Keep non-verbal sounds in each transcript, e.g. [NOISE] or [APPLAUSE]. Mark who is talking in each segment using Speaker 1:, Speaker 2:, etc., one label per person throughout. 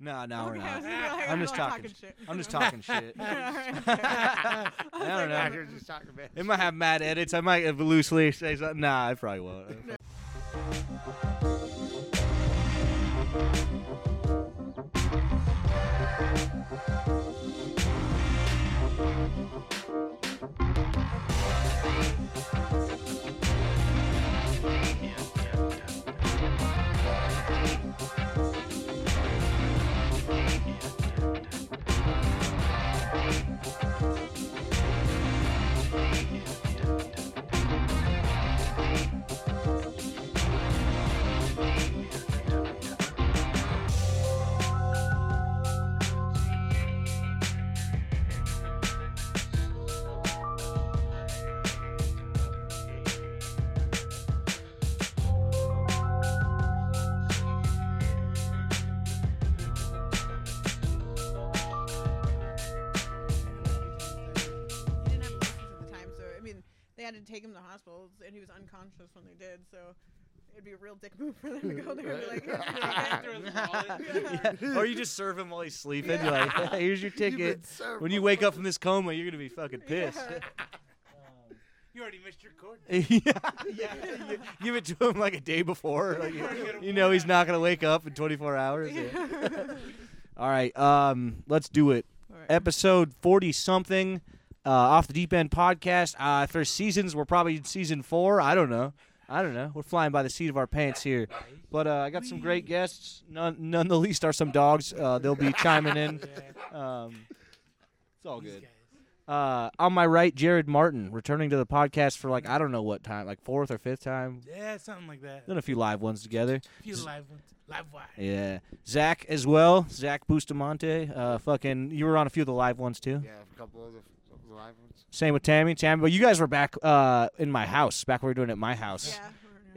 Speaker 1: No, no, we're
Speaker 2: Okay,
Speaker 1: not.
Speaker 2: I was just like,
Speaker 1: Oh, I'm
Speaker 2: we're
Speaker 1: just
Speaker 2: not
Speaker 1: talking.
Speaker 2: shit.
Speaker 1: [LAUGHS] I'm just talking shit.
Speaker 2: [LAUGHS] All right.
Speaker 1: I
Speaker 2: I was
Speaker 1: don't know.
Speaker 2: like,
Speaker 1: [LAUGHS]
Speaker 2: wait a
Speaker 3: You're
Speaker 2: minute.
Speaker 3: just talking about
Speaker 1: It might have mad edits. I might have loosely say something. Nah, I probably won't. [LAUGHS]
Speaker 2: [LAUGHS] He didn't have license at the time, so I mean, they had to take him to hospitals, and he was unconscious when they did. So it'd be a real dick move for them to
Speaker 4: [LAUGHS]
Speaker 2: go there and be like, "Here, take
Speaker 1: [LAUGHS]
Speaker 2: that through his wallet."
Speaker 1: Yeah. Or you just serve him while he's sleeping. You're like, [LAUGHS]
Speaker 2: Yeah.
Speaker 1: here's your
Speaker 3: You've
Speaker 1: ticket.
Speaker 3: been served
Speaker 1: When you
Speaker 3: before.
Speaker 1: wake up from this coma, you're gonna be fucking pissed. [LAUGHS]
Speaker 2: [LAUGHS] Yeah.
Speaker 4: You already missed your court.
Speaker 1: Yeah. [LAUGHS] You Give it to him like a day before. Like, you,
Speaker 4: You're gonna
Speaker 1: you know he's
Speaker 4: win.
Speaker 1: not gonna wake up in 24 hours. Yeah. [LAUGHS]
Speaker 2: [LAUGHS] Yeah.
Speaker 1: All right, um, let's do it.
Speaker 2: All right.
Speaker 1: Episode 40 something, uh, off the deep end podcast. Uh, for seasons, we're probably in season four. I don't know. I don't know. We're flying by the seat of our pants here. But uh, I got some great guests. None, none the least are some dogs. Uh, they'll be chiming in.
Speaker 4: [LAUGHS]
Speaker 1: Um, it's all
Speaker 4: These
Speaker 1: good.
Speaker 4: guys.
Speaker 1: Uh, on my right, Jared Martin, returning to the podcast for like I don't know what time, like fourth or fifth time.
Speaker 4: Yeah, something like that.
Speaker 1: Done a few live ones together.
Speaker 4: A few live ones. Live wire.
Speaker 1: Yeah, Zach as well. Zach Bustamante. Uh, fucking, you were on a few of the live ones too.
Speaker 3: Yeah, a couple of the, of the live ones.
Speaker 1: Same with Tammy. Tammy, but you guys were back uh, in my house, back when we were doing it at my house.
Speaker 2: Yeah. we're-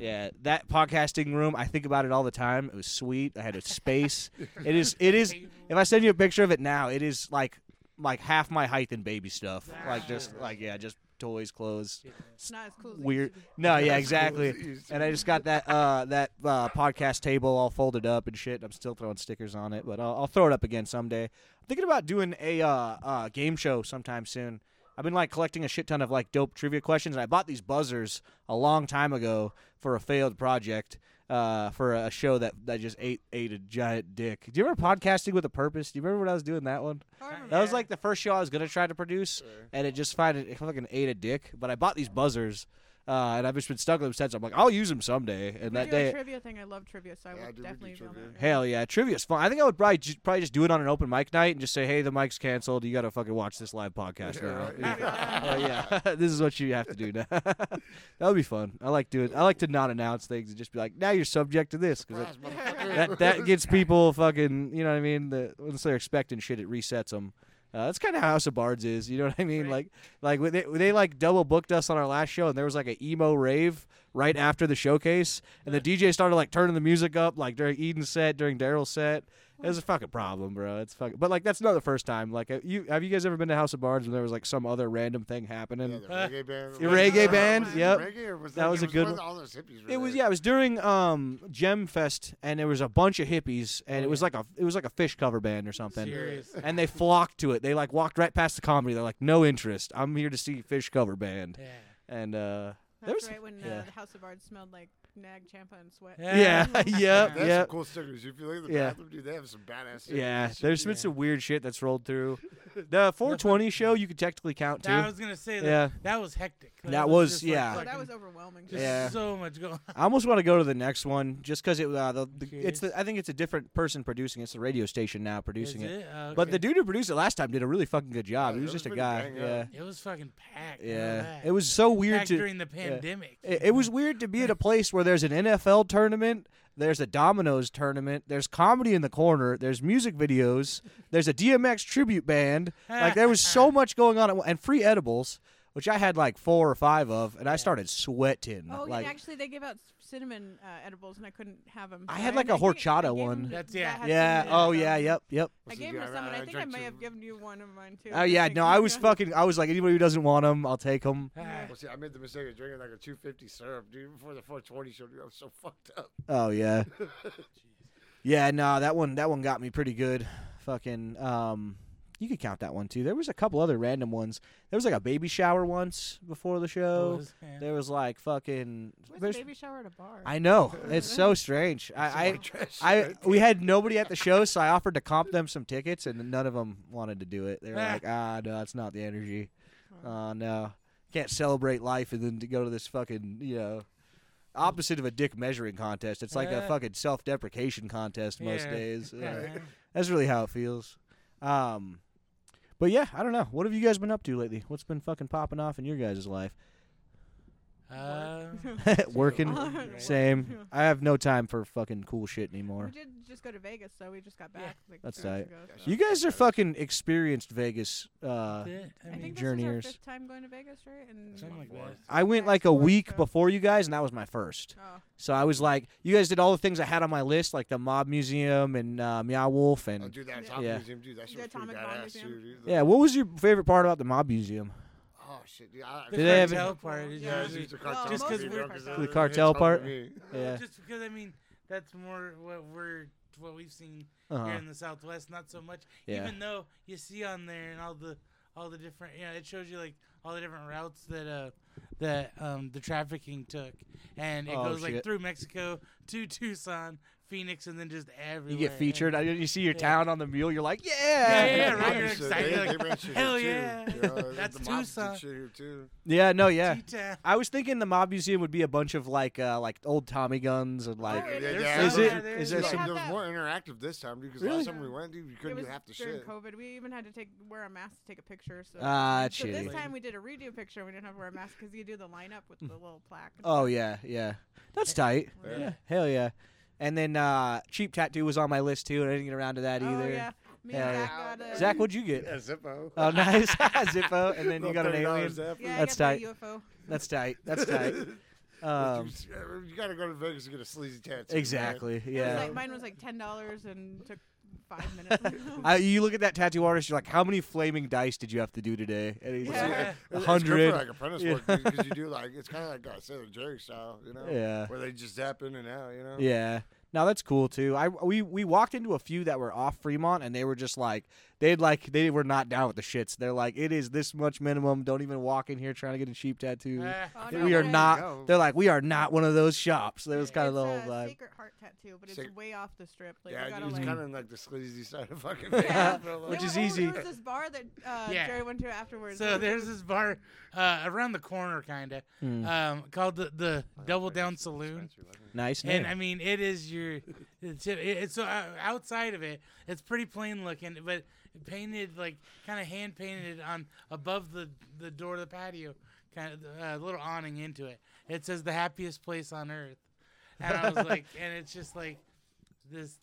Speaker 1: Yeah, that podcasting room. I think about it all the time. It was sweet. I had a space. it is. It is. If I send you a picture of it now, it is like like half my height in baby stuff. Like just like yeah, just toys, clothes.
Speaker 2: It's not as cool. As it
Speaker 1: Weird.
Speaker 2: used to be.
Speaker 1: No, yeah,
Speaker 3: That's cool.
Speaker 1: exactly. And I just got that uh that uh, podcast table all folded up and shit. I'm still throwing stickers on it, but I'll, I'll throw it up again someday. I'm thinking about doing a uh, uh game show sometime soon. I've been like collecting a shit ton of like dope trivia questions, and I bought these buzzers a long time ago for a failed project. Uh, for a show that, that just ate ate a giant dick. Do you remember podcasting with a purpose? Do you remember when I was doing that one?
Speaker 2: I remember
Speaker 1: That was like the first show I was gonna try to produce, and it just find it, it fucking ate a dick. But I bought these buzzers, uh, and I've just been stuck with them since. I'm like, I'll use them someday. And
Speaker 2: We
Speaker 1: that
Speaker 2: do a
Speaker 1: day,
Speaker 2: trivia thing. I love trivia, so I
Speaker 3: Yeah, I
Speaker 2: would
Speaker 3: do- we do
Speaker 2: definitely be on
Speaker 3: trivia.
Speaker 2: that.
Speaker 1: hell yeah, trivia's fun. I think I would probably just, probably just do it on an open mic night and just say, hey, the mic's canceled. You gotta fucking watch this live podcast now. Oh yeah, [LAUGHS] this is what you have to do now. [LAUGHS] that would be fun. I like doing. I like to not announce things and just be like, now you're subject to this because
Speaker 3: Surprise,
Speaker 1: [LAUGHS]
Speaker 3: motherfucker.
Speaker 1: that
Speaker 3: [LAUGHS]
Speaker 1: that gets people fucking you know what I mean. The, once they're expecting shit, it resets them. Uh, that's kind of how House of Bards is, you know what I mean?
Speaker 2: Right.
Speaker 1: Like, like they, they like double booked us on our last show, and there was like an emo rave right after the showcase, and the DJ started like turning the music up like during Eden's set, during Daryl's set. It was a fucking problem, bro. It's fucking, but like that's not the first time. Like, uh, you have you guys ever been to House of Bards when there was like some other random thing happening?
Speaker 3: Yeah, the reggae band.
Speaker 1: Your reggae band,
Speaker 3: Was it
Speaker 1: yep.
Speaker 3: Reggae or was
Speaker 1: That
Speaker 3: it-
Speaker 1: was
Speaker 3: it
Speaker 1: a good
Speaker 3: when
Speaker 1: one.
Speaker 3: All those hippies were
Speaker 1: It was
Speaker 3: there.
Speaker 1: yeah. It was during um Gem Fest, and there was a bunch of hippies, and it was like a it was like a fish cover band or something.
Speaker 4: Serious.
Speaker 1: And they flocked to it. They like walked right past the comedy. They're like, no interest. I'm here to see fish cover band.
Speaker 4: Yeah.
Speaker 1: And uh, there
Speaker 2: That's
Speaker 1: was
Speaker 2: right when
Speaker 1: yeah.
Speaker 2: uh, the House of Ards smelled like Nag Champa and sweat. [LAUGHS]
Speaker 4: Yeah.
Speaker 1: yeah, [LAUGHS]
Speaker 3: They
Speaker 1: yep,
Speaker 3: have some
Speaker 1: yep.
Speaker 3: cool stickers. If you look at the
Speaker 1: Yeah.
Speaker 3: bathroom, dude, they have some badass stickers.
Speaker 1: Yeah, there's been
Speaker 4: Yeah.
Speaker 1: some weird shit that's rolled
Speaker 4: [LAUGHS]
Speaker 1: through. The 420 show you could technically count too.
Speaker 4: I was gonna say that.
Speaker 1: Yeah.
Speaker 4: That was hectic.
Speaker 1: That was-
Speaker 4: just,
Speaker 1: yeah.
Speaker 2: Oh,
Speaker 4: Like
Speaker 2: that was
Speaker 4: fucking-
Speaker 2: overwhelming.
Speaker 4: just
Speaker 1: Yeah.
Speaker 4: so much going. on.
Speaker 1: I almost want to go to the next one just because it uh, the, the it's
Speaker 4: Curious.
Speaker 1: the, I think it's a different person producing. it. It's the radio station now producing
Speaker 4: Is
Speaker 1: it.
Speaker 4: it? Oh,
Speaker 1: But the
Speaker 4: okay.
Speaker 1: dude who produced it last time did a really fucking good job.
Speaker 3: Yeah,
Speaker 1: he was
Speaker 3: that
Speaker 1: just
Speaker 3: was
Speaker 1: a
Speaker 3: pretty
Speaker 1: guy.
Speaker 3: bang up.
Speaker 1: Yeah.
Speaker 4: It was fucking packed. I know
Speaker 1: Yeah,
Speaker 4: that.
Speaker 1: it was so
Speaker 4: Back
Speaker 1: weird to.
Speaker 4: during the pandemic.
Speaker 1: It, it was weird to be at a place where there's an NFL tournament, there's a Domino's tournament, there's comedy in the corner, there's music videos, there's a DMX tribute band. Like
Speaker 2: [LAUGHS]
Speaker 1: there was so much going on, at one- and free edibles, which I had like four or five of, and I started sweating.
Speaker 2: Oh,
Speaker 1: like
Speaker 2: and actually, they gave out c- cinnamon uh, edibles, and I couldn't have them.
Speaker 1: I had, like, a horchata one.
Speaker 4: That's- yeah.
Speaker 1: yeah, oh yeah, yep, yep.
Speaker 2: I
Speaker 3: Was it
Speaker 2: gave
Speaker 3: the-
Speaker 2: her some, and
Speaker 3: I
Speaker 2: I think I
Speaker 3: drank
Speaker 2: may
Speaker 3: your-
Speaker 2: have given you one of mine too.
Speaker 1: Oh yeah,
Speaker 2: Like,
Speaker 1: no, I
Speaker 2: [LAUGHS]
Speaker 1: was
Speaker 2: yeah.
Speaker 1: fucking. I was like, anybody who doesn't want them, I'll take them.
Speaker 4: Ah,
Speaker 3: Well, see, I made the mistake of drinking like a 250 syrup, dude, before the 420 show. Dude, I was so fucked up.
Speaker 1: Oh yeah, Oh, Yeah, no, that one that one got me pretty good. Fucking um you could count that one too. There was a couple other random ones. There was like a baby shower once before the show.
Speaker 4: Was- yeah.
Speaker 1: oh, There was like fucking
Speaker 2: Where's
Speaker 1: there's-
Speaker 2: a baby shower at a bar?
Speaker 1: I know. It's so
Speaker 2: [LAUGHS]
Speaker 1: strange. I I, I we had nobody at the show, so I offered to comp them some tickets, and none of them wanted to do it. They were like, "Ah, no, it's not the energy. Oh no, can't celebrate life and then to go to this fucking you know opposite of a dick measuring contest. It's like a
Speaker 4: Yeah.
Speaker 1: fucking self deprecation contest most
Speaker 4: Yeah.
Speaker 1: days. [LAUGHS]
Speaker 4: Yeah,
Speaker 1: Yeah.
Speaker 4: man.
Speaker 1: That's really how it feels. Um, but yeah, I don't know. What have you guys been up to lately? What's been fucking popping off in your guys' life? [LAUGHS]
Speaker 4: Uh,
Speaker 2: [LAUGHS]
Speaker 1: Working.
Speaker 2: Uh,
Speaker 4: Right. [LAUGHS]
Speaker 1: Same. I have no time for fucking cool shit
Speaker 2: we
Speaker 1: anymore.
Speaker 2: did just go to Vegas, so we just got
Speaker 4: Yeah.
Speaker 2: back. Like
Speaker 1: That's
Speaker 2: two weeks
Speaker 1: tight.
Speaker 2: ago, so-
Speaker 1: You guys are fucking experienced Vegas. Uh,
Speaker 4: did- I
Speaker 2: I think
Speaker 4: mean,
Speaker 2: this is our
Speaker 1: journeyers.
Speaker 2: fifth time going to Vegas, right? And
Speaker 4: something like that.
Speaker 1: I went like a
Speaker 2: Excellent
Speaker 1: week
Speaker 2: show.
Speaker 1: before you guys, and that was my first.
Speaker 2: oh,
Speaker 1: So I was like, you guys did all the things I had on my list, like the Mob Museum and uh, Meow Wolf,
Speaker 3: Oh,
Speaker 1: and
Speaker 3: dude, that
Speaker 2: Yeah.
Speaker 3: atomic
Speaker 1: Yeah.
Speaker 3: museum, dude. That shit
Speaker 2: The
Speaker 3: was pretty
Speaker 2: atomic bomb
Speaker 3: badass,
Speaker 2: museum.
Speaker 3: dude. dude.
Speaker 1: yeah. What was your favorite part about the Mob Museum?
Speaker 3: Oh shit, dude. I,
Speaker 4: The
Speaker 1: Did they have-
Speaker 4: cartel part is
Speaker 2: Yeah.
Speaker 4: usually-
Speaker 3: the
Speaker 2: Well,
Speaker 3: cartel
Speaker 2: most
Speaker 4: of
Speaker 3: being
Speaker 4: the
Speaker 3: drunk
Speaker 2: cartel-
Speaker 3: is
Speaker 2: The
Speaker 3: other than
Speaker 1: cartel
Speaker 3: hip-hop
Speaker 1: part?
Speaker 3: to me.
Speaker 1: Yeah.
Speaker 4: just because I mean that's more what we're what we've seen here
Speaker 1: Uh-huh.
Speaker 4: in the Southwest, not so much.
Speaker 1: Yeah.
Speaker 4: Even though you see on there and all the all the different, you know, it shows you like all the different routes that uh that um the trafficking took, and it
Speaker 1: Oh,
Speaker 4: goes
Speaker 1: shit.
Speaker 4: like through Mexico to Tucson, Phoenix, and then just everywhere.
Speaker 1: You get featured. I, you see your
Speaker 4: Yeah.
Speaker 1: town on the mule. You're like,
Speaker 4: Yeah,
Speaker 1: yeah,
Speaker 4: yeah, right.
Speaker 3: Obviously,
Speaker 4: You're excited,
Speaker 3: They,
Speaker 4: like,
Speaker 3: they ran shit here,
Speaker 4: hell
Speaker 3: too.
Speaker 4: yeah.
Speaker 3: You know,
Speaker 4: That's
Speaker 3: the mobs did
Speaker 4: Tucson.
Speaker 3: shit here, too.
Speaker 1: [LAUGHS] Yeah, no, yeah.
Speaker 4: T-town.
Speaker 1: I was thinking the Mob Museum would be a bunch of like, uh, like old Tommy guns and like.
Speaker 2: Oh, it
Speaker 3: Yeah,
Speaker 2: is.
Speaker 3: yeah,
Speaker 1: Is
Speaker 3: yeah,
Speaker 1: it-
Speaker 3: yeah,
Speaker 1: is
Speaker 3: There
Speaker 1: there
Speaker 2: They
Speaker 3: was
Speaker 1: some-
Speaker 2: had that-
Speaker 3: more interactive this time because
Speaker 1: Really?
Speaker 3: last time we went, dude, you couldn't
Speaker 2: it was
Speaker 3: do half the
Speaker 2: during
Speaker 3: shit.
Speaker 2: COVID. We even had to take wear a mask to take a picture. So,
Speaker 1: Ah,
Speaker 2: so this
Speaker 1: shitty.
Speaker 2: time we did a redo picture. We didn't have to wear a mask because you do the lineup with the little plaque.
Speaker 1: Oh yeah, yeah. That's tight.
Speaker 3: Yeah.
Speaker 1: Yeah, hell yeah. And then uh, Cheap Tattoo was on my list too, and I didn't get around to that
Speaker 2: Oh,
Speaker 1: either.
Speaker 2: yeah, me
Speaker 1: Hell
Speaker 2: and
Speaker 1: yeah.
Speaker 2: Zach got a
Speaker 1: Zach, what'd you
Speaker 3: [LAUGHS]
Speaker 1: get?
Speaker 3: Yeah, Zippo.
Speaker 1: Oh, nice [LAUGHS] Zippo, and then
Speaker 3: [LAUGHS]
Speaker 1: you
Speaker 3: Little
Speaker 1: got an
Speaker 3: $30
Speaker 1: alien.
Speaker 3: Zippo.
Speaker 2: yeah, I
Speaker 1: that's
Speaker 2: got the
Speaker 1: tight.
Speaker 2: UFO.
Speaker 1: That's
Speaker 3: [LAUGHS]
Speaker 1: tight. That's tight. Um,
Speaker 3: you got to go to Vegas to get a sleazy tattoo. man.
Speaker 1: exactly.
Speaker 2: It was
Speaker 1: Yeah.
Speaker 2: like- mine was like ten dollars and took five minutes.
Speaker 1: [LAUGHS]
Speaker 2: [LAUGHS]
Speaker 1: I, you look at that tattoo artist, you're like, how many flaming dice did you have to do today? And he's
Speaker 3: Well,
Speaker 1: like,
Speaker 3: see,
Speaker 2: Yeah.
Speaker 3: it- it's good for,
Speaker 1: 100.
Speaker 3: like apprentice
Speaker 1: Yeah.
Speaker 3: work because you do like it's kind of like uh, Sailor Jerry style, you know,
Speaker 1: Yeah.
Speaker 3: where they just zap in and out, you know.
Speaker 1: Yeah. Now that's cool too. I we we walked into a few that were off Fremont and they were just like they'd like they were not down with the shits. They're like it is this much minimum. Don't even walk in here trying to get a cheap tattoo.
Speaker 4: Ah.
Speaker 2: Oh,
Speaker 1: we
Speaker 2: no
Speaker 1: are
Speaker 2: way.
Speaker 1: not.
Speaker 3: No.
Speaker 1: They're like we are not one of those shops. There was
Speaker 4: Yeah.
Speaker 1: kind of
Speaker 2: it's
Speaker 1: the
Speaker 2: a
Speaker 1: whole vibe.
Speaker 2: Secret heart tattoo, but it's
Speaker 3: Sec-
Speaker 2: way off the strip. Like,
Speaker 3: yeah,
Speaker 2: you
Speaker 3: it
Speaker 2: gotta,
Speaker 3: was
Speaker 2: like,
Speaker 3: kind of like the sleazy side of fucking
Speaker 2: Yeah.
Speaker 3: Vegas, bro,
Speaker 2: They
Speaker 3: like-
Speaker 1: Which is
Speaker 2: went- oh,
Speaker 1: easy.
Speaker 2: There was this bar that uh,
Speaker 4: Yeah.
Speaker 2: Jerry went to afterwards.
Speaker 4: So there's this bar uh, around the corner, kind of,
Speaker 1: Mm.
Speaker 4: um, called the, the Double Down Saloon.
Speaker 1: Nice name.
Speaker 4: And I mean, it is your. It's, it- it's so uh, outside of it, it's pretty plain looking, but painted like kind of hand painted on above the the door of the patio, kind of uh, a little awning into it. It says the happiest place on earth, and
Speaker 1: [LAUGHS]
Speaker 4: I was like, and it's just like this.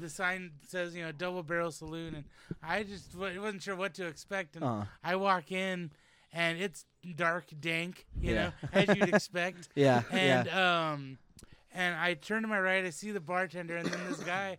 Speaker 4: The sign says, you know, double barrel saloon, and I just wa- wasn't sure what to expect. And
Speaker 1: Uh,
Speaker 4: I walk in, and it's dark, dank, you
Speaker 1: Yeah.
Speaker 4: know,
Speaker 1: [LAUGHS]
Speaker 4: as you'd expect
Speaker 2: [LAUGHS]
Speaker 1: yeah,
Speaker 4: and
Speaker 1: yeah.
Speaker 4: um and I turn to my right, I see the bartender,
Speaker 1: [COUGHS]
Speaker 4: and then this guy,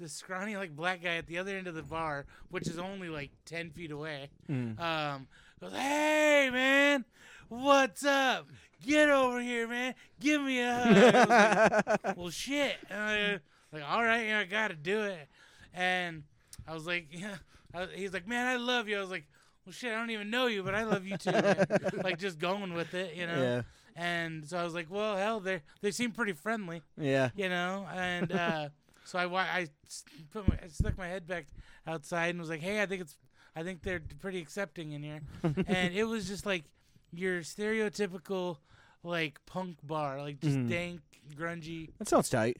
Speaker 4: this scrawny like black guy at the other end of the bar, which is only like ten feet away,
Speaker 1: Mm.
Speaker 4: um, goes, Hey man, what's up? Get over here, man. Give me a
Speaker 2: uh,
Speaker 1: [LAUGHS]
Speaker 4: hug. I was like, well, shit. And I, like, all right, yeah, I got to do it. And I was like, [LAUGHS] yeah. I was- He's like, man, I love you. I was like, well, shit, I don't even know you, but I love you
Speaker 1: [LAUGHS]
Speaker 4: too. man." like, just going with it, you know.
Speaker 1: yeah,
Speaker 4: And so I was like, well, hell, they they seem pretty friendly,
Speaker 1: yeah.
Speaker 4: you know. And uh, so I wa- I s- put my, I stuck my head back outside and was like, hey, I think it's I think they're pretty accepting in here. and it was just like your stereotypical like punk bar, like just
Speaker 1: Mhm.
Speaker 4: dank, grungy
Speaker 1: That sounds tight.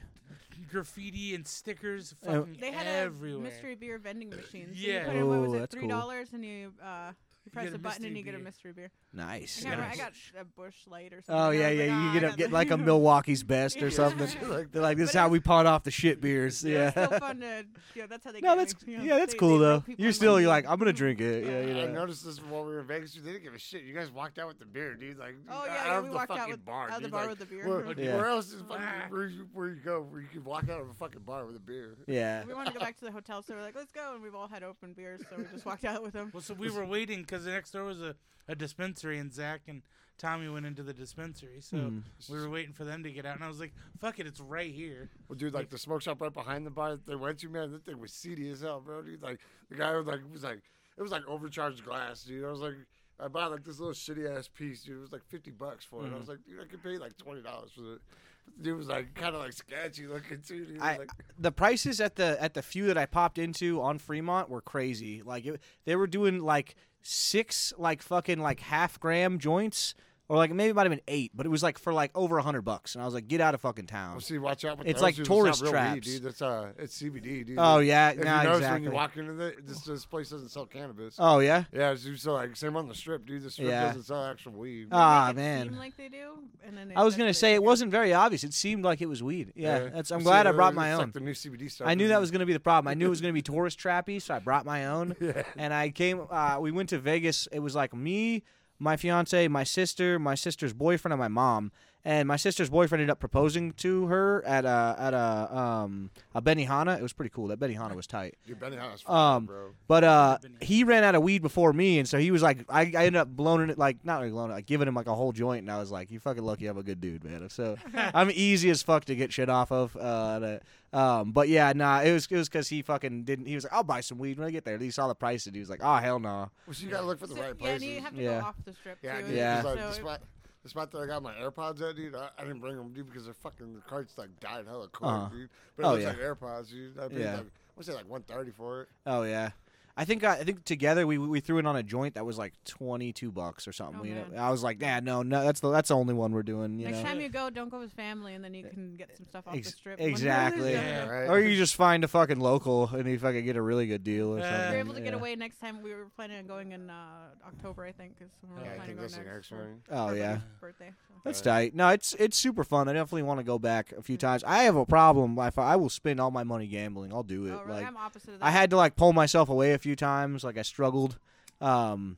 Speaker 4: graffiti and stickers
Speaker 1: Oh.
Speaker 4: fucking
Speaker 2: they had
Speaker 4: everywhere.
Speaker 2: a mystery beer vending machine. So
Speaker 4: Yeah.
Speaker 2: You put in, what was
Speaker 1: Ooh,
Speaker 2: it,
Speaker 1: that's cool.
Speaker 2: three dollars, and you uh, you press
Speaker 4: get a
Speaker 2: a button and
Speaker 4: mystery
Speaker 2: you get a
Speaker 4: beer.
Speaker 2: mystery beer. I,
Speaker 1: Nice.
Speaker 2: can't remember, I
Speaker 1: nice.
Speaker 2: got sh- a bush light or something.
Speaker 1: Oh
Speaker 2: and
Speaker 1: yeah,
Speaker 2: I was
Speaker 1: yeah.
Speaker 2: like,
Speaker 1: you
Speaker 2: "Ah,
Speaker 1: get
Speaker 2: I
Speaker 1: up,
Speaker 2: got
Speaker 1: get
Speaker 2: that."
Speaker 1: like a Milwaukee's
Speaker 2: [LAUGHS]
Speaker 1: best or
Speaker 3: Yeah,
Speaker 1: something.
Speaker 3: shit [LAUGHS] like
Speaker 1: They're like, this is
Speaker 2: But
Speaker 1: how
Speaker 2: it's-
Speaker 1: we pawn off the shit beers.
Speaker 2: Yeah,
Speaker 1: Yeah. [LAUGHS]
Speaker 2: it's still fun to. Yeah, that's how they.
Speaker 1: no,
Speaker 2: get
Speaker 1: that's
Speaker 2: me, you know,
Speaker 1: yeah, that's
Speaker 2: they-
Speaker 1: cool
Speaker 2: they
Speaker 1: though.
Speaker 2: rope people Uh,
Speaker 1: You're
Speaker 2: in
Speaker 1: still
Speaker 2: like-
Speaker 1: you're like, I'm gonna drink it. [LAUGHS] Yeah,
Speaker 2: Yeah.
Speaker 1: you
Speaker 3: I
Speaker 1: know.
Speaker 3: noticed this while we were in Vegas. dude, They didn't give a shit. You guys walked out with the beer, dude. Like,
Speaker 2: Oh
Speaker 3: out
Speaker 2: yeah, yeah
Speaker 3: of
Speaker 2: we
Speaker 3: the
Speaker 2: walked out
Speaker 3: fucking
Speaker 2: with
Speaker 3: bar,
Speaker 2: out of the
Speaker 3: dude,
Speaker 2: bar
Speaker 3: like,
Speaker 2: with the beer.
Speaker 3: Where,
Speaker 1: Yeah.
Speaker 3: where else is fucking,
Speaker 4: Ah.
Speaker 3: where, you, where you go where you can walk out of a fucking bar with a beer?
Speaker 1: [LAUGHS] Yeah.
Speaker 2: We wanted to go back to the hotel, so we're like, let's go, and we've all had open beers, so we just walked out with them.
Speaker 4: well, so we were waiting 'cause because the next door was a, a dispensary, and Zach and Tommy went into the dispensary. So we were waiting for them to get out, and I was like, "Fuck it, it's right here."
Speaker 3: Well, dude, like the smoke shop right behind the bar that they went to, man, that thing was seedy as hell, bro. Dude, like the guy was like, was like, it was like overcharged glass, dude. I was like, I bought like this little shitty ass piece, dude. It was like fifty bucks for
Speaker 1: Mm-hmm.
Speaker 3: it. I was like, dude, I could pay like twenty dollars for it. But the dude was like, kind of like sketchy looking too, dude.
Speaker 1: I,
Speaker 3: like,
Speaker 1: the prices at the at the few that I popped into on Fremont were crazy. Like it, they were doing like six like fucking like half gram joints, or like maybe it might have been eight, but it was like for like over a hundred bucks, and I was like, get out of fucking town.
Speaker 3: well, see, watch out with
Speaker 1: Oh. It's
Speaker 3: those,
Speaker 1: like
Speaker 3: dude.
Speaker 1: tourist
Speaker 3: it's not real weed,
Speaker 1: traps.
Speaker 3: dude. That's uh, it's CBD, dude.
Speaker 1: Oh
Speaker 3: Like,
Speaker 1: yeah,
Speaker 3: If
Speaker 1: nah,
Speaker 3: you notice
Speaker 1: exactly.
Speaker 3: when you walk into the, this, this place doesn't sell cannabis.
Speaker 1: oh yeah.
Speaker 3: Yeah, it's just like same on the strip, dude. The strip
Speaker 1: Yeah.
Speaker 3: doesn't sell actual weed.
Speaker 1: Uh, Ah,
Speaker 2: Make it
Speaker 1: man.
Speaker 2: seem like they do, and then they
Speaker 1: I was
Speaker 2: just
Speaker 1: gonna
Speaker 2: like-
Speaker 1: say it wasn't very obvious. It seemed like it was weed. Yeah, that's. I'm
Speaker 3: See,
Speaker 1: glad I
Speaker 3: uh,
Speaker 1: brought my
Speaker 3: it's
Speaker 1: own.
Speaker 3: Like the new CBD stuff.
Speaker 1: I knew
Speaker 3: isn't
Speaker 1: that
Speaker 3: it?
Speaker 1: was going to be the problem. I knew it was going to be tourist trappy, so I brought my own.
Speaker 3: [LAUGHS]
Speaker 1: And I came. Uh, we went to Vegas. It was like me, my fiance, my sister, my sister's boyfriend, and my mom. And my sister's boyfriend ended up proposing to her at a at a um a Benihana. It was pretty cool. That Benihana was tight.
Speaker 3: Dude, Benny Hana's
Speaker 1: Um,
Speaker 3: fine, bro.
Speaker 1: But uh, he ran out of weed before me, and so he was like, I, I ended up blowing it, like not really blowing it, like giving him like a whole joint, and I was like, you fucking lucky, I'm a good dude, man. So I'm easy as fuck to get shit off of. Uh, and, uh, um, but yeah, nah, it was it was because he fucking didn't. He was like, I'll buy some weed when I get there. And he saw the price, and he was like, oh hell no.
Speaker 3: Well, so you gotta look for the
Speaker 2: So-
Speaker 3: right
Speaker 2: yeah, and
Speaker 3: places.
Speaker 2: you have to
Speaker 1: Yeah.
Speaker 2: go off the strip.
Speaker 3: yeah,
Speaker 2: too,
Speaker 3: dude,
Speaker 1: Yeah.
Speaker 3: 'cause, like,
Speaker 2: so
Speaker 3: the
Speaker 2: if-
Speaker 3: spot, the spot that I got my AirPods at, dude, I, I didn't bring them, dude, because they're fucking the carts like died hella quick,
Speaker 1: Uh-huh.
Speaker 3: dude. But it
Speaker 1: Oh,
Speaker 3: looks
Speaker 1: yeah.
Speaker 3: like AirPods, dude. I paid
Speaker 1: Yeah.
Speaker 3: like, what's it like, one thirty for it?
Speaker 1: Oh yeah. I think I think together we we threw in on a joint that was like twenty two bucks or something.
Speaker 2: Oh,
Speaker 1: you know?
Speaker 2: man.
Speaker 1: I was like, nah, no, no, that's the that's the only one we're doing. You
Speaker 2: Next
Speaker 1: know,
Speaker 2: time you go, don't go with family, and then you can get some stuff off
Speaker 1: Ex-
Speaker 2: the strip.
Speaker 1: exactly.
Speaker 2: If
Speaker 4: Yeah.
Speaker 3: Right.
Speaker 1: or you just find a fucking local and you fucking get a really good deal or
Speaker 4: Uh,
Speaker 1: something.
Speaker 2: We're able to get
Speaker 1: yeah.
Speaker 2: away next time. We were planning on going in uh, October, I think. Is when we were
Speaker 3: Yeah, I
Speaker 2: planning
Speaker 3: think
Speaker 2: on
Speaker 3: that's the
Speaker 2: going
Speaker 3: next
Speaker 2: for-
Speaker 3: one.
Speaker 1: Oh
Speaker 2: for
Speaker 1: yeah.
Speaker 2: Buddy's birthday. so.
Speaker 1: That's
Speaker 3: Right.
Speaker 1: tight. No, it's it's super fun. I definitely want to go back a
Speaker 2: Mm-hmm.
Speaker 1: few times. I have a problem. If I will spend all my money gambling, I'll do it.
Speaker 2: Oh, really?
Speaker 1: Like
Speaker 2: I'm opposite of that.
Speaker 1: I had to like pull myself away a few times. Like I struggled. Um,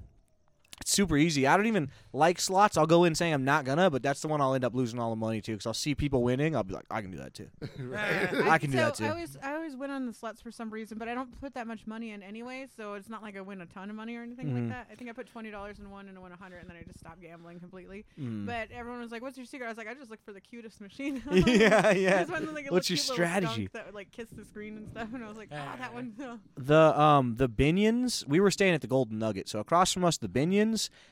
Speaker 1: it's super easy. I don't even like slots. I'll go in saying I'm not gonna, but that's the one I'll end up losing all the money to because I'll see people winning. I'll be like, I can do that too.
Speaker 3: [LAUGHS]
Speaker 4: Right.
Speaker 1: I can do
Speaker 2: so
Speaker 1: that too.
Speaker 2: I always, I always win on the sluts for some reason, but I don't put that much money in anyway, so it's not like I win a ton of money or anything
Speaker 1: Mhm.
Speaker 2: like that. I think I put twenty dollars in one and I won a hundred, and then I just stopped gambling completely.
Speaker 1: Mm. [LAUGHS]
Speaker 2: But everyone was like, "What's your secret?" I was like, "I just look for the cutest machine." [LAUGHS]
Speaker 1: yeah,
Speaker 2: There
Speaker 1: yeah.
Speaker 2: was one that, like, a
Speaker 1: What's your
Speaker 2: little cute little skunk
Speaker 1: strategy?
Speaker 2: That would like kiss the screen and stuff, and I was like, "Ah,
Speaker 4: Uh.
Speaker 2: that one." no."
Speaker 1: The um the Binions, we were staying at the Golden Nugget. So across from us, the Binions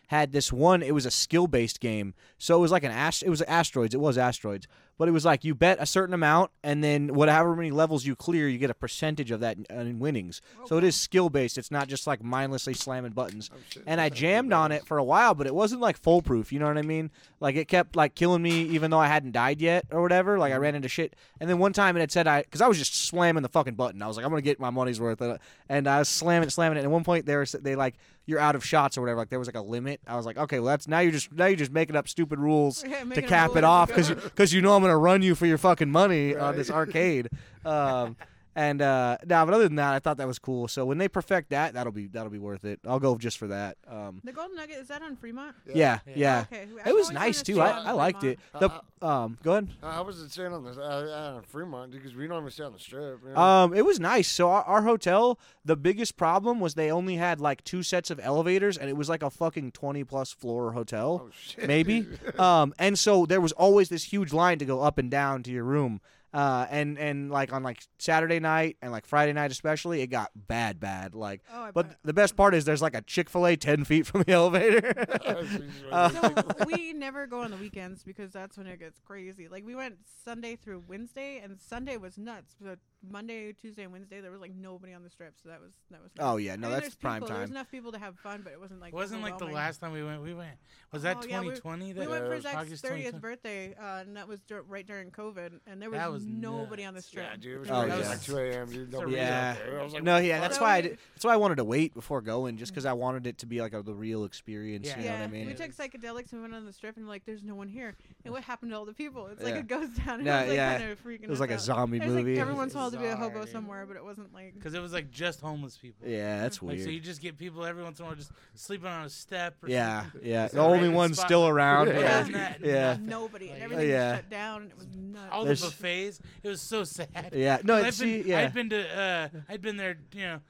Speaker 1: had this one. It was a skill based game. So it was like an ast- it was asteroids. It was asteroids, but it was like you bet a certain amount, and then whatever many levels you clear, you get a percentage of that in, in winnings. So it is skill based. It's not just like mindlessly slamming buttons.
Speaker 2: Oh,
Speaker 3: shit.
Speaker 1: And I
Speaker 3: That's pretty
Speaker 1: jammed on
Speaker 3: nice.
Speaker 1: it for a while, but it wasn't like foolproof. You know what I mean? Like it kept like killing me, even though I hadn't died yet or whatever.
Speaker 2: Mm-hmm.
Speaker 1: Like I ran into shit, and then one time it had said I because I was just slamming the fucking button. I was like, I'm gonna get my money's worth, and I- and I was slamming, it, slamming it. And at one point they were s- they like you're out of shots or whatever. Like there was like a limit. I was like, okay, well that's now you're just now you're just making up stupid rules
Speaker 2: [LAUGHS] Yeah,
Speaker 1: to
Speaker 2: making up
Speaker 1: cap
Speaker 2: rules
Speaker 1: it
Speaker 2: as
Speaker 1: off
Speaker 2: you
Speaker 1: because
Speaker 2: go.
Speaker 1: [LAUGHS] because you know I'm gonna run you for your fucking money on this
Speaker 3: Right.
Speaker 1: arcade. Um, and uh, now, but other than that, I thought that was cool. So when they perfect that, that'll be that'll be worth it. I'll go just for that. Um,
Speaker 2: The Golden Nugget is that on Fremont? Oh,
Speaker 1: yeah, yeah.
Speaker 4: Yeah.
Speaker 2: Okay. I've
Speaker 1: It
Speaker 2: always
Speaker 1: was
Speaker 2: wanted
Speaker 1: nice
Speaker 2: to
Speaker 1: too.
Speaker 2: stay
Speaker 1: I,
Speaker 2: on
Speaker 1: I liked it.
Speaker 2: Fremont.
Speaker 1: The um, go ahead.
Speaker 3: How, how was it staying on this? Uh, uh, Fremont, dude, because we don't even stay on the strip. You know?
Speaker 1: Um, it was nice. So our, our hotel, the biggest problem was they only had like two sets of elevators, and it was like a fucking twenty plus floor hotel.
Speaker 3: oh shit. [LAUGHS]
Speaker 1: maybe. um, and so there was always this huge line to go up and down to your room. Uh, and and like on like Saturday night and like Friday night especially, it got bad, bad. Like,
Speaker 2: Oh, I
Speaker 1: but [LAUGHS]
Speaker 2: bet.
Speaker 1: the best part is there's like a Chick Fil A ten feet from the [LAUGHS] elevator.
Speaker 4: [LAUGHS]
Speaker 1: [LAUGHS] Uh,
Speaker 2: so we never go on the weekends because that's when it gets crazy. Like we went Sunday through Wednesday, and Sunday was nuts. But Monday, Tuesday, and Wednesday there was like nobody on the strip, so that was that was.
Speaker 1: oh yeah, no,
Speaker 2: I mean,
Speaker 1: that's
Speaker 2: there's
Speaker 1: prime
Speaker 2: people, There's
Speaker 1: time.
Speaker 2: enough people to have fun, but it wasn't like
Speaker 4: It wasn't like the
Speaker 2: overwhelming.
Speaker 4: last time we went. We went. Was that
Speaker 2: Oh, yeah, we-
Speaker 4: 2020?
Speaker 2: We
Speaker 4: that uh,
Speaker 2: went for
Speaker 4: August
Speaker 2: Zach's
Speaker 4: 2020?
Speaker 2: thirtieth birthday, uh, and that was dur- right during COVID, and there was,
Speaker 4: That was
Speaker 2: nobody on the
Speaker 4: nuts.
Speaker 2: strip.
Speaker 3: Yeah, dude, it was
Speaker 1: Oh,
Speaker 3: crazy.
Speaker 1: yeah.
Speaker 3: like 2 a.m. Dude, nobody was
Speaker 1: Yeah.
Speaker 3: out there. I was like,
Speaker 1: No,
Speaker 3: what the
Speaker 1: yeah,
Speaker 3: fuck?
Speaker 1: that's
Speaker 2: So
Speaker 1: why I
Speaker 2: we-
Speaker 1: did, that's why I wanted to wait before going, just because I wanted it to be like a, the real experience.
Speaker 4: Mm. Yeah.
Speaker 1: You know what I mean?
Speaker 2: we took psychedelics and went on the strip, and we're like, "There's no one here." And what happened to all the people? It's like
Speaker 1: Yeah.
Speaker 2: it goes [LAUGHS] down. And
Speaker 1: No,
Speaker 2: I was like
Speaker 1: yeah.
Speaker 2: kind of freaking.
Speaker 1: it was like a
Speaker 2: us out.
Speaker 1: zombie
Speaker 2: There's
Speaker 1: movie.
Speaker 2: like every once in a while to be a hobo
Speaker 4: Bizarre.
Speaker 2: somewhere, but it wasn't like.
Speaker 4: Because it was like just homeless people.
Speaker 1: [LAUGHS] yeah, that's
Speaker 4: Like,
Speaker 1: weird.
Speaker 4: so you just get people every once in a while just sleeping on a step. Or
Speaker 1: yeah,
Speaker 4: something. [LAUGHS]
Speaker 1: yeah.
Speaker 4: It's
Speaker 1: The
Speaker 4: a
Speaker 1: only
Speaker 4: random
Speaker 1: one's
Speaker 4: spot.
Speaker 1: still
Speaker 4: [LAUGHS]
Speaker 1: around.
Speaker 3: Yeah.
Speaker 1: Yeah.
Speaker 2: None,
Speaker 4: Not-
Speaker 1: Yeah.
Speaker 4: not-
Speaker 2: Nobody and
Speaker 4: Like-
Speaker 2: everything
Speaker 1: Yeah.
Speaker 2: was shut down and it was nuts.
Speaker 4: all
Speaker 1: There's-
Speaker 4: the buffets. It was so sad.
Speaker 1: Yeah, no,
Speaker 4: I've
Speaker 1: it's-
Speaker 4: been,
Speaker 1: see, yeah.
Speaker 4: I'd been to, uh, I'd been there, you know,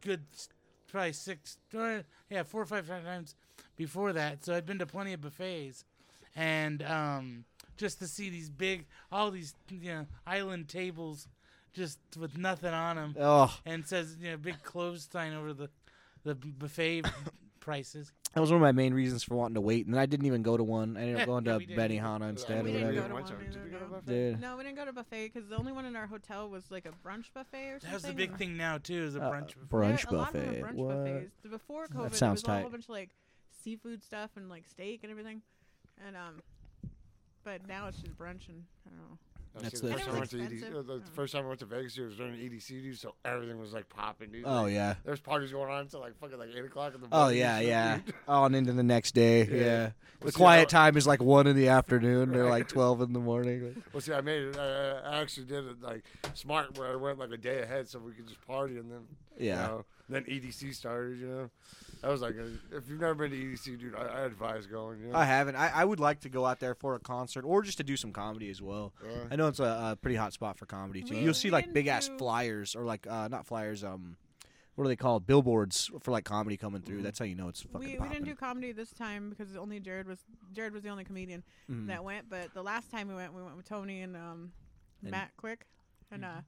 Speaker 4: good s- probably six, uh, yeah, four or five times before that. So I'd been to plenty of buffets, and um, just to see these big, all these you know, island tables, just with nothing on them,
Speaker 1: Oh,
Speaker 4: and it says you know big clothes sign over the
Speaker 1: [LAUGHS]
Speaker 4: the buffet prices.
Speaker 1: that was one of my main reasons for wanting to wait, and I didn't even go to one. I ended up
Speaker 4: Yeah,
Speaker 1: going to
Speaker 4: we didn't.
Speaker 1: Benihana instead
Speaker 2: we
Speaker 1: or
Speaker 2: didn't
Speaker 1: whatever.
Speaker 2: go to
Speaker 3: Went
Speaker 2: one
Speaker 3: to-
Speaker 2: either,
Speaker 3: did we go to
Speaker 2: no.
Speaker 3: buffet?
Speaker 1: Dude,
Speaker 2: No, we didn't go to buffet because the only one in our hotel was like a brunch buffet or something.
Speaker 4: That was the big
Speaker 2: and
Speaker 4: thing now too, is a
Speaker 1: Uh,
Speaker 4: brunch. buffet.
Speaker 2: there-
Speaker 1: brunch
Speaker 2: a lot of them were
Speaker 1: buffet.
Speaker 2: brunch
Speaker 1: What?
Speaker 2: buffets. The- Before COVID, there
Speaker 1: sounds
Speaker 2: was all a
Speaker 1: tight.
Speaker 2: whole bunch of like seafood stuff and like steak and everything, and um, but now it's just brunch and I don't know.
Speaker 1: That's
Speaker 3: the
Speaker 1: the-
Speaker 3: first time I went to
Speaker 2: And it was
Speaker 3: EDC. uh,
Speaker 2: expensive.
Speaker 3: The
Speaker 2: Oh.
Speaker 3: first time I went to Vegas, it was during EDC, dude, so everything was like popping, dude.
Speaker 1: Oh
Speaker 3: Like,
Speaker 1: yeah.
Speaker 3: There's parties going on until like fucking like eight o'clock in the morning.
Speaker 1: Oh
Speaker 2: [LAUGHS]
Speaker 1: yeah,
Speaker 3: and shit,
Speaker 1: yeah.
Speaker 3: dude.
Speaker 1: Oh, and into the next day. Yeah.
Speaker 3: Yeah.
Speaker 1: The
Speaker 3: Let's see
Speaker 1: quiet
Speaker 3: how-
Speaker 1: time is like one in the afternoon. They're
Speaker 3: Right.
Speaker 1: like twelve in the morning.
Speaker 2: [LAUGHS]
Speaker 3: Well, see, I made it. I, I actually did it like smart, where I went like a day ahead, so we could just party and then
Speaker 1: Yeah.
Speaker 3: You know, then EDC started. You know, that was like, a, if you've never been to EDC, dude, I, I advise going. You know?
Speaker 1: I haven't. I, I would like to go out there for a concert or just to do some comedy as well.
Speaker 3: Yeah.
Speaker 1: I know it's a, a pretty hot spot for comedy too.
Speaker 2: We-
Speaker 1: You'll see
Speaker 2: we
Speaker 1: like
Speaker 2: didn't
Speaker 1: big ass
Speaker 2: do-
Speaker 1: flyers or like uh, not flyers. Um, what are they called? Billboards for like comedy coming through. That's how you know it's fucking
Speaker 2: Mm-hmm. We, we
Speaker 1: popping.
Speaker 2: didn't do comedy this time because only Jared was Jared was the only comedian
Speaker 1: Mhm.
Speaker 2: that went. But the last time we went, we went with Tony and um,
Speaker 1: And- Mm-hmm.
Speaker 2: Matt Quick, and uh,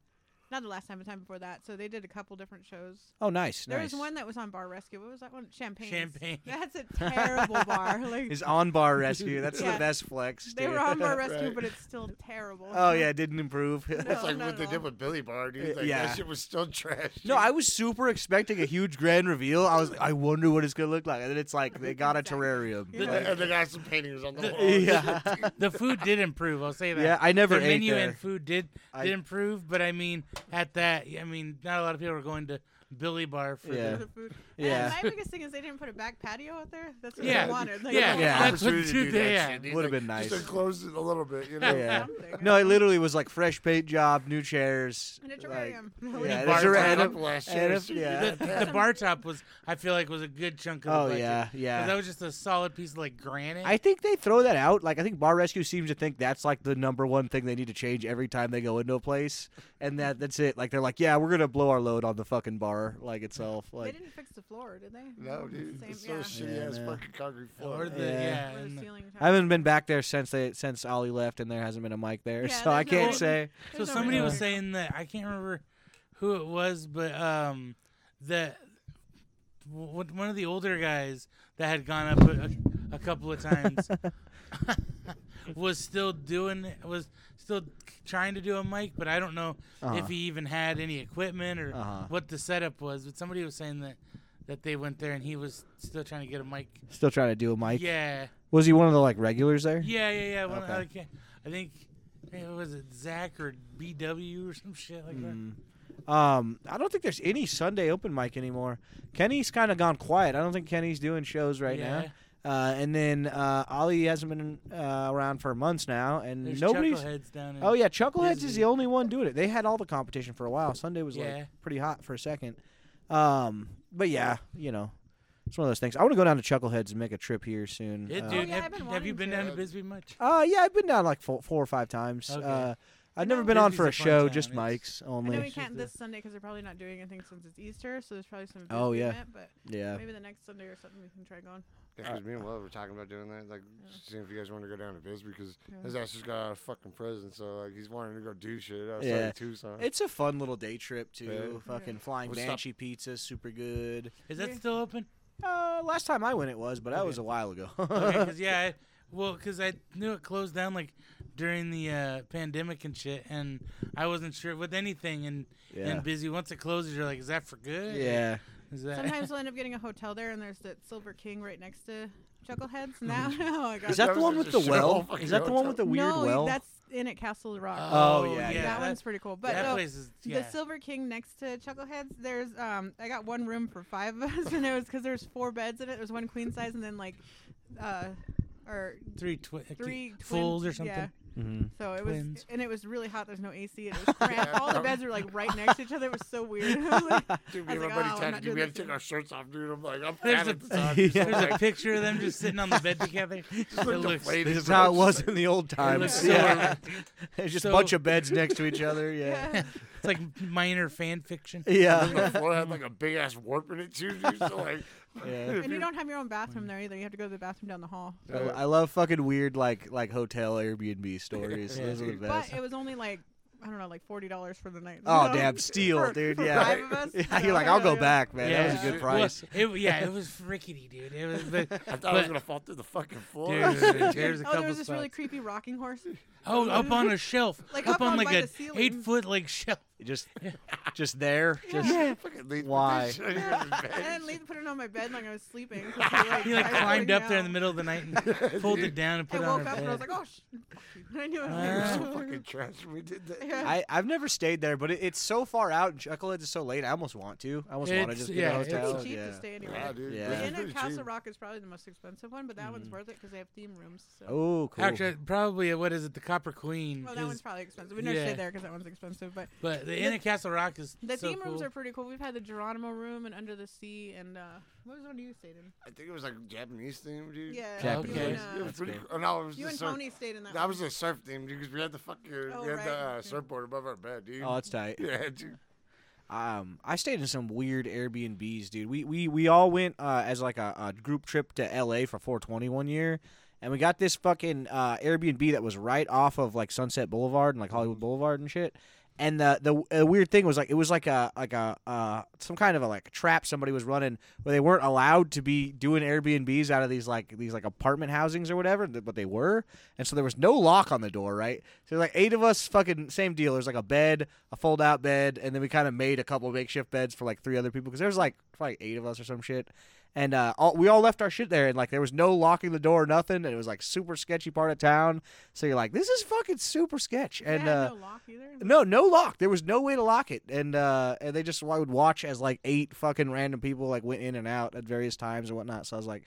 Speaker 2: not the last time, the time before that. So they did a couple different shows.
Speaker 1: oh, nice.
Speaker 2: There
Speaker 1: nice.
Speaker 2: was one that was on Bar Rescue. What was that one? Champagne.
Speaker 4: Champagne.
Speaker 2: [LAUGHS] That's a terrible bar. [LAUGHS] Like
Speaker 1: is on [LAUGHS] bar rescue. That's the
Speaker 2: Yeah.
Speaker 1: best flex.
Speaker 2: they
Speaker 1: dude.
Speaker 2: were
Speaker 1: [LAUGHS]
Speaker 2: on Bar Rescue,
Speaker 3: Right.
Speaker 2: but it's still terrible.
Speaker 1: oh yeah, it didn't improve. [LAUGHS]
Speaker 3: That's
Speaker 2: No,
Speaker 3: like
Speaker 2: not
Speaker 3: what
Speaker 2: at
Speaker 3: they
Speaker 2: all.
Speaker 3: did with Billy Bar, dude. Like,
Speaker 1: Uh, Yeah.
Speaker 3: That shit was still trash.
Speaker 1: No,
Speaker 3: dude.
Speaker 1: I was super expecting a huge grand reveal. I was like, I wonder what it's gonna look like, and then it's like they got a
Speaker 2: Exactly.
Speaker 1: terrarium. [LAUGHS]
Speaker 2: Yeah.
Speaker 3: And,
Speaker 1: Like,
Speaker 3: and they got some paintings on the
Speaker 2: [LAUGHS]
Speaker 3: wall.
Speaker 1: Yeah.
Speaker 4: The food did improve. I'll say that.
Speaker 1: yeah, I never
Speaker 4: the
Speaker 1: ate
Speaker 4: menu
Speaker 1: there.
Speaker 4: and food did
Speaker 1: I-
Speaker 4: did improve, but I mean, at that, I mean, not a lot of people are going to Billy Bar for
Speaker 1: Yeah.
Speaker 4: yeah.
Speaker 2: The food.
Speaker 1: [LAUGHS] Yeah.
Speaker 2: And my biggest thing is they didn't put a back patio out there. That's what
Speaker 4: Yeah.
Speaker 2: I wanted. Like,
Speaker 4: Yeah.
Speaker 2: I
Speaker 1: [LAUGHS] Yeah.
Speaker 2: wanted
Speaker 4: That's what
Speaker 3: Opportunity to
Speaker 4: you
Speaker 3: do
Speaker 4: did, yeah.
Speaker 3: shit, dude.
Speaker 1: Would've
Speaker 3: Like,
Speaker 1: been nice.
Speaker 3: Just to close it a little bit, you know.
Speaker 1: Yeah.
Speaker 2: something.
Speaker 1: No, it literally was like fresh paint job, new chairs,
Speaker 2: And a
Speaker 1: [LAUGHS] like-
Speaker 2: terrarium.
Speaker 1: yeah,
Speaker 4: Bar
Speaker 1: it's a-
Speaker 4: top.
Speaker 1: and a-
Speaker 3: Up last
Speaker 1: and
Speaker 3: year,
Speaker 1: a-
Speaker 3: shit,
Speaker 1: yeah.
Speaker 4: [LAUGHS]
Speaker 3: dude.
Speaker 4: the, the bar top was, I feel like, was a good chunk of the
Speaker 1: Oh
Speaker 4: budget.
Speaker 1: yeah,
Speaker 4: 'Cause That
Speaker 1: yeah.
Speaker 4: was just a solid piece of like granite.
Speaker 1: I think they throw that out. Like I think Bar Rescue seems to think that's like the number one thing they need to change every time they go into a place, and that that's it. Like they're like, yeah, we're gonna blow our load on the fucking bar like itself.
Speaker 2: They
Speaker 1: Like
Speaker 2: didn't fix the floor, did they?
Speaker 3: No, dude.
Speaker 2: Same,
Speaker 3: It's still
Speaker 2: yeah.
Speaker 3: shitty
Speaker 1: Yeah,
Speaker 3: ass
Speaker 1: no.
Speaker 3: fucking concrete floor.
Speaker 4: or the,
Speaker 1: Yeah.
Speaker 4: yeah.
Speaker 2: Where the
Speaker 4: and
Speaker 2: ceiling
Speaker 1: I haven't been back there since they since Ollie left, and there hasn't been a mic there,
Speaker 2: Yeah,
Speaker 1: [LAUGHS] so I
Speaker 2: there's no-
Speaker 1: can't
Speaker 4: Well,
Speaker 1: say.
Speaker 4: so somebody
Speaker 1: really-
Speaker 4: was saying that I can't remember who it was, but um, that w- one of the older guys that had gone up a, a couple
Speaker 1: [LAUGHS]
Speaker 4: of times was still doing was still trying to do a mic, but I don't know
Speaker 1: Uh-huh.
Speaker 4: if he even had any equipment or
Speaker 1: Uh-huh.
Speaker 4: what the setup was. But somebody was saying that that they went there and he was still trying to get a mic.
Speaker 1: Still trying to do a mic.
Speaker 4: Yeah,
Speaker 1: Was he one of the like regulars there?
Speaker 4: yeah, yeah, yeah. One,
Speaker 1: Okay.
Speaker 4: I, can't, I think. eh, Was it Zach or BW or some shit like that?
Speaker 1: Hmm. Um, I don't think there's any Sunday open mic anymore. Kenny's kind of gone quiet. I don't think Kenny's doing shows right
Speaker 4: Yeah.
Speaker 1: now. Uh, and then uh, Ollie hasn't been uh, around for months now, and
Speaker 4: There's
Speaker 1: nobody's.
Speaker 4: chuckleheads down in
Speaker 1: Oh yeah, Chuckleheads is
Speaker 4: Busy.
Speaker 1: the only one doing it. They had all the competition for a while. Sunday was
Speaker 4: Yeah.
Speaker 1: like pretty hot for a second. Um, but yeah, you know, it's one of those things. I want to go down to Chuckleheads and make a trip here soon.
Speaker 4: Yeah,
Speaker 1: Uh,
Speaker 4: dude,
Speaker 2: Oh, yeah,
Speaker 4: have,
Speaker 2: I've been
Speaker 4: have
Speaker 2: wanting
Speaker 4: you been
Speaker 2: to.
Speaker 4: down to Bisbee much?
Speaker 1: Uh, yeah, I've been down like four, four or five times.
Speaker 4: Okay.
Speaker 1: Uh, I've
Speaker 2: You
Speaker 1: never
Speaker 2: know-
Speaker 1: been on
Speaker 4: Bisbee's
Speaker 1: for
Speaker 4: a
Speaker 1: a
Speaker 4: fun
Speaker 1: show,
Speaker 4: town.
Speaker 1: just
Speaker 4: It's-
Speaker 1: mics
Speaker 2: I know
Speaker 1: only.
Speaker 2: we can't
Speaker 4: the-
Speaker 2: this Sunday because they're probably not doing anything since it's Easter, so there's probably some.
Speaker 1: Oh,
Speaker 2: Bisbee
Speaker 1: yeah.
Speaker 2: event, but
Speaker 1: Yeah.
Speaker 2: maybe the next Sunday or something we can try going.
Speaker 3: Yeah, 'cause me and Will were talking about doing that, like seeing if you guys want to go down to Bisbee, because
Speaker 2: Yeah.
Speaker 3: his ass just got out of fucking prison, so like he's wanting to go do shit outside
Speaker 1: Yeah.
Speaker 3: of Tucson.
Speaker 1: It's a fun little day trip too.
Speaker 3: Yeah.
Speaker 1: Fucking flying
Speaker 3: What's up?
Speaker 1: Banshee pizza, super good.
Speaker 4: Is that
Speaker 2: Yeah.
Speaker 1: [LAUGHS]
Speaker 4: still open?
Speaker 1: Uh, last time I went, it was, but that
Speaker 4: Okay.
Speaker 1: was a while ago.
Speaker 4: Okay, cause yeah, I, well, because I knew it closed down like during the uh, pandemic and shit, and I wasn't sure with anything. And
Speaker 1: [LAUGHS] yeah.
Speaker 4: and busy once it closes, you're like, is that for good?
Speaker 1: yeah.
Speaker 4: Is that? [LAUGHS]
Speaker 2: Sometimes we'll end up getting a hotel there, and there's that Silver King right next to Chuckleheads. Now,
Speaker 1: [LAUGHS]
Speaker 2: [LAUGHS] oh my god,
Speaker 1: Is that
Speaker 3: That
Speaker 1: the
Speaker 3: was
Speaker 1: one
Speaker 3: just
Speaker 1: with
Speaker 3: a
Speaker 1: the
Speaker 3: show.
Speaker 1: well?
Speaker 3: Fucking
Speaker 1: Is that the one
Speaker 3: hotel.
Speaker 1: with the weird
Speaker 2: no,
Speaker 1: well?
Speaker 2: that's in at Castle Rock.
Speaker 1: Oh, yeah, yeah.
Speaker 2: that
Speaker 4: that-
Speaker 2: one's pretty cool. But
Speaker 4: that
Speaker 2: uh,
Speaker 4: place is yeah.
Speaker 2: The Silver King next to Chuckleheads, there's um, I got one room for five of us, [LAUGHS] and it was because there's four beds in it. There's one queen size, and then like, uh, or
Speaker 4: three twi- uh,
Speaker 2: three twin,
Speaker 4: fools or something.
Speaker 2: [LAUGHS] Yeah,
Speaker 1: Mm-hmm.
Speaker 2: So it was,
Speaker 4: Twins.
Speaker 2: and it was really hot. There's no AC. and It was cramped. All the beds were like right next to each other. It was so weird. [LAUGHS] I was like,
Speaker 3: Dude,
Speaker 2: I
Speaker 3: me and
Speaker 2: was
Speaker 3: my
Speaker 2: like,
Speaker 3: buddy
Speaker 2: "Oh, I'm
Speaker 3: Ted,
Speaker 2: not
Speaker 3: dude, we
Speaker 2: doing
Speaker 3: had to
Speaker 2: this
Speaker 3: take our shirts off, dude. I'm like, I'm
Speaker 4: There's
Speaker 3: mad
Speaker 4: a-
Speaker 3: at the time.
Speaker 2: [LAUGHS]
Speaker 1: [LAUGHS]
Speaker 3: Just
Speaker 1: Yeah.
Speaker 3: look
Speaker 4: There's a
Speaker 3: like-
Speaker 4: picture of them just sitting on the
Speaker 1: [LAUGHS]
Speaker 4: bed together.
Speaker 3: just look
Speaker 4: It looks-
Speaker 3: deflated,
Speaker 1: This is
Speaker 3: bro.
Speaker 1: how it
Speaker 3: Just
Speaker 1: was
Speaker 3: like-
Speaker 1: in the old times.
Speaker 4: so
Speaker 1: Yeah. It's just a
Speaker 4: So-
Speaker 1: bunch of beds next to each other. [LAUGHS] Yeah.
Speaker 2: yeah.
Speaker 4: [LAUGHS] It's like minor fan fiction.
Speaker 3: And the
Speaker 1: Yeah.
Speaker 3: floor had like a big ass warp in it too, dude. So like,
Speaker 1: [LAUGHS] yeah.
Speaker 2: And you don't have your own bathroom there either. You have to go to the bathroom down the hall.
Speaker 1: I, I love fucking weird like like hotel Airbnb stories.
Speaker 3: Yeah.
Speaker 1: Those are the
Speaker 2: But
Speaker 1: best. [LAUGHS]
Speaker 2: it was only like I don't know, like forty dollars for the night.
Speaker 1: Oh
Speaker 2: [LAUGHS] So,
Speaker 1: damn, steal,
Speaker 2: for-
Speaker 1: dude.
Speaker 2: for
Speaker 1: Yeah.
Speaker 2: five of us,
Speaker 1: [LAUGHS] yeah.
Speaker 2: so,
Speaker 1: You're like, I'll go
Speaker 2: yeah.
Speaker 1: back, man. That was a
Speaker 4: Yeah.
Speaker 1: good
Speaker 4: Well, [LAUGHS]
Speaker 1: price.
Speaker 4: it, yeah, it was rickety, dude. It was, but,
Speaker 3: I thought I was
Speaker 4: But-
Speaker 3: gonna fall through the fucking floor.
Speaker 4: Dude,
Speaker 3: [LAUGHS]
Speaker 4: there's a
Speaker 2: Oh, there
Speaker 4: couple
Speaker 2: was this really
Speaker 4: spots.
Speaker 2: creepy rocking horse.
Speaker 4: oh, up on a shelf,
Speaker 2: Like,
Speaker 4: up,
Speaker 2: up
Speaker 4: on
Speaker 2: on
Speaker 4: like
Speaker 2: by
Speaker 4: a
Speaker 2: the ceiling.
Speaker 4: eight foot like shelf.
Speaker 1: Just, just there. Just
Speaker 2: Yeah.
Speaker 3: [LAUGHS] Fucking leave
Speaker 1: Why?
Speaker 3: [LAUGHS] Shit
Speaker 2: [LAUGHS]
Speaker 3: in
Speaker 2: Yeah.
Speaker 3: the
Speaker 2: And then
Speaker 3: bed.
Speaker 2: Lee put it on my bed like I was sleeping. so she,
Speaker 4: [LAUGHS] He like
Speaker 2: I was
Speaker 4: climbed
Speaker 2: freaking
Speaker 4: up there
Speaker 2: out.
Speaker 4: in the middle of the night and pulled it down and put it
Speaker 2: I
Speaker 4: on
Speaker 2: woke
Speaker 4: her
Speaker 2: up and I was
Speaker 4: bed.
Speaker 2: like, oh, sh- [LAUGHS] fuck you." I knew it.
Speaker 3: It was
Speaker 4: Ah.
Speaker 3: so
Speaker 2: was
Speaker 3: fucking trash when we did that.
Speaker 2: Yeah.
Speaker 1: I, I've never stayed there, but it, it's so far out, and Chuckleheads is so late. I almost want to. I almost want to
Speaker 4: It's-
Speaker 1: just
Speaker 4: yeah,
Speaker 1: get a
Speaker 4: it's-
Speaker 2: [LAUGHS] pretty
Speaker 1: hotel.
Speaker 2: cheap
Speaker 1: yeah.
Speaker 2: to stay anyway.
Speaker 3: Wow, dude.
Speaker 1: Yeah.
Speaker 2: The
Speaker 1: It's
Speaker 2: inn
Speaker 3: pretty
Speaker 2: at Castle
Speaker 3: cheap.
Speaker 2: Rock is probably the most expensive one, but that
Speaker 4: Mm.
Speaker 2: one's worth it because they have theme rooms. So.
Speaker 1: Oh, cool.
Speaker 4: Actually, probably uh, what is it? The Copper Queen.
Speaker 2: well, that
Speaker 4: is-
Speaker 2: one's probably expensive. We never
Speaker 4: yeah.
Speaker 2: stayed there because that one's expensive. But
Speaker 4: but the Inn at Castle Rock is
Speaker 2: the
Speaker 4: so
Speaker 2: theme rooms
Speaker 4: cool.
Speaker 2: are pretty cool. We've had the Geronimo room and Under the Sea, and uh, what was the one you stayed in?
Speaker 3: I think it was like Japanese theme, dude.
Speaker 2: Yeah,
Speaker 1: Japanese.
Speaker 2: you and,
Speaker 4: Okay.
Speaker 2: uh,
Speaker 3: It was
Speaker 1: That's
Speaker 3: pretty.
Speaker 1: good.
Speaker 3: Cool. Oh, No, it was
Speaker 2: you
Speaker 3: the
Speaker 2: and
Speaker 3: surf.
Speaker 2: Tony stayed in that.
Speaker 3: That
Speaker 2: one.
Speaker 3: was the surf theme, dude, because we had the fucking
Speaker 2: Oh,
Speaker 3: we had
Speaker 2: right,
Speaker 3: the uh,
Speaker 2: yeah.
Speaker 3: surfboard above our bed, dude.
Speaker 1: Oh, it's tight.
Speaker 3: [LAUGHS] yeah, dude.
Speaker 1: Um, I stayed in some weird Airbnbs, dude. We we we all went uh, as like a, a group trip to L.A. for 420 one year, and we got this fucking uh, Airbnb that was right off of like Sunset Boulevard and like Hollywood Boulevard and shit. And the the uh, weird thing was like it was like a like a uh, some kind of a like trap somebody was running where they weren't allowed to be doing Airbnbs out of these like these like apartment housings or whatever, th- but they were, and so there was no lock on the door, right? So like eight of us, fucking same deal. There's like a bed, a fold out bed, and then we kind of made a couple makeshift beds for like three other people because there was like probably eight of us or some shit, and uh, all, we all left our shit there, and like there was no locking the door, or nothing, and it was like super sketchy part of town. So you're like, this is fucking super sketch,
Speaker 2: They
Speaker 1: and
Speaker 2: had
Speaker 1: uh,
Speaker 2: no lock either.
Speaker 1: no, no lock. There was no way to lock it, and uh, and they just I would watch as like eight fucking random people like went in and out at various times and whatnot. So I was like,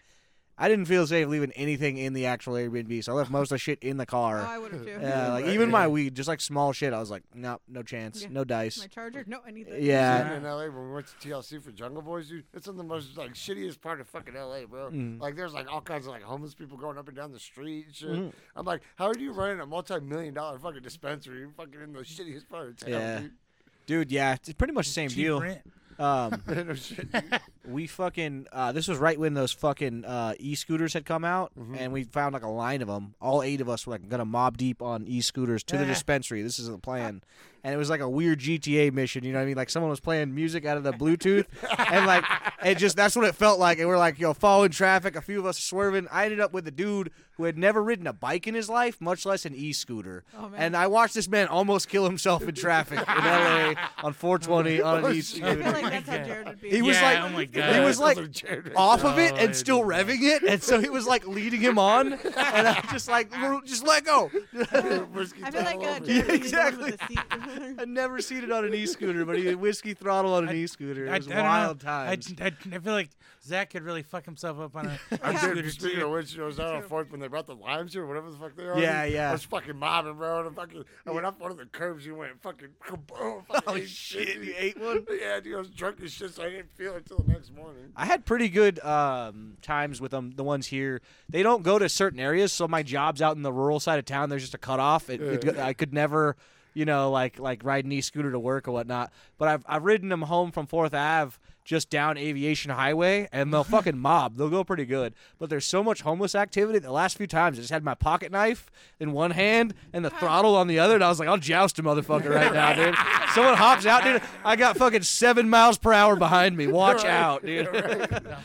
Speaker 1: I didn't feel safe leaving anything in the actual Airbnb, so I left most of the shit in the
Speaker 2: Oh,
Speaker 1: car.
Speaker 2: I
Speaker 3: [LAUGHS]
Speaker 2: would have too.
Speaker 1: Yeah, like
Speaker 3: Right.
Speaker 1: even my weed, just like small shit. I was like, no, no chance,
Speaker 2: Yeah.
Speaker 1: no dice.
Speaker 2: [LAUGHS] my charger. No, anything.
Speaker 1: Yeah.
Speaker 3: Sitting in L.A. when we went to TLC for Jungle Boys, dude. It's in the most like shittiest part of fucking L.A., bro.
Speaker 1: Mm.
Speaker 3: Like there's like all kinds of like homeless people going up and down the street. And shit.
Speaker 1: Mm.
Speaker 3: I'm like, how are you running a multi-million dollar fucking dispensary? You're fucking in the shittiest part of town,
Speaker 1: Yeah.
Speaker 3: dude. [LAUGHS]
Speaker 1: Dude, yeah, it's pretty much the same
Speaker 4: Cheap
Speaker 1: deal.
Speaker 4: rent.
Speaker 1: Um,
Speaker 3: no shit. dude.
Speaker 1: we fucking uh, this was right when those fucking uh, e-scooters had come out
Speaker 2: Mm-hmm.
Speaker 3: Mhm.
Speaker 1: and we found like a line of them all eight of us were like gonna mob deep on e-scooters
Speaker 2: [LAUGHS]
Speaker 1: to the
Speaker 4: Ah.
Speaker 1: dispensary this is the plan and it was like a weird gta mission you know what i mean like someone was playing music out of the bluetooth and like it just that's what it felt like and we're like yo following traffic a few of us swerving i ended up with a dude who had never ridden a bike in his life much less an e-scooter
Speaker 2: Oh, man.
Speaker 1: and i watched this man almost kill himself in traffic in
Speaker 2: [LAUGHS]
Speaker 1: la on 420 on
Speaker 3: Oh,
Speaker 1: an
Speaker 3: shit.
Speaker 2: I feel
Speaker 1: e-scooter
Speaker 2: like that's how
Speaker 4: Yeah.
Speaker 2: Jared would be.
Speaker 1: He was
Speaker 4: yeah,
Speaker 1: like-
Speaker 4: oh my
Speaker 1: he
Speaker 4: god,
Speaker 1: was like-
Speaker 3: Those are Jared-
Speaker 1: off of it
Speaker 4: Oh,
Speaker 1: and
Speaker 4: I
Speaker 1: still
Speaker 4: didn't
Speaker 1: revving it, and so he was like leading him [LAUGHS] on, and I just like "Well, just let [LAUGHS] go.
Speaker 3: Whiskey
Speaker 2: I feel like
Speaker 3: towel
Speaker 2: uh,
Speaker 3: over.
Speaker 2: Jared would be the one
Speaker 1: exactly. Oh,
Speaker 2: with the seat. [LAUGHS]
Speaker 1: I never seen it on an e-scooter, but he had whiskey throttle on an e-scooter. It was
Speaker 4: don't know.
Speaker 1: wild
Speaker 4: I,
Speaker 1: times.
Speaker 4: I, I feel like Zach could really fuck himself up on a
Speaker 3: I
Speaker 4: a
Speaker 3: did.
Speaker 4: scooter
Speaker 3: Speaking
Speaker 4: too.
Speaker 3: of which, you know, I
Speaker 2: [LAUGHS]
Speaker 3: was out on Fourth when they brought the limes here, whatever the fuck they are.
Speaker 1: Yeah,
Speaker 3: dude.
Speaker 1: yeah.
Speaker 3: I was fucking mobbing, bro. And I, fucking, I went up one of the curbs. You
Speaker 1: [LAUGHS]
Speaker 3: went fucking kaboom. Fucking
Speaker 1: Oh
Speaker 3: ate
Speaker 1: shit!
Speaker 3: dude.
Speaker 1: You ate one.
Speaker 3: [LAUGHS] Yeah, dude. I was drunk as shit, so I didn't feel it until the next morning.
Speaker 1: I had pretty good um, times with them. The ones here, they don't go to certain areas, so my job's out in the rural side of town. There's just a cutoff. It, it,
Speaker 3: Yeah.
Speaker 1: I could never, you know, like like ride an e-scooter to work or whatnot. But I've I've ridden them home from Fourth Ave just down Aviation Highway, and they'll fucking mob. They'll go pretty good. But there's so much homeless activity. The last few times, I just had my pocket knife in one hand and the throttle on the other, and I was like, I'll joust a motherfucker right now, dude. Someone hops out, dude. I got fucking seven miles per hour behind me. Watch
Speaker 3: Right. [LAUGHS]
Speaker 1: out, dude. [LAUGHS]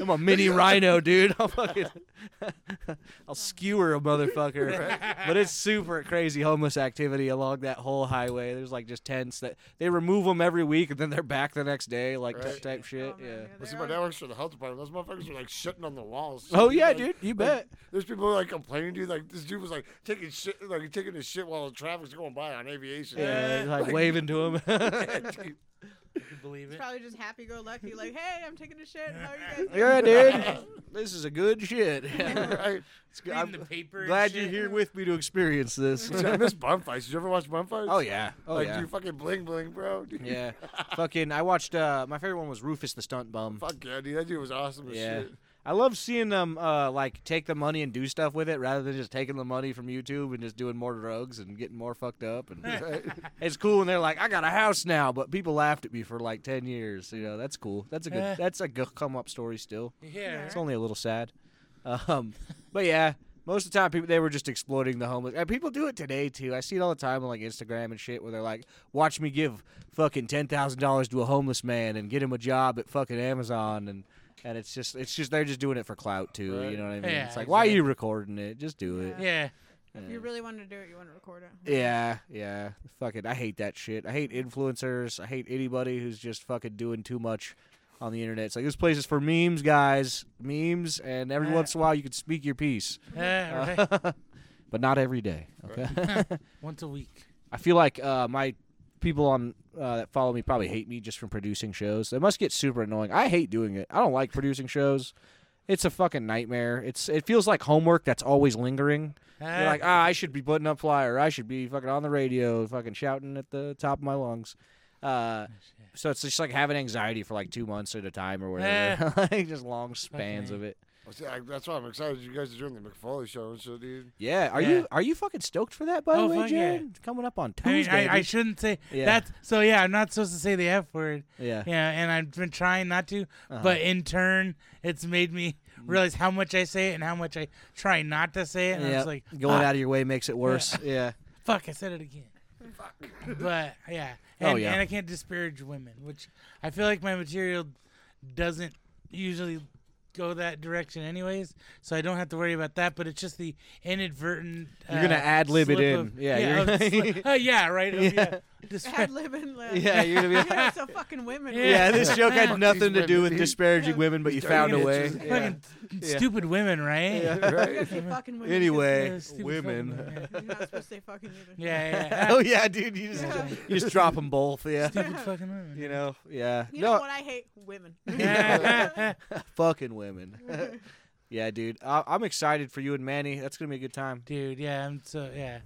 Speaker 1: I'm a mini rhino, dude. [LAUGHS] I'll fucking, I'll skewer a motherfucker. But it's super crazy homeless activity along that whole highway. There's like just tents that they remove them every week and then they're back the next day, like
Speaker 3: Right.
Speaker 1: type, type shit.
Speaker 2: Oh,
Speaker 1: yeah.
Speaker 2: man,
Speaker 3: Well, see,
Speaker 2: they're
Speaker 3: my
Speaker 2: all-
Speaker 3: dad works for the health department. Those motherfuckers are like shitting on the walls.
Speaker 1: Oh yeah,
Speaker 3: Like,
Speaker 1: dude. You
Speaker 3: like, [LAUGHS]
Speaker 1: bet.
Speaker 3: There's people like complaining, dude. Like this dude was like taking shit, like taking his shit while the traffic's going by on aviation. [LAUGHS]
Speaker 1: [LAUGHS] Yeah, like, waving to him.
Speaker 3: Yeah, dude.
Speaker 4: believe
Speaker 2: He's
Speaker 4: it.
Speaker 2: probably just happy-go-lucky, like, "Hey, I'm taking a shit. How
Speaker 1: [LAUGHS]
Speaker 2: are you guys?"
Speaker 1: Yeah,
Speaker 2: doing?"
Speaker 3: [LAUGHS]
Speaker 1: dude. this is a good shit.
Speaker 3: [LAUGHS] right?
Speaker 1: It's good.
Speaker 4: Reading the
Speaker 1: I'm
Speaker 4: paper. and
Speaker 1: glad you're
Speaker 4: shit.
Speaker 1: here with me to experience this.
Speaker 3: [LAUGHS] Dude, I miss bum fights. Did you ever watch bum fights?
Speaker 1: oh yeah. Oh
Speaker 3: like,
Speaker 1: yeah.
Speaker 3: dude, fucking bling bling, bro. Dude.
Speaker 1: Yeah. Fucking. I watched. Uh, my favorite one was Rufus the Stunt Bum.
Speaker 3: Fuck yeah, dude. That dude was awesome as
Speaker 1: Yeah.
Speaker 3: shit.
Speaker 1: I love seeing them uh, like take the money and do stuff with it rather than just taking the money from YouTube and just doing more drugs and getting more fucked up. And
Speaker 3: [LAUGHS] Right?
Speaker 1: [LAUGHS] it's cool. And they're like, I got a house now, but people laughed at me for like ten years. You know, that's cool. That's a
Speaker 4: Eh.
Speaker 1: good. That's a good come up story still.
Speaker 4: Yeah.
Speaker 1: It's only a little sad. Um, but yeah, most of the time people they were just exploiting the homeless. And people do it today too. I see it all the time on like Instagram and shit where they're like, "Watch me give fucking ten thousand dollars to a homeless man and get him a job at fucking Amazon." And and it's just it's just they're just doing it for clout too.
Speaker 3: Right.
Speaker 1: You know what I mean?
Speaker 4: Yeah,
Speaker 1: it's like, why are
Speaker 4: exactly.
Speaker 1: you recording it? Just do it.
Speaker 4: Yeah.
Speaker 2: If you really wanted to do it, you want to record it.
Speaker 1: Yeah, yeah. Fucking, I hate that shit. I hate influencers. I hate anybody who's just fucking doing too much on the internet. It's like this place is for memes, guys. Memes, and every
Speaker 4: Yeah.
Speaker 1: once in a while you can speak your piece,
Speaker 4: Yeah, right.
Speaker 1: Uh, [LAUGHS] but not every day. Okay.
Speaker 4: Once a week.
Speaker 1: [LAUGHS] I feel like uh, my people on uh, that follow me probably hate me just from producing shows. They must get super annoying. I hate doing it. I don't like producing shows. It's a fucking nightmare. It's it feels like homework that's always lingering. You're like, ah, I should be putting up flyer. I should be fucking on the radio, fucking shouting at the top of my lungs.
Speaker 4: Oh,
Speaker 1: Uh, so it's just like having anxiety for like two months at a time or whatever. [LAUGHS] like just long spans
Speaker 4: Eh. Fucking
Speaker 1: of it.
Speaker 3: Well, see, I, that's why I'm excited. You guys are doing the McFoley show and shit, dude.
Speaker 1: Yeah. Are
Speaker 4: Yeah.
Speaker 1: you are you fucking stoked for that? By the
Speaker 4: Oh,
Speaker 1: way,
Speaker 4: fuck yeah.
Speaker 1: Jared, It's coming up on
Speaker 4: I, mean,
Speaker 1: Tuesday.
Speaker 4: I, I
Speaker 1: dude.
Speaker 4: shouldn't say
Speaker 1: Yeah.
Speaker 4: that's so yeah, I'm not supposed to say the F word.
Speaker 1: yeah. Uh-huh.
Speaker 4: Yeah, and I've been trying not to, but in turn it's made me
Speaker 1: Mm.
Speaker 4: realize how much I say it and how much I try not to say it. And I
Speaker 1: Yeah.
Speaker 4: was like
Speaker 1: Going
Speaker 4: "Ah,
Speaker 1: out of your way makes it worse.
Speaker 4: [LAUGHS]
Speaker 1: Yeah.
Speaker 4: fuck, I said it again. but yeah.
Speaker 1: Oh,
Speaker 4: And,
Speaker 1: yeah.
Speaker 4: and I can't disparage women, which I feel like my material doesn't usually go that direction anyways, so I don't have to worry about that. But it's just the inadvertent.
Speaker 1: You're gonna
Speaker 4: uh,
Speaker 1: ad-lib it
Speaker 4: slip
Speaker 1: in.
Speaker 4: of-
Speaker 1: Yeah,
Speaker 4: yeah.
Speaker 1: you're- [LAUGHS]
Speaker 4: of sli- oh, yeah, right. of,
Speaker 1: Yeah.
Speaker 4: yeah.
Speaker 2: [LAUGHS] Ad
Speaker 4: [LAUGHS] Dispar-
Speaker 2: lib and lib.
Speaker 1: Yeah. You're
Speaker 2: [LAUGHS]
Speaker 1: gonna be.
Speaker 2: You
Speaker 1: Like,
Speaker 2: guys are fucking women.
Speaker 1: [LAUGHS]
Speaker 4: Yeah.
Speaker 1: yeah. This joke had
Speaker 4: [LAUGHS] Fuck
Speaker 1: nothing to
Speaker 3: these
Speaker 1: do
Speaker 3: women,
Speaker 1: with
Speaker 3: dude.
Speaker 1: disparaging women, but you
Speaker 3: These
Speaker 1: found a
Speaker 3: dirty
Speaker 1: way.
Speaker 3: bitches.
Speaker 1: [LAUGHS] Yeah.
Speaker 4: Fucking stupid women, right? Yeah,
Speaker 2: You guys say fucking women.
Speaker 1: Anyway,
Speaker 4: Yeah, stupid fucking
Speaker 1: women.
Speaker 4: women.
Speaker 2: You're not supposed to say fucking either.
Speaker 4: yeah. yeah.
Speaker 1: oh [LAUGHS] yeah, dude.
Speaker 2: [LAUGHS]
Speaker 1: You just
Speaker 2: Yeah.
Speaker 1: you just drop them both. Yeah.
Speaker 4: Stupid fucking women.
Speaker 1: You know, yeah.
Speaker 2: You know
Speaker 1: no,
Speaker 2: what I hate? Women. [LAUGHS]
Speaker 4: Yeah. [LAUGHS]
Speaker 1: [LAUGHS] fucking women. [LAUGHS] yeah, dude. I- I'm excited for you and Manny. That's gonna be a good time.
Speaker 4: Dude, yeah, I'm so yeah,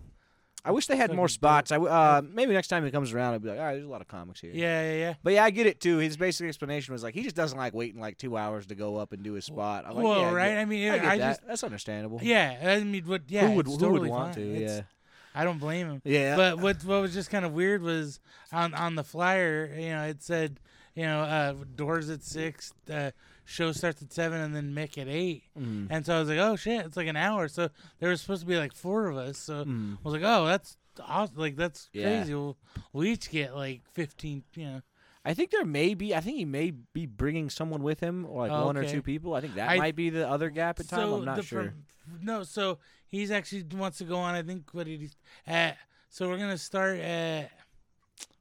Speaker 1: I wish they had more
Speaker 4: Fucking
Speaker 1: spots. I w- uh, maybe next time he comes around, I'll be like, all right, there's a lot of comics here.
Speaker 4: yeah, yeah, yeah.
Speaker 1: But yeah, I get it too. His basic explanation was like he just doesn't like waiting like two hours to go up and do his spot. I'm like,
Speaker 4: well,
Speaker 1: yeah, I
Speaker 4: right?
Speaker 1: get-
Speaker 4: I mean,
Speaker 1: I, get
Speaker 4: I
Speaker 1: that.
Speaker 4: just
Speaker 1: That's understandable.
Speaker 4: yeah. I mean, what? Yeah,
Speaker 1: who would
Speaker 4: it's
Speaker 1: who
Speaker 4: totally
Speaker 1: would want
Speaker 4: fine.
Speaker 1: to?
Speaker 4: It's-
Speaker 1: yeah.
Speaker 4: I don't blame him.
Speaker 1: Yeah.
Speaker 4: But what what was just kind of weird was on on the flyer, you know, it said, you know, uh, doors at six, uh, show starts at seven, and then Mick at 8
Speaker 1: Mm.
Speaker 4: And so I was like, oh shit, it's like an hour. So there was supposed to be like four of us. So I was like, oh, that's awesome. Like that's
Speaker 1: Mm. Yeah.
Speaker 4: crazy. We'll, we each get like fifteen. You know,
Speaker 1: I think there may be. I think he may be bringing someone with him, like
Speaker 4: Oh,
Speaker 1: one or
Speaker 4: okay.
Speaker 1: two people. I think that
Speaker 4: I-
Speaker 1: might be the other gap in time. I'm not
Speaker 4: the
Speaker 1: sure.
Speaker 4: prom- no, so he's actually wants to go on. I think what did he? At, so we're gonna start at.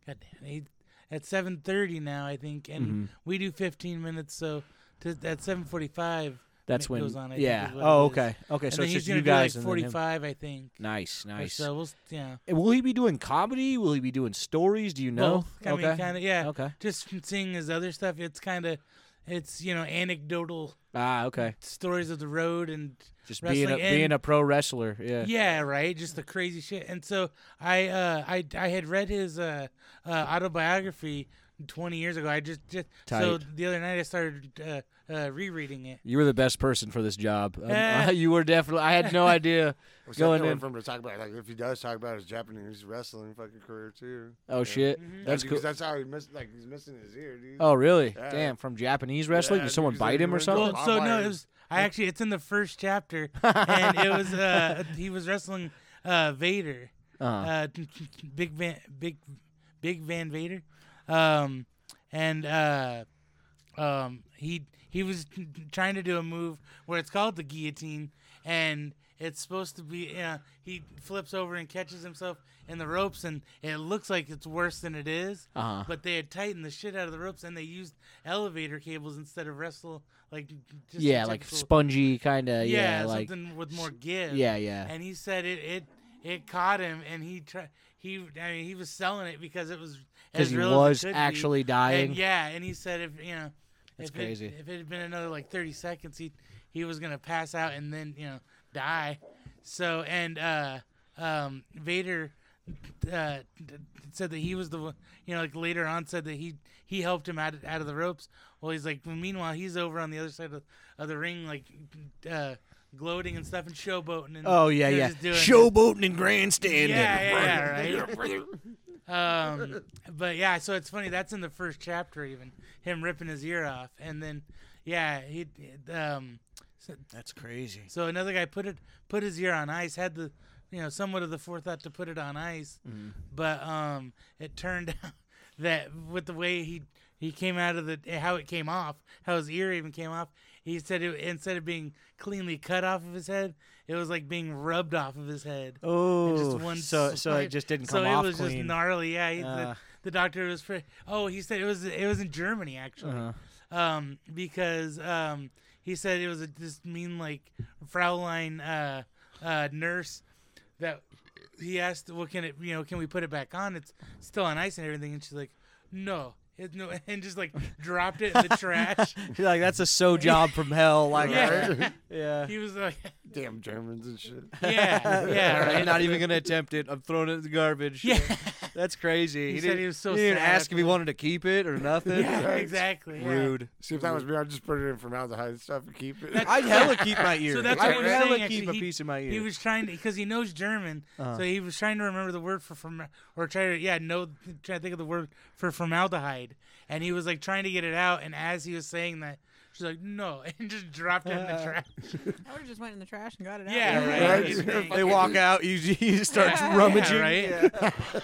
Speaker 4: God damn eight, at seven thirty now. I think, and
Speaker 1: Mm-hmm.
Speaker 4: we do fifteen minutes. So to, at seven forty-five.
Speaker 1: That's
Speaker 4: Mick
Speaker 1: when.
Speaker 4: goes on, I think,
Speaker 1: yeah.
Speaker 4: is what
Speaker 1: Oh,
Speaker 4: it is.
Speaker 1: okay. Okay.
Speaker 4: And
Speaker 1: so
Speaker 4: then
Speaker 1: it's
Speaker 4: he's
Speaker 1: just
Speaker 4: gonna
Speaker 1: you
Speaker 4: do like
Speaker 1: guys and then him.
Speaker 4: forty-five, I think.
Speaker 1: Nice,
Speaker 4: or
Speaker 1: nice.
Speaker 4: So we'll s- yeah.
Speaker 1: And will he be doing comedy? Will he be doing stories? Do you know?
Speaker 4: Both. I
Speaker 1: okay.
Speaker 4: mean, kind of yeah.
Speaker 1: Okay.
Speaker 4: Just from seeing his other stuff, it's kind of, it's you know anecdotal
Speaker 1: Ah, okay.
Speaker 4: stories of the road and
Speaker 1: Just
Speaker 4: wrestling
Speaker 1: being a
Speaker 4: and-
Speaker 1: being a pro wrestler. [LAUGHS] Yeah.
Speaker 4: yeah right just the crazy shit and so i uh i i had read his uh, uh autobiography 20 years ago i just just so
Speaker 1: Tight.
Speaker 4: the other night i started uh, uh rereading it
Speaker 1: You were the best person for this job. Um,
Speaker 4: Eh.
Speaker 1: [LAUGHS] you were definitely. I had
Speaker 4: [LAUGHS]
Speaker 1: no idea
Speaker 3: What's
Speaker 1: going in.
Speaker 3: from to talk about? Like, if he does talk about his Japanese wrestling fucking career too.
Speaker 1: Oh shit,
Speaker 4: Mm-hmm.
Speaker 1: that's
Speaker 3: Because
Speaker 1: cool.
Speaker 3: That's how he missed. Like, he's missing his ear, dude.
Speaker 1: Oh really?
Speaker 3: Yeah.
Speaker 1: Damn, from Japanese wrestling,
Speaker 3: Yeah,
Speaker 1: did someone
Speaker 3: dude,
Speaker 1: bite
Speaker 3: he
Speaker 1: him or
Speaker 3: went to
Speaker 1: something?
Speaker 4: well so no
Speaker 3: Outliers.
Speaker 4: it was i actually it's in the first chapter and it was uh he was wrestling uh vader
Speaker 1: Uh,
Speaker 4: uh, Big Van, Big, Big Van Vader, um, and uh, um, he he was trying to do a move where it's called the guillotine, and it's supposed to be uh, he flips over and catches himself in the ropes, and it looks like it's worse than it is,
Speaker 1: Uh-huh.
Speaker 4: But they had tightened the shit out of the ropes, and they used elevator cables inted of wrestle like just
Speaker 1: yeah, like
Speaker 4: typical-
Speaker 1: spongy kind of. Yeah, like
Speaker 4: something with more give.
Speaker 1: yeah, yeah.
Speaker 4: And he said it it it caught him, and he tried. He, I mean, he was selling it because it was
Speaker 1: because
Speaker 4: as
Speaker 1: he
Speaker 4: real as it
Speaker 1: was
Speaker 4: could be.
Speaker 1: actually dying.
Speaker 4: And yeah, and he said if you know,
Speaker 1: That's
Speaker 4: if
Speaker 1: crazy.
Speaker 4: It, if it had been another like 30 seconds, he he was gonna pass out and then you know die. So and uh, um, Vader uh, d- said that he was the one. You know, like later on said that he he helped him out out of the ropes. Well, he's like. Meanwhile, he's over on the other side of, of the ring, like. Uh, gloating and stuff and showboating and
Speaker 1: Oh yeah,
Speaker 4: they're
Speaker 1: yeah.
Speaker 4: just doing-
Speaker 1: Showboating and grandstanding.
Speaker 4: yeah, yeah, yeah, right. um, but yeah, so it's funny. That's in the first chapter, even him ripping his ear off, and then yeah, he um,
Speaker 1: That's crazy.
Speaker 4: so another guy put it put his ear on ice, had the you know somewhat of the forethought to put it on ice, but um, it turned [LAUGHS] out that with the way he he came out of the how it came off, how his ear even came off. He said it, instead of being cleanly cut off of his head, it was like being rubbed off of his head.
Speaker 1: Oh,
Speaker 4: And just one
Speaker 1: so so it
Speaker 4: swipe.
Speaker 1: just didn't
Speaker 4: so
Speaker 1: come off
Speaker 4: it was
Speaker 1: clean.
Speaker 4: just gnarly. Yeah, he-
Speaker 1: Uh.
Speaker 4: the, the doctor was. Pre- oh, he said it was. It was in Germany actually,
Speaker 1: Uh-huh.
Speaker 4: um, because um, he said it was a, this mean like Fraulein uh, uh, nurse that he asked, "Well, can it? You know, can we put it back on? It's still on ice and everything." And she's like, "No." It, no, [LAUGHS] and just like dropped it
Speaker 1: [LAUGHS]
Speaker 4: in the trash.
Speaker 1: You're like that's a so job from hell. Like,
Speaker 4: Yeah.
Speaker 1: right? [LAUGHS] yeah.
Speaker 4: He was like,
Speaker 3: [LAUGHS] Damn Germans and shit.
Speaker 1: [LAUGHS]
Speaker 4: "Yeah, yeah, right."
Speaker 1: I'm not even gonna attempt it. I'm throwing it in the garbage.
Speaker 4: [LAUGHS] yeah,
Speaker 1: That's crazy.
Speaker 4: He said
Speaker 1: didn't,
Speaker 4: he was so
Speaker 1: didn't
Speaker 4: sad
Speaker 1: ask if he
Speaker 4: afterwards.
Speaker 1: wanted to keep it or nothing.
Speaker 4: [LAUGHS] [LAUGHS] yeah, exactly. yeah.
Speaker 1: Rude.
Speaker 3: See if that was me, I'd just put it in formaldehyde and stuff and keep it.
Speaker 1: I'd [LAUGHS] hella keep
Speaker 4: [LAUGHS]
Speaker 1: my ear.
Speaker 4: that's
Speaker 1: I'd
Speaker 3: what I'm
Speaker 1: hella
Speaker 4: saying, actually.
Speaker 1: keep a
Speaker 4: He-
Speaker 1: piece of my ear.
Speaker 4: He
Speaker 1: [LAUGHS]
Speaker 4: was trying to because he knows German, so he was trying to remember the word for form or try to yeah no try to think of the word for formaldehyde, and he was like trying to get it out, and as he was saying that, she's like no, [LAUGHS] and just dropped it in the
Speaker 1: Uh,
Speaker 4: trash.
Speaker 2: I would have just went in the trash and got it [LAUGHS]
Speaker 4: Yeah,
Speaker 2: out.
Speaker 4: right.
Speaker 3: Right.
Speaker 4: You think.
Speaker 1: [LAUGHS] they walk out. You, you [LAUGHS] start
Speaker 4: [LAUGHS]
Speaker 2: Yeah,
Speaker 1: rummaging.
Speaker 4: right?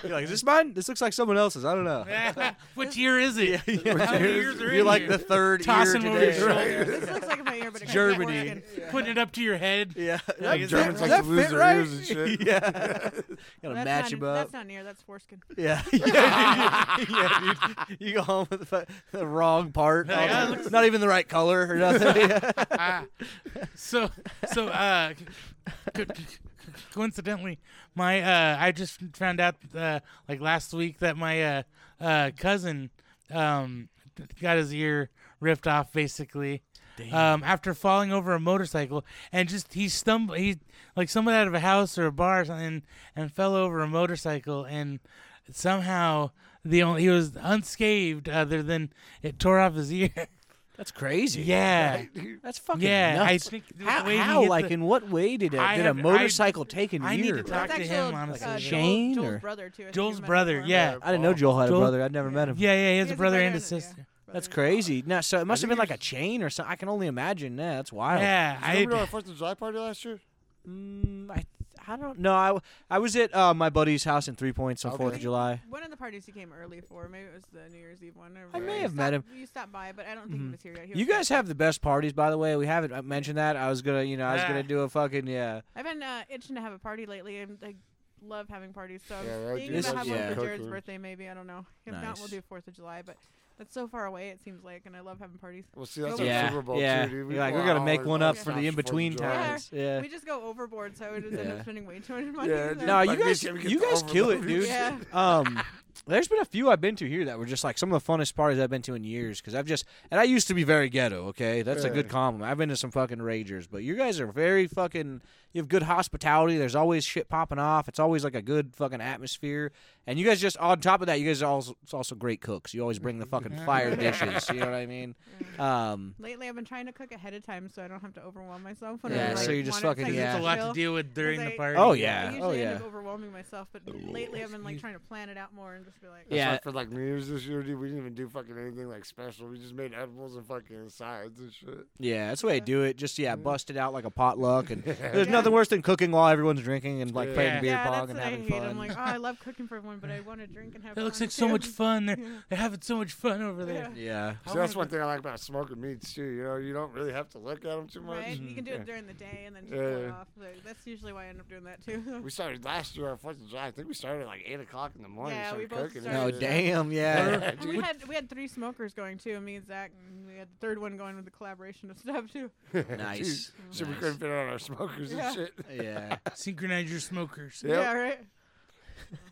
Speaker 1: You're like, is this mine? This looks like someone else's. I don't know.
Speaker 4: [LAUGHS] Which year is it? How many years are
Speaker 1: You're
Speaker 4: in
Speaker 1: like
Speaker 4: here?
Speaker 1: the third
Speaker 4: Tossing
Speaker 1: ear
Speaker 4: over your
Speaker 1: today.
Speaker 4: shoulder.
Speaker 2: This looks like my ear, but it comes out
Speaker 1: Germany.
Speaker 2: working.
Speaker 4: Putting it up to your head.
Speaker 1: Yeah,
Speaker 4: Like,
Speaker 1: Does
Speaker 4: Germans
Speaker 1: does
Speaker 3: like to lose
Speaker 1: fit
Speaker 3: their
Speaker 1: right?
Speaker 3: ears and
Speaker 1: [LAUGHS]
Speaker 3: shit.
Speaker 1: Yeah, gotta
Speaker 2: That's
Speaker 1: match
Speaker 2: not,
Speaker 1: him up.
Speaker 2: That's not near. That's foreskin.
Speaker 1: yeah, [LAUGHS] yeah, dude. Yeah, dude. You go home with the, fu- the wrong part.
Speaker 4: Like,
Speaker 1: All
Speaker 4: ah,
Speaker 1: the-
Speaker 4: looks-
Speaker 1: not even the right color or [LAUGHS] nothing. Yeah.
Speaker 4: Ah. [LAUGHS] so so uh co- co- coincidentally my uh i just found out uh like last week that my uh uh cousin um got his ear ripped off basically um after falling over a motorcycle and just he stumbled he like someone out of a house or a bar or something and fell over a motorcycle and somehow the only he was unscathed other than it tore off his ear [LAUGHS]
Speaker 1: That's crazy.
Speaker 4: yeah
Speaker 1: that's fucking
Speaker 4: yeah, I
Speaker 1: nuts.
Speaker 4: think the
Speaker 1: how,
Speaker 4: way he
Speaker 1: how
Speaker 4: hit
Speaker 1: like
Speaker 4: the-
Speaker 1: in what way did a,
Speaker 4: I
Speaker 1: did
Speaker 4: have-
Speaker 1: a
Speaker 4: I-
Speaker 1: motorcycle take an
Speaker 4: I need
Speaker 1: ear?
Speaker 4: to talk
Speaker 2: That's
Speaker 4: to
Speaker 2: actually
Speaker 4: him
Speaker 2: uh,
Speaker 4: honestly.
Speaker 1: Like
Speaker 2: Joel-
Speaker 1: Shane
Speaker 2: Joel's
Speaker 1: or-
Speaker 2: brother too. I think
Speaker 4: Joel's
Speaker 2: you met him
Speaker 4: brother,
Speaker 2: before.
Speaker 4: yeah.
Speaker 1: I didn't know Joel had
Speaker 4: Joel-
Speaker 1: a brother. I'd never met him.
Speaker 4: Yeah, yeah, he
Speaker 2: He
Speaker 4: has a
Speaker 2: has a
Speaker 4: brother
Speaker 2: brother
Speaker 4: and a
Speaker 2: and a- yeah.
Speaker 4: sister.
Speaker 1: That's
Speaker 2: Brother.
Speaker 1: crazy. No, so it must have
Speaker 3: think
Speaker 1: been like
Speaker 3: you
Speaker 1: a chain or something. I can only imagine. Yeah, that's wild.
Speaker 4: Yeah,
Speaker 3: You remember
Speaker 4: [LAUGHS] I,
Speaker 3: our Fourth of July party last year?
Speaker 1: Mm, I, I don't know. I, I was at uh, my buddy's house in Three Points on
Speaker 3: Okay.
Speaker 1: Fourth of July.
Speaker 2: One of the parties he came early for. Maybe it was the New Year's Eve one. or
Speaker 1: I may
Speaker 2: you
Speaker 1: have met Mm-hmm.
Speaker 2: stopped- You stopped by, but I don't think he was here yet. He
Speaker 1: You
Speaker 2: was-
Speaker 1: guys have the best parties, by the way. We haven't uh, mentioned that. I was gonna, you know, I was
Speaker 4: Yeah.
Speaker 1: gonna do a fucking yeah.
Speaker 2: I've been uh, itching to have a party lately. I'm, I love having parties, so I'm
Speaker 3: Yeah, right,
Speaker 2: thinking
Speaker 1: dude.
Speaker 2: about
Speaker 1: This-
Speaker 2: having
Speaker 1: yeah.
Speaker 2: one for Jared's
Speaker 3: Cooker.
Speaker 2: birthday. Maybe I don't know. If not, we'll
Speaker 1: Nice.
Speaker 2: do Fourth of July. But that's so far away. It seems like, and I love having parties.
Speaker 3: Well, see, that's
Speaker 2: Yeah,
Speaker 3: like Super Bowl
Speaker 1: yeah.
Speaker 3: too, dude.
Speaker 1: You're like,
Speaker 3: go
Speaker 1: we gotta
Speaker 3: out
Speaker 1: make
Speaker 3: all
Speaker 1: one
Speaker 3: the
Speaker 1: up for
Speaker 3: time
Speaker 1: the in
Speaker 3: Fourth of
Speaker 1: between
Speaker 3: July.
Speaker 2: Yeah.
Speaker 1: times. Yeah.
Speaker 2: We just go overboard, so I would end
Speaker 1: Yeah.
Speaker 2: up spending way too much money. [LAUGHS]
Speaker 3: Yeah,
Speaker 2: so-
Speaker 3: dude.
Speaker 1: No, you
Speaker 3: Like, we
Speaker 1: guys,
Speaker 3: can't get
Speaker 1: you
Speaker 3: the
Speaker 1: guys kill it,
Speaker 3: overload. [LAUGHS]
Speaker 1: dude.
Speaker 2: Yeah.
Speaker 1: Um, there's been a few I've been to here that were just like some of the funnest parties I've been to in years. Because I've just and I used to be very ghetto. Okay, that's a good
Speaker 3: Yeah.
Speaker 1: compliment. I've been to some fucking ragers, but you guys are very fucking. You have good hospitality. There's always shit popping off. It's always like a good fucking atmosphere. And you guys just on top of that, you guys are also, also great cooks. You always bring the fucking fire dishes. You know what I mean? Um,
Speaker 2: Lately, I've been trying to cook ahead of time so I don't have to overwhelm myself. When
Speaker 1: Yeah,
Speaker 2: I, like,
Speaker 1: so you just
Speaker 2: want it,
Speaker 1: fucking-
Speaker 2: so I
Speaker 1: yeah.
Speaker 4: it's
Speaker 2: can
Speaker 4: a lot to
Speaker 2: chill.
Speaker 4: deal with during the
Speaker 2: I-
Speaker 4: party.
Speaker 1: Oh,
Speaker 2: I
Speaker 1: yeah.
Speaker 2: usually
Speaker 1: yeah.
Speaker 2: end up overwhelming myself, but lately I've been like trying to plan it out more and just be like,
Speaker 3: That's why
Speaker 1: Yeah.
Speaker 3: for like New Year's this year, dude, we didn't even do fucking anything like special. We just made edibles and fucking sides and shit.
Speaker 1: yeah, that's the way I do it. Just yeah, bust it out like a potluck, and there's
Speaker 2: Yeah.
Speaker 1: nothing worse than cooking while everyone's drinking and like
Speaker 3: Yeah.
Speaker 1: playing beer
Speaker 2: yeah,
Speaker 1: pong
Speaker 2: that's
Speaker 1: and
Speaker 2: what I
Speaker 1: having
Speaker 2: hate.
Speaker 1: fun.
Speaker 2: I'm like, oh, I love cooking for everyone, but I want to drink and have.
Speaker 4: That looks
Speaker 2: fun
Speaker 4: like so much
Speaker 2: too."
Speaker 4: fun. They're,
Speaker 2: Yeah.
Speaker 4: [LAUGHS] they're having so much fun over there.
Speaker 2: Yeah.
Speaker 1: yeah.
Speaker 4: I
Speaker 3: So that's
Speaker 4: wanna
Speaker 3: one thing I like about smoking meats too. You know, you don't really have to look at them too
Speaker 2: [LAUGHS]
Speaker 3: much.
Speaker 2: Right? You can do
Speaker 3: Yeah.
Speaker 2: it during the day and then just pull it
Speaker 3: Yeah.
Speaker 2: off. So that's usually why I end up doing that too. [LAUGHS]
Speaker 3: We started last year on Fourth of July. I think we started at like eight o'clock in the morning.
Speaker 2: yeah,
Speaker 3: started
Speaker 2: we both
Speaker 3: smoking.
Speaker 2: started-
Speaker 1: No,
Speaker 2: Yeah.
Speaker 1: damn, yeah.
Speaker 2: And we had we had three smokers going too. Me and Zach, and we had the third one going with the collaboration of stuff too.
Speaker 3: [LAUGHS]
Speaker 1: nice.
Speaker 3: So we
Speaker 1: Nice.
Speaker 3: couldn't fit on our smokers
Speaker 2: Yeah. [LAUGHS]
Speaker 3: and shit.
Speaker 1: [LAUGHS] yeah.
Speaker 4: Synchronize your smokers.
Speaker 3: Yep.
Speaker 2: Yeah, right.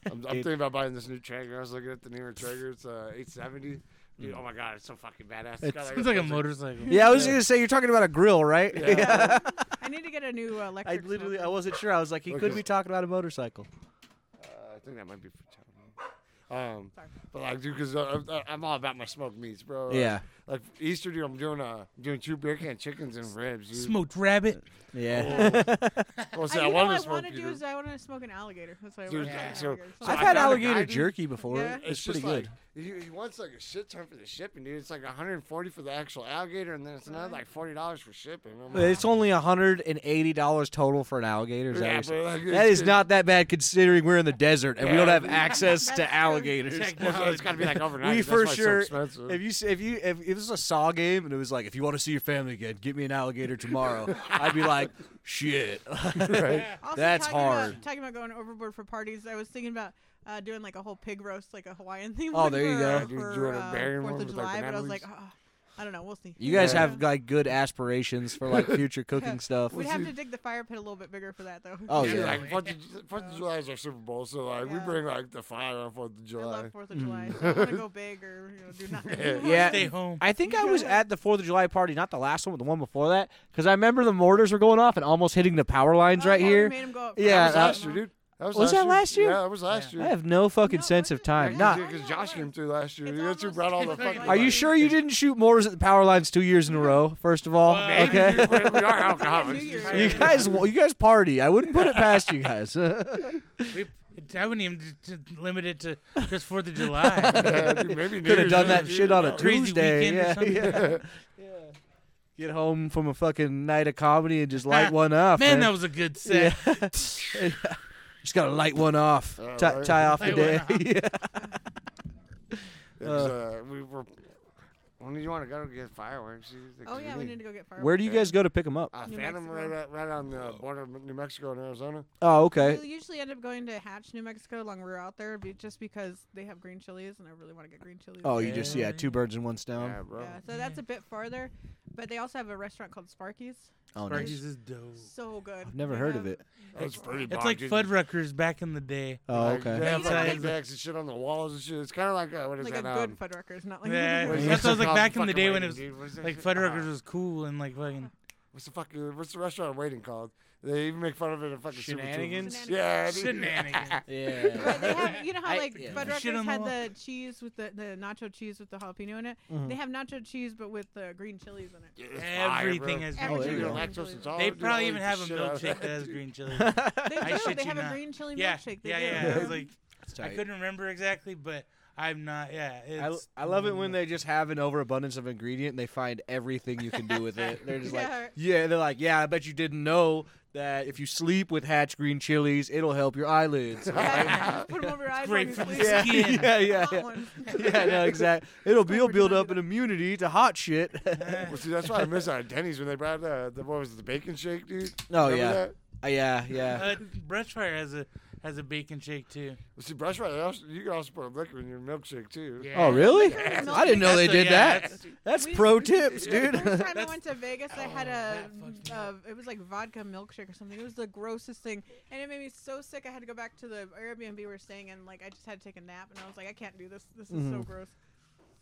Speaker 3: I'm, I'm thinking about buying this new Traeger. I was looking at the newer Traeger. It's uh, 870. Dude,
Speaker 1: Hmm.
Speaker 3: oh my god, it's so fucking badass. It's got,
Speaker 4: Sounds like a
Speaker 3: fucking-
Speaker 4: motorcycle.
Speaker 1: Yeah, I was gonna say you're talking about a grill, right? [LAUGHS]
Speaker 3: Yeah.
Speaker 2: I need to get a new uh,
Speaker 1: I
Speaker 2: electric.
Speaker 1: literally, I
Speaker 2: smoker.
Speaker 1: wasn't sure. I was like, he
Speaker 3: Look,
Speaker 1: could
Speaker 3: it's-
Speaker 1: be talking about a motorcycle.
Speaker 3: Uh, I think that might be for Tony. Um,
Speaker 2: Sorry.
Speaker 3: but like, dude, because uh, I- I'm all about my smoked meats, bro.
Speaker 1: Yeah.
Speaker 3: Like, like Easter, dude, I'm doing uh, I'm doing two beer can chickens and ribs. Dude. Oh.
Speaker 4: Smoked rabbit.
Speaker 1: [LAUGHS] Yeah.
Speaker 3: Well, see,
Speaker 2: I,
Speaker 3: I,
Speaker 2: you know, what
Speaker 3: wanted to
Speaker 2: I
Speaker 3: smoke
Speaker 2: want to
Speaker 3: you,
Speaker 2: do
Speaker 3: dude.
Speaker 2: is uh, I want to smoke an alligator. That's what I
Speaker 3: Dude,
Speaker 2: want.
Speaker 3: yeah,
Speaker 2: to
Speaker 3: so- so
Speaker 1: I've
Speaker 3: I
Speaker 1: had
Speaker 3: got a
Speaker 1: alligator
Speaker 3: guy, dude.
Speaker 1: jerky before.
Speaker 2: Yeah.
Speaker 1: It's,
Speaker 3: It's
Speaker 1: pretty
Speaker 3: just
Speaker 1: good.
Speaker 3: like, You, you want like a shit ton for the shipping, dude. It's like 140 for the actual alligator, and then it's another like 40 dollars for shipping. I'm like,
Speaker 1: It's only hundred and eighty dollars total for an alligator. Is that
Speaker 3: Yeah,
Speaker 1: what you're
Speaker 3: but,
Speaker 1: saying?
Speaker 3: like,
Speaker 1: that
Speaker 3: it's-
Speaker 1: is not that bad considering we're in the desert and we don't
Speaker 3: Yeah.
Speaker 1: have
Speaker 3: [LAUGHS]
Speaker 1: access
Speaker 2: That's
Speaker 1: to
Speaker 2: true.
Speaker 1: alligators.
Speaker 4: Technically.
Speaker 3: well, it's got to be like overnight.
Speaker 1: we
Speaker 3: That's
Speaker 1: for
Speaker 3: why it's so
Speaker 1: sure.
Speaker 3: expensive.
Speaker 1: if you s- if you if, if this was a Saw game and it was like, if you want to see your family again, get me an alligator tomorrow. I'd be like, [LAUGHS] shit.
Speaker 2: Also,
Speaker 1: That's
Speaker 2: talking about-
Speaker 1: hard.
Speaker 2: talking about going overboard for parties, I was thinking about uh, doing like a whole pig roast, like a Hawaiian [LAUGHS] theme.
Speaker 1: Oh,
Speaker 2: one
Speaker 1: there you
Speaker 2: for,
Speaker 1: go.
Speaker 2: uh,
Speaker 3: Yeah, dude,
Speaker 2: for,
Speaker 3: doing a
Speaker 2: uh,
Speaker 3: barren
Speaker 2: Fourth
Speaker 3: one
Speaker 2: of
Speaker 3: with,
Speaker 2: July,
Speaker 3: like,
Speaker 2: but I
Speaker 3: banana
Speaker 2: was like,
Speaker 3: leaves.
Speaker 2: "Ah, I don't know. We'll see.
Speaker 1: You guys
Speaker 3: Yeah.
Speaker 1: have like good aspirations for like future cooking stuff.
Speaker 2: We'd have to dig the fire pit a little bit bigger for that, though.
Speaker 1: Oh,
Speaker 3: See,
Speaker 1: yeah.
Speaker 3: like Fourth of, Ju- Fourth of July is our Super Bowl, so like we
Speaker 2: Yeah.
Speaker 3: bring like the fire on Fourth of
Speaker 2: I
Speaker 3: July. Mm.
Speaker 2: love Fourth of July. So I'm gonna
Speaker 3: [LAUGHS]
Speaker 2: go big or you know, do [LAUGHS] nothing.
Speaker 1: Yeah.
Speaker 4: Stay home.
Speaker 1: I think I was at the Fourth of July party, not the last one, but the one before that, because I remember the mortars were going off and almost hitting the power lines right
Speaker 2: Oh, yeah, we
Speaker 1: here.
Speaker 2: made 'em go up
Speaker 1: Yeah,
Speaker 2: first.
Speaker 3: That
Speaker 1: uh,
Speaker 3: was last year, dude. That was,
Speaker 1: Was that last year?
Speaker 3: Yeah, that was last
Speaker 1: I
Speaker 3: year.
Speaker 1: have no fucking
Speaker 2: No,
Speaker 1: sense of
Speaker 2: wasn't-
Speaker 1: time.
Speaker 2: yeah.
Speaker 1: Not.
Speaker 3: because
Speaker 2: Yeah.
Speaker 3: Josh came through last
Speaker 2: [LAUGHS]
Speaker 3: year.
Speaker 2: It's
Speaker 3: That's who
Speaker 2: almost-
Speaker 3: brought all the
Speaker 4: it's
Speaker 3: fucking.
Speaker 4: like-
Speaker 1: Are you
Speaker 3: lights.
Speaker 1: sure you didn't shoot mortars at the power lines two years in a row? First of all, [LAUGHS]
Speaker 4: Well,
Speaker 1: okay.
Speaker 3: [LAUGHS] we are alcoholics.
Speaker 2: New
Speaker 1: you
Speaker 4: Year's.
Speaker 3: dude.
Speaker 1: guys, you guys party. I wouldn't put it past you guys. [LAUGHS] Could
Speaker 4: We, I wouldn't even d- d- limit it to just Fourth
Speaker 1: [LAUGHS]
Speaker 4: of July.
Speaker 3: [LAUGHS] Yeah, dude, maybe New
Speaker 1: have
Speaker 3: Year's
Speaker 1: done
Speaker 3: Eve,
Speaker 1: that
Speaker 3: dude.
Speaker 1: shit on a
Speaker 4: Crazy
Speaker 1: Tuesday.
Speaker 4: weekend or
Speaker 1: Yeah,
Speaker 4: something.
Speaker 1: yeah. Get home from a fucking night of comedy and just light one off.
Speaker 4: Man, that was a good set.
Speaker 1: [LAUGHS] Yeah. Just gotta light one off.
Speaker 3: Uh,
Speaker 1: Ti-
Speaker 3: right.
Speaker 1: tie off the
Speaker 4: Light
Speaker 1: day. [LAUGHS]
Speaker 4: one
Speaker 1: yeah.
Speaker 3: It was, uh, we were. When did you want to go get fireworks? dude? Like,
Speaker 2: Oh yeah, we
Speaker 3: dude,
Speaker 2: need to go get fireworks.
Speaker 1: Where do you guys go to pick them up?
Speaker 3: Uh,
Speaker 2: New
Speaker 3: Phantom
Speaker 2: Mexico.
Speaker 3: right, right, right on the border of New Mexico and Arizona.
Speaker 1: Oh, okay.
Speaker 2: We'll usually end up going to Hatch, New Mexico, long we're out there, be- just because they have green chilies, and I really want to get green chilies.
Speaker 1: Oh, you just yeah, two birds in one stone.
Speaker 3: Yeah, bro.
Speaker 2: yeah. So that's a bit farther, but they also have a restaurant called Sparky's.
Speaker 1: Oh, nice.
Speaker 4: Burgers is dope.
Speaker 2: So good.
Speaker 1: I've never
Speaker 2: They
Speaker 1: heard of
Speaker 2: have-
Speaker 1: it.
Speaker 3: That's pretty
Speaker 4: It's like
Speaker 3: bonkers.
Speaker 4: Fuddruckers back in the day.
Speaker 1: Oh,
Speaker 3: Like,
Speaker 1: okay.
Speaker 3: They have
Speaker 2: Yeah.
Speaker 3: like Xanax and shit on the walls and shit. It's kind of like uh, what is
Speaker 2: Like a
Speaker 3: that?
Speaker 2: good
Speaker 3: um,
Speaker 2: Fuddruckers, not like [LAUGHS]
Speaker 4: Yeah,
Speaker 3: what is
Speaker 4: That's
Speaker 3: that
Speaker 4: what I was like
Speaker 3: called?
Speaker 4: back in the
Speaker 3: Fucking
Speaker 4: day when it
Speaker 3: Waiting,
Speaker 4: was,
Speaker 3: dude. What's that
Speaker 4: [LAUGHS] Like
Speaker 3: shit?
Speaker 4: Fuddruckers
Speaker 3: Ah.
Speaker 4: was cool and like fucking.
Speaker 3: What's the fuck? What's the restaurant waiting called? They even make fun of it in fucking Super Bowl.
Speaker 1: Shenanigans?
Speaker 3: [LAUGHS] Yeah,
Speaker 1: [LAUGHS]
Speaker 3: dude.
Speaker 4: Shenanigans.
Speaker 1: Yeah.
Speaker 2: But
Speaker 1: [LAUGHS]
Speaker 2: they have, you know
Speaker 4: [LAUGHS]
Speaker 2: how
Speaker 1: I-
Speaker 2: like
Speaker 1: yeah.
Speaker 4: Shit
Speaker 2: Fuddruckers
Speaker 4: on the
Speaker 2: had
Speaker 4: wall.
Speaker 2: the cheese with the, the nacho cheese with the jalapeno in it.
Speaker 1: Mm-hmm.
Speaker 2: They have nacho cheese but with the green chilies in it.
Speaker 3: Yeah, [LAUGHS] it's fire,
Speaker 4: Everything
Speaker 3: bro.
Speaker 4: has
Speaker 2: green
Speaker 3: Dude,
Speaker 2: chili.
Speaker 3: the
Speaker 2: Oh, there you go.
Speaker 3: lactose intolerant,
Speaker 4: They
Speaker 3: dude,
Speaker 4: probably
Speaker 3: I'll
Speaker 4: even
Speaker 3: eat
Speaker 4: have a
Speaker 3: the shit out of
Speaker 4: milkshake that has [LAUGHS]
Speaker 3: dude.
Speaker 4: green chili.
Speaker 2: They do.
Speaker 4: I shit
Speaker 2: they
Speaker 4: you
Speaker 2: have a
Speaker 4: not.
Speaker 2: green chili
Speaker 4: yeah,
Speaker 2: milkshake. They
Speaker 4: yeah,
Speaker 2: do. [LAUGHS]
Speaker 4: yeah. I
Speaker 1: [LAUGHS]
Speaker 4: was like,
Speaker 1: That's
Speaker 4: I couldn't remember exactly, but I'm not. Yeah,
Speaker 1: I,
Speaker 4: it's,
Speaker 1: I love it when
Speaker 4: [LAUGHS]
Speaker 1: they [LAUGHS] just have an overabundance of ingredient and they find everything you can do with it. They're just
Speaker 2: Yeah.
Speaker 1: like, yeah, they're like, yeah, I bet you didn't know that if you sleep with hatch green chilies, it'll help your [LAUGHS] eyelids.
Speaker 2: Yeah, Put 'em over
Speaker 4: [LAUGHS]
Speaker 2: your eyes
Speaker 4: great
Speaker 2: while
Speaker 4: for
Speaker 2: you
Speaker 4: the
Speaker 2: sleep.
Speaker 1: yeah,
Speaker 4: Skin.
Speaker 1: yeah,
Speaker 2: [LAUGHS]
Speaker 1: yeah,
Speaker 2: Hot
Speaker 1: yeah.
Speaker 2: ones.
Speaker 1: [LAUGHS] yeah, no, exactly. It'll
Speaker 2: Don't
Speaker 1: build build
Speaker 2: pretend you
Speaker 1: up an
Speaker 2: don't.
Speaker 1: immunity to hot shit. [LAUGHS]
Speaker 3: Well, see, that's why I miss out at Denny's when they brought the, the what was it, the bacon shake, dude.
Speaker 1: oh
Speaker 3: Remember
Speaker 1: yeah,
Speaker 3: that?
Speaker 1: Uh, yeah, yeah.
Speaker 4: Uh, Brushfire has a has a bacon shake too.
Speaker 3: Well, see, brush right. also- You can also put liquor in your milkshake too.
Speaker 4: Yeah.
Speaker 1: oh really?
Speaker 2: Yeah.
Speaker 1: I didn't know they
Speaker 4: That's a-
Speaker 1: did
Speaker 4: yeah,
Speaker 1: that.
Speaker 4: that's-
Speaker 1: That's
Speaker 2: We-
Speaker 1: pro tips,
Speaker 2: The
Speaker 1: dude. [LAUGHS]
Speaker 2: first time I
Speaker 4: That's-
Speaker 2: went to Vegas, I had
Speaker 4: Oh, that fucked
Speaker 2: a,
Speaker 4: me
Speaker 2: uh, it was like vodka milkshake or something. It was the grossest thing, and it made me so sick. I had to go back to the Airbnb we were staying in. Like I just had to take a nap, and I was like, I can't do this. This is so
Speaker 1: Mhm.
Speaker 2: gross.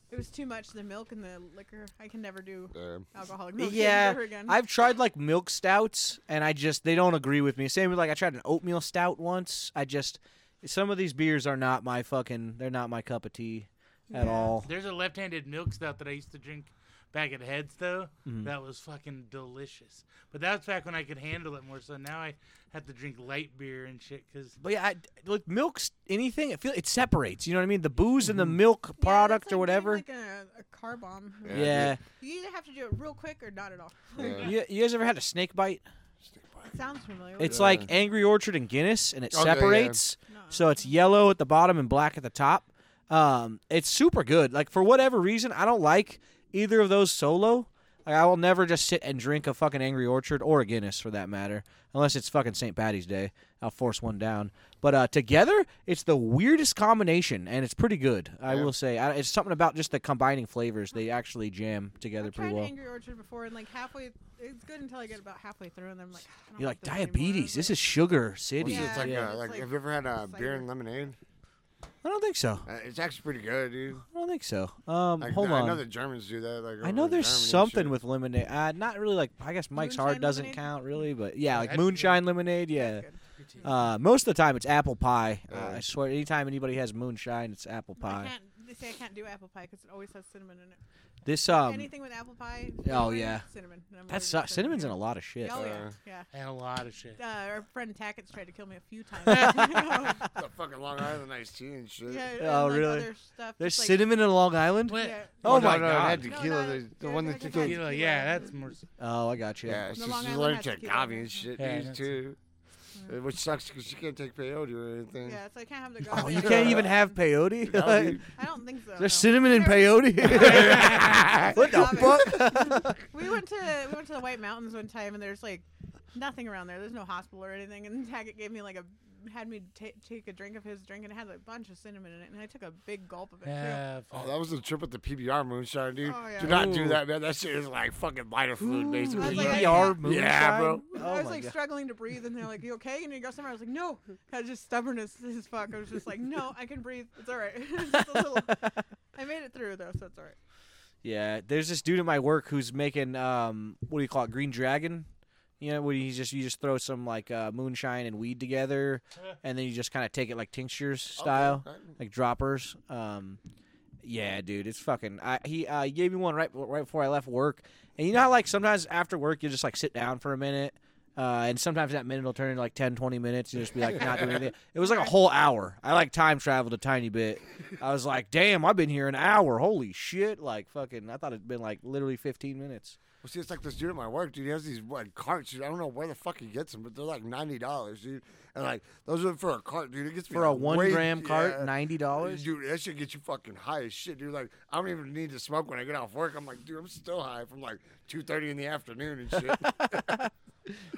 Speaker 2: It was too much. The milk and the liquor. I can never do
Speaker 3: Um,
Speaker 2: alcoholic milk
Speaker 1: Yeah,
Speaker 2: [LAUGHS] ever again.
Speaker 1: I've tried like milk stouts, and I just they don't agree with me. Same with like I tried an oatmeal stout once. I just some of these beers are not my fucking. They're not my cup of tea at
Speaker 2: Yeah.
Speaker 1: all.
Speaker 4: There's a left-handed milk stout that I used to drink back at Heads though.
Speaker 1: Mm-hmm.
Speaker 4: That was fucking delicious. But that was back when I could handle it more. So now I have to drink light beer and shit because
Speaker 1: But yeah, I, like milks, anything it feel it separates. You know what I mean? The booze and the milk
Speaker 2: Yeah,
Speaker 1: product
Speaker 2: that's
Speaker 1: or
Speaker 2: like
Speaker 1: whatever.
Speaker 2: being Like a, a car bomb.
Speaker 3: Yeah.
Speaker 1: yeah.
Speaker 2: You either have to do it real quick or not at all. [LAUGHS]
Speaker 3: yeah.
Speaker 1: You, you guys ever had a snake bite?
Speaker 2: Sounds familiar.
Speaker 1: It's
Speaker 3: Yeah.
Speaker 1: like Angry Orchard and Guinness, and it
Speaker 3: Okay, yeah.
Speaker 1: separates.
Speaker 2: No.
Speaker 1: So it's yellow at the bottom and black at the top. Um, it's super good. Like for whatever reason, I don't like either of those solo. Like, I will never just sit and drink a fucking Angry Orchard or a Guinness for that matter, unless it's fucking St. Patty's Day. I'll force one down. But uh, together, it's the weirdest combination, and it's pretty good. I
Speaker 3: Yeah.
Speaker 1: will say, I, it's something about just the combining flavors. They actually jam together
Speaker 2: I've
Speaker 1: pretty
Speaker 2: tried
Speaker 1: well.
Speaker 2: Angry Orchard before, and like halfway, it's good until I get about halfway through, and then I'm like, I don't
Speaker 1: You're like
Speaker 2: this anymore."
Speaker 1: diabetes. This
Speaker 2: It's
Speaker 1: is sugar city.
Speaker 3: It's
Speaker 2: Yeah.
Speaker 3: like,
Speaker 2: Yeah.
Speaker 3: uh,
Speaker 2: It's
Speaker 3: like,
Speaker 2: like
Speaker 3: have you ever had uh, beer
Speaker 2: cider.
Speaker 3: and lemonade?
Speaker 1: I don't think so.
Speaker 3: Uh, it's actually pretty good, dude.
Speaker 1: I don't think so. Um,
Speaker 3: Like,
Speaker 1: hold
Speaker 3: I know
Speaker 1: on.
Speaker 3: the Germans do that. Like,
Speaker 1: I
Speaker 3: over
Speaker 1: know
Speaker 3: in
Speaker 1: there's
Speaker 3: Germany and
Speaker 1: something
Speaker 3: shit.
Speaker 1: with lemonade. Uh, not really like I guess Mike's Hard
Speaker 2: Moonshine
Speaker 1: doesn't
Speaker 2: lemonade?
Speaker 1: count really, but yeah, like
Speaker 4: I'd-
Speaker 1: moonshine lemonade, yeah.
Speaker 2: good.
Speaker 1: Uh, most of the time it's apple pie. Uh,
Speaker 3: Yeah.
Speaker 1: I swear, anytime anybody has moonshine, it's apple
Speaker 2: I
Speaker 1: pie.
Speaker 2: can't. They say I can't do apple pie because it always has cinnamon in it.
Speaker 1: This um,
Speaker 2: Anything with apple pie.
Speaker 1: oh,
Speaker 2: flavoring,
Speaker 1: yeah.
Speaker 2: cinnamon. and I'm
Speaker 1: that's uh,
Speaker 2: allergic to
Speaker 1: cinnamon's in a lot of shit.
Speaker 2: Oh
Speaker 3: Uh,
Speaker 2: yeah,
Speaker 4: And a lot of shit.
Speaker 2: yeah. Uh, our friend Tackett's tried to kill me a
Speaker 1: [LAUGHS]
Speaker 2: few times. [LAUGHS] yeah,
Speaker 3: the fucking Long Island iced tea and shit.
Speaker 2: and,
Speaker 1: Oh,
Speaker 2: like,
Speaker 1: really?
Speaker 2: Other stuff,
Speaker 1: There's
Speaker 2: just, like,
Speaker 1: cinnamon in Long Island.
Speaker 4: What?
Speaker 2: Yeah.
Speaker 1: Oh
Speaker 3: no,
Speaker 1: my
Speaker 3: no, It
Speaker 1: god.
Speaker 3: had
Speaker 2: No,
Speaker 3: tequila.
Speaker 2: no,
Speaker 3: the, the
Speaker 2: yeah,
Speaker 3: one
Speaker 2: it's
Speaker 3: that you
Speaker 2: like a
Speaker 3: took.
Speaker 2: tequila.
Speaker 4: Tequila, yeah, that's more. s-
Speaker 1: Oh, I got you.
Speaker 3: Yeah,
Speaker 2: The
Speaker 3: she's
Speaker 2: Long
Speaker 3: she's
Speaker 2: Island has
Speaker 3: allergic to
Speaker 2: tequila.
Speaker 3: agave and shit,
Speaker 4: Yeah,
Speaker 3: dude,
Speaker 4: that's-
Speaker 3: too. Uh, Which sucks because she can't take peyote or anything.
Speaker 2: Yeah, so I can't have the.
Speaker 1: Oh,
Speaker 2: garlic.
Speaker 1: you can't
Speaker 2: [LAUGHS]
Speaker 1: even have peyote.
Speaker 3: [LAUGHS] No,
Speaker 1: [LAUGHS] Like,
Speaker 3: dude.
Speaker 2: I don't think so.
Speaker 1: There's
Speaker 2: no.
Speaker 1: cinnamon in
Speaker 2: Never- [LAUGHS]
Speaker 1: peyote. what the
Speaker 2: Agave.
Speaker 1: fuck?
Speaker 2: We went to we went to the White Mountains one time, and there's like nothing around there. There's no hospital or anything. And Taggett gave me like a had me ta take a drink of his drink, and it had a bunch of cinnamon in it, and I took a big gulp of it too.
Speaker 4: Yeah,
Speaker 3: [LAUGHS]
Speaker 1: [LAUGHS]
Speaker 3: Oh,
Speaker 4: fuck.
Speaker 3: that was the trip with the PBR moonshine, dude.
Speaker 2: Oh, yeah.
Speaker 3: Do not do
Speaker 1: Ooh.
Speaker 3: that, man. That shit is like fucking lighter fluid,
Speaker 2: I
Speaker 3: basically.
Speaker 2: was like,
Speaker 1: EPR
Speaker 2: I [LAUGHS] can't-
Speaker 1: moonshine.
Speaker 3: Yeah, bro.
Speaker 1: Oh
Speaker 2: I was
Speaker 1: my
Speaker 2: like
Speaker 1: God.
Speaker 2: struggling to breathe, and they're like, "You okay?" And you go somewhere. I was like, "No," I was just stubborn as, as fuck. I was just like, "No, I can breathe. It's all right." [LAUGHS] It's just a
Speaker 1: [LAUGHS]
Speaker 2: little- I made it through though, so it's all right.
Speaker 1: Yeah, there's this dude at my work who's making um, what do you call it, Green Dragon? You know, where you just you just throw some like uh, moonshine and weed together, and then you just kind of take it like tinctures style,
Speaker 3: Okay.
Speaker 1: like droppers. Um, yeah, dude, it's fucking. I, he uh, he gave me one right right before I left work, and you know how like sometimes after work you just like sit down for a minute. Uh, and sometimes that minute will turn into like 10, 20 minutes and just be like not doing anything. It was like a whole hour. I like time traveled a tiny bit. I was like, damn, I've been here an hour. Holy shit. Like fucking, I thought it'd been like literally 15 minutes.
Speaker 3: Well, see, it's like this dude at my work, dude. He has these what, carts, dude. I don't know where the fuck he gets them, but they're like ninety dollars, dude. And like those are for a cart, dude. It gets me
Speaker 1: For a
Speaker 3: like,
Speaker 1: one
Speaker 3: way-
Speaker 1: gram cart,
Speaker 3: yeah.
Speaker 1: $90?
Speaker 3: Dude, that shit gets you fucking high as shit, dude. Like, I don't even need to smoke when I get off work. I'm like, dude, I'm still high from like two thirty in the afternoon
Speaker 1: [LAUGHS]
Speaker 3: and shit.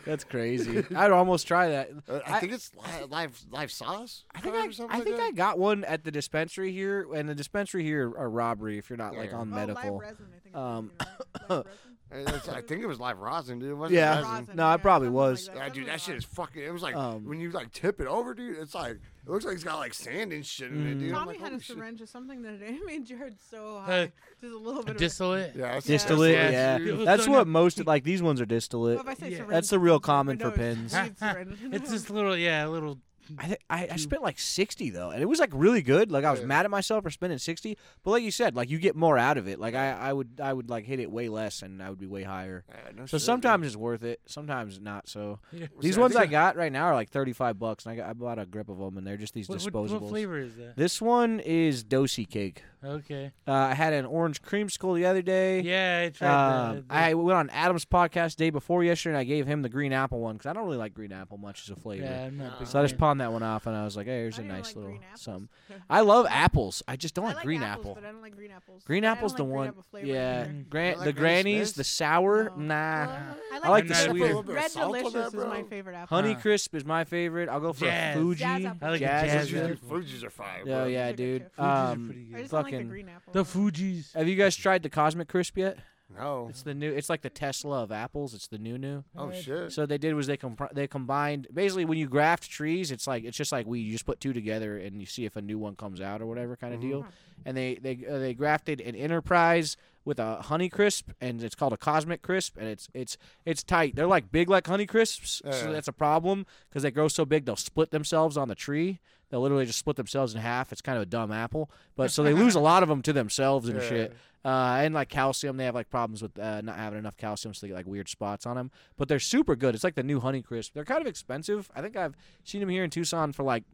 Speaker 1: That's crazy. I'd almost try that.
Speaker 3: Uh, I, think it's li- live live sauce.
Speaker 1: I think
Speaker 3: or
Speaker 1: I,
Speaker 3: something
Speaker 1: I
Speaker 3: like
Speaker 1: think
Speaker 3: that.
Speaker 1: I got one at the dispensary here, and the dispensary here are robbery if you're not like
Speaker 3: Yeah.
Speaker 1: on
Speaker 2: Oh,
Speaker 1: medical.
Speaker 2: live resin, I think.
Speaker 1: Um,
Speaker 2: Um,
Speaker 1: [LAUGHS]
Speaker 2: live resin.
Speaker 3: And it's- I think it was live rosin, dude. It wasn't
Speaker 1: Yeah.
Speaker 3: resin.
Speaker 2: Rosin,
Speaker 1: No, I
Speaker 2: yeah,
Speaker 1: probably
Speaker 2: something
Speaker 1: was.
Speaker 2: Like
Speaker 3: Yeah, dude, that shit is fucking. It was like
Speaker 1: Um,
Speaker 3: when you like tip it over, dude. It's like it looks like it's got like sand and shit in it, dude. I'm
Speaker 2: Tommy
Speaker 3: like,
Speaker 2: had
Speaker 3: holy
Speaker 2: a
Speaker 3: shit.
Speaker 2: syringe of something that it [LAUGHS] made Jared so high. just a little bit of.
Speaker 4: Distillate.
Speaker 3: Yeah, it's-
Speaker 1: Distillate,
Speaker 4: Yeah.
Speaker 1: yeah.
Speaker 4: Yeah.
Speaker 1: That's
Speaker 4: Yeah.
Speaker 1: what most like. These ones are distillate.
Speaker 2: Well, if I say
Speaker 4: Yeah.
Speaker 2: syringe,
Speaker 1: That's the real
Speaker 2: it's-
Speaker 1: common
Speaker 2: no,
Speaker 1: for
Speaker 2: it's-
Speaker 1: pens.
Speaker 2: [LAUGHS] it's syringe.
Speaker 4: [LAUGHS] It's this little, yeah, little.
Speaker 1: I, th- I I spent like sixty though, and it was like really good. Like I was
Speaker 3: Yeah.
Speaker 1: mad at myself for spending sixty, but like you said, like you get more out of it. Like I, I would I would like hit it way less, and I would be way higher.
Speaker 3: Yeah, no
Speaker 1: So
Speaker 3: shit, dude.
Speaker 1: sometimes it's worth it, sometimes not. So
Speaker 4: Yeah.
Speaker 1: these
Speaker 3: See,
Speaker 1: ones I
Speaker 3: think
Speaker 1: got right now are like thirty five bucks, and I got I bought a grip of them, and they're just these
Speaker 4: [LAUGHS] What, what,
Speaker 1: disposables.
Speaker 4: what flavor is that?
Speaker 1: This one is dosi cake.
Speaker 4: Okay.
Speaker 1: Uh, I had an orange creamsicle the other day.
Speaker 4: Yeah, I tried.
Speaker 1: Um,
Speaker 4: the, the,
Speaker 1: I went on Adam's podcast day before yesterday, and I gave him the green apple one because I don't really like green apple much as a flavor.
Speaker 4: yeah, I'm not a big
Speaker 1: So I just
Speaker 4: fan.
Speaker 1: pawned that one off, and I was like, "Hey,
Speaker 2: I
Speaker 1: here's a
Speaker 2: don't even
Speaker 1: nice
Speaker 2: like
Speaker 1: little
Speaker 2: green apples.
Speaker 1: some." I love apples. I just don't
Speaker 2: I
Speaker 1: like,
Speaker 2: like
Speaker 1: green
Speaker 2: apples,
Speaker 1: apple.
Speaker 2: but I don't like green apples.
Speaker 1: Green
Speaker 2: I don't
Speaker 1: apple's
Speaker 2: like
Speaker 1: the
Speaker 2: green
Speaker 1: one.
Speaker 2: apple flavor
Speaker 1: yeah,
Speaker 2: either.
Speaker 4: Mm-hmm.
Speaker 1: gran-
Speaker 3: like
Speaker 1: the
Speaker 3: Granny
Speaker 1: grannies,
Speaker 3: Smiths?
Speaker 1: the sour.
Speaker 2: No.
Speaker 1: Nah,
Speaker 2: Uh, I
Speaker 1: like
Speaker 4: the
Speaker 2: red-
Speaker 4: sweeter.
Speaker 2: Red,
Speaker 4: Little
Speaker 3: bit of salt on
Speaker 2: delicious
Speaker 3: that,
Speaker 2: is my
Speaker 3: bro.
Speaker 2: favorite apple.
Speaker 1: honey
Speaker 4: Huh.
Speaker 1: crisp is my favorite. I'll go for
Speaker 4: Jazz.
Speaker 1: a Fuji.
Speaker 2: Jazz apple.
Speaker 4: I like
Speaker 1: Jazz
Speaker 4: jazz.
Speaker 1: is
Speaker 4: yeah.
Speaker 1: good.
Speaker 3: Dude, Fuji's are fire.
Speaker 1: Yeah,
Speaker 3: bro.
Speaker 2: Those
Speaker 1: yeah,
Speaker 2: are good
Speaker 1: dude.
Speaker 2: too.
Speaker 4: Fuji's are
Speaker 1: Um,
Speaker 4: pretty
Speaker 2: I
Speaker 4: good.
Speaker 2: just don't like the
Speaker 1: fucking-
Speaker 2: green apple.
Speaker 1: [LAUGHS]
Speaker 4: The Fuji's.
Speaker 1: have you guys tried the Cosmic Crisp yet?
Speaker 3: No.
Speaker 1: It's the new. It's like the Tesla of apples. It's the new new.
Speaker 3: Oh shit.
Speaker 1: So they did was they comp- they combined basically when you graft trees, it's like it's just like we you just put two together and you see if a new one comes out or whatever kind of deal. And they they uh, they grafted an Enterprise with a Honey Crisp and it's called a Cosmic Crisp and it's it's it's tight. They're like big like Honey Crisps,
Speaker 3: Yeah.
Speaker 1: so that's a problem because they grow so big they'll split themselves on the tree. They'll literally just split themselves in half. It's kind of a dumb apple, but so they lose a lot of them to themselves and
Speaker 3: Yeah.
Speaker 1: shit. Uh, and like calcium, they have like problems with uh, not having enough calcium, so they get like weird spots on them. But they're super good. It's like the new Honey Crisp. They're kind of expensive. I think I've seen them here in Tucson for like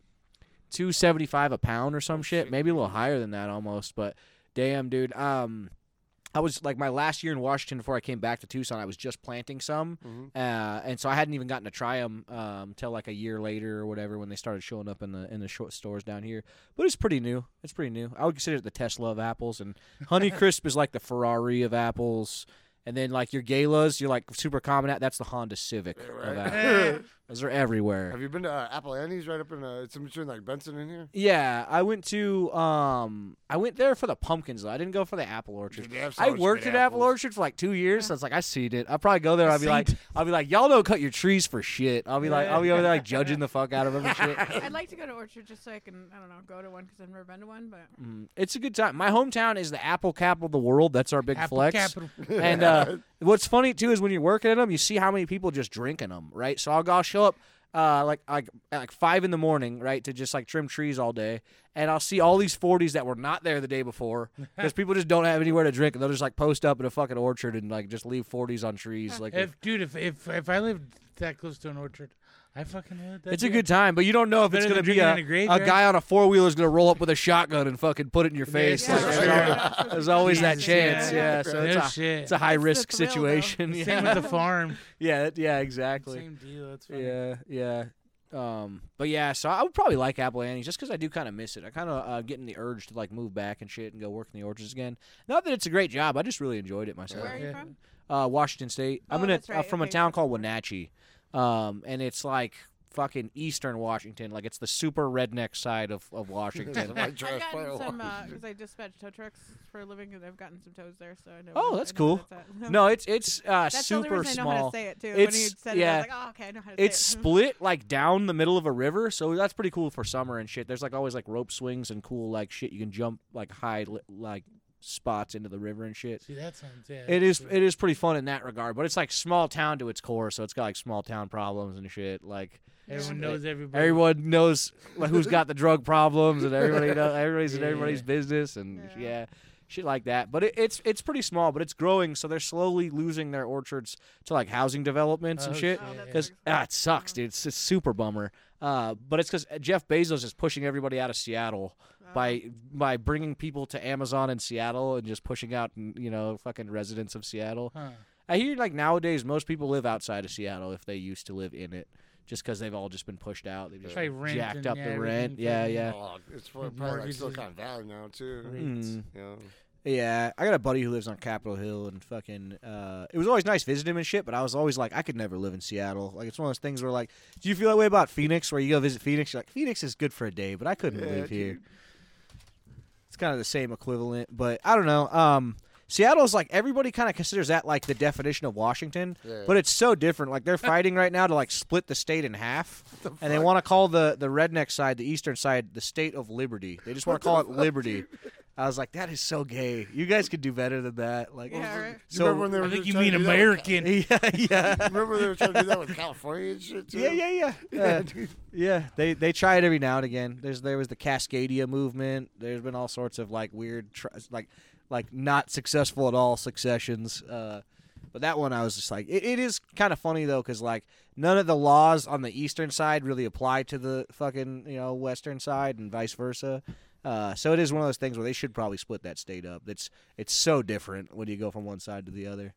Speaker 1: two seventy five a pound or some shit, maybe a little higher than that almost. But damn, dude. Um, I was like my last year in Washington before I came back to Tucson. I was just planting some,
Speaker 3: Mm-hmm.
Speaker 1: uh, and so I hadn't even gotten to try them um, till like a year later or whatever when they started showing up in the in the short stores down here. But it's pretty new. It's
Speaker 3: [LAUGHS]
Speaker 1: pretty new. I would consider it the Tesla of apples, and Honey Crisp is like the Ferrari of apples. And then like your galas, you're like super common out. That's the Honda Civic.
Speaker 3: Yeah,
Speaker 1: of
Speaker 3: right.
Speaker 1: that.
Speaker 4: Eh,
Speaker 1: Those are everywhere.
Speaker 3: Have you been to uh, Apple Annie's right up in uh, it's in between like Benson and here?
Speaker 1: Yeah, I went to um I went there for the pumpkins though. I didn't go for the apple orchard.
Speaker 3: Dude, they have so
Speaker 1: I
Speaker 3: much
Speaker 1: worked
Speaker 3: good
Speaker 1: at Apple
Speaker 3: apples.
Speaker 1: Orchard for like two years, so it's like I seen it. I'll probably go there.
Speaker 4: I
Speaker 1: I'll be like,
Speaker 4: seen
Speaker 1: I'll be like, y'all don't cut your trees for shit. I'll be like, I'll be over there like judging the fuck out of them and
Speaker 4: [LAUGHS]
Speaker 1: shit.
Speaker 2: I'd like to go to Orchard just so I can, I don't know, go to one because I've never been to one, but
Speaker 1: Mm, It's a good time. My hometown is the apple capital of the world. That's our [LAUGHS] big
Speaker 4: Apple
Speaker 1: flex.
Speaker 4: Capital.
Speaker 1: And uh, what's funny too is when you're working at them, you see how many people just drinking them, right? So I'll go I'll show up uh, like like at like five in the morning, right, to just like trim trees all day, and I'll see all these forties that were not there the day
Speaker 4: [LAUGHS]
Speaker 1: before because people just don't have anywhere to drink, and they'll just like post up in a fucking orchard and like just leave forties on trees. Like
Speaker 4: If dude, if if if I lived that close to an orchard, I fucking would. That'd
Speaker 1: it's a
Speaker 4: be
Speaker 1: good time, but you don't know if it's gonna
Speaker 4: Better than
Speaker 1: be a,
Speaker 4: drinking in a
Speaker 1: a
Speaker 4: graveyard.
Speaker 1: guy on a four wheeler is gonna roll up with a shotgun and fucking put it in your face.
Speaker 2: Yeah,
Speaker 1: Like,
Speaker 2: right.
Speaker 1: there's always- there's always that
Speaker 4: Jesus,
Speaker 1: chance,
Speaker 4: yeah.
Speaker 1: yeah. So it's
Speaker 4: No
Speaker 1: a
Speaker 4: shit.
Speaker 1: it's a high risk
Speaker 2: thrill, though.
Speaker 1: situation. [LAUGHS]
Speaker 4: Same
Speaker 1: Yeah,
Speaker 4: with the farm.
Speaker 1: yeah, that- yeah, exactly.
Speaker 4: Same deal. That's funny.
Speaker 1: Yeah, yeah. Um, but yeah, so I would probably like Apple Annie's just because I do kind of miss it. I kind of uh, getting the urge to like move back and shit and go work in the orchards again. Not that it's a great job, I just really enjoyed it myself.
Speaker 2: where are you
Speaker 4: Yeah.
Speaker 2: from?
Speaker 1: Uh, Washington State. I'm
Speaker 2: Oh,
Speaker 1: in a,
Speaker 2: that's
Speaker 1: uh,
Speaker 2: right.
Speaker 1: from a
Speaker 2: Okay,
Speaker 1: town
Speaker 2: that's
Speaker 1: called Wenatchee, um, and it's like fucking Eastern Washington. Like it's the super redneck side of
Speaker 2: [LAUGHS]
Speaker 1: of Washington. [LAUGHS]
Speaker 3: Like trash
Speaker 2: I've
Speaker 3: pile.
Speaker 2: gotten some, uh, because I dispatch tow trucks for a living, and I've gotten some tows there, so I know.
Speaker 1: Oh,
Speaker 2: where-
Speaker 1: that's
Speaker 2: I know where
Speaker 1: cool.
Speaker 2: that's [LAUGHS] at.
Speaker 1: no, it's it's uh,
Speaker 2: That's the
Speaker 1: super
Speaker 2: only reason I know
Speaker 1: small.
Speaker 2: how to say it too. when
Speaker 1: It's-
Speaker 2: he said
Speaker 1: yeah.
Speaker 2: it, I was like, oh, okay, I know how to
Speaker 1: it's
Speaker 2: say it. [LAUGHS]
Speaker 1: split like down the middle of a river, so that's pretty cool for summer and shit. There's like always like rope swings and cool like shit. You can jump like high li- like spots into the river and shit.
Speaker 4: See, that sounds yeah.
Speaker 1: It is
Speaker 4: that's
Speaker 1: it is pretty fun in that regard, but it's like small town to its core, so it's got like small town problems and shit. Like
Speaker 4: Everyone knows everybody.
Speaker 1: everyone knows like, who's got the drug problems, and
Speaker 4: [LAUGHS]
Speaker 1: everybody knows, everybody's in everybody's
Speaker 4: Yeah.
Speaker 1: business, and yeah.
Speaker 2: Yeah.
Speaker 1: shit like that. But it, it's it's pretty small, but it's growing, so they're slowly losing their orchards to like housing developments and
Speaker 4: Oh,
Speaker 1: shit.
Speaker 2: Oh, that's
Speaker 1: Because
Speaker 2: where
Speaker 1: ah, it sucks, dude. It's a super bummer. Uh, but it's because Jeff Bezos is pushing everybody out of Seattle
Speaker 2: Uh-huh.
Speaker 1: by by bringing people to Amazon in Seattle and just pushing out, you know, fucking residents of Seattle.
Speaker 4: Huh.
Speaker 1: I hear like nowadays most people live outside of Seattle if they used to live in it, just because they've all just been pushed out. They've just
Speaker 4: Probably rent
Speaker 1: jacked
Speaker 4: and,
Speaker 1: up
Speaker 4: yeah,
Speaker 1: the rent.
Speaker 4: everything
Speaker 1: Yeah,
Speaker 4: fucking-
Speaker 1: yeah,
Speaker 3: Oh, it's for-
Speaker 4: With
Speaker 3: probably like
Speaker 4: mortgages.
Speaker 3: Silicon Valley now too.
Speaker 1: Mm.
Speaker 3: You know,
Speaker 1: yeah. I got a buddy who lives on Capitol Hill, and fucking, uh, it was always nice visiting him and shit. But I was always like, I could never live in Seattle. Like it's one of those things where like, do you feel that way about Phoenix? Where you go visit Phoenix, you're like, Phoenix is good for a day, but I couldn't
Speaker 3: Yeah,
Speaker 1: live here.
Speaker 3: dude.
Speaker 1: It's kind of the same equivalent, but I don't know. Um, Seattle's like everybody kind of considers that like the definition of Washington,
Speaker 3: Yeah.
Speaker 1: but it's so different. Like they're fighting right now to like split the state in half, and they
Speaker 3: fuck?
Speaker 1: want to call the the redneck side, the eastern side, the state of liberty. They just want to call it liberty. I was like, that is so gay. You guys could do better than that. Like,
Speaker 2: Yeah, right.
Speaker 3: You remember when
Speaker 1: so
Speaker 3: they were
Speaker 4: I think
Speaker 3: just
Speaker 4: you
Speaker 3: trying to do
Speaker 4: mean
Speaker 3: that with-
Speaker 1: [LAUGHS]
Speaker 4: American.
Speaker 1: yeah, [LAUGHS]
Speaker 3: [LAUGHS]
Speaker 1: yeah.
Speaker 3: Remember they were trying to do that with California and shit too.
Speaker 1: Yeah,
Speaker 3: [LAUGHS]
Speaker 1: yeah, yeah, Uh, yeah, yeah. They they try it every now and again. There's there was the Cascadia movement. There's been all sorts of like weird, tr- like like not successful at all successions. Uh, but that one I was just like, it, it is kind of funny though, because like none of the laws on the eastern side really apply to the fucking you know western side and vice versa. Uh, so it is one of those things where they should probably split that state up. It's it's so different when you go from one side to the other.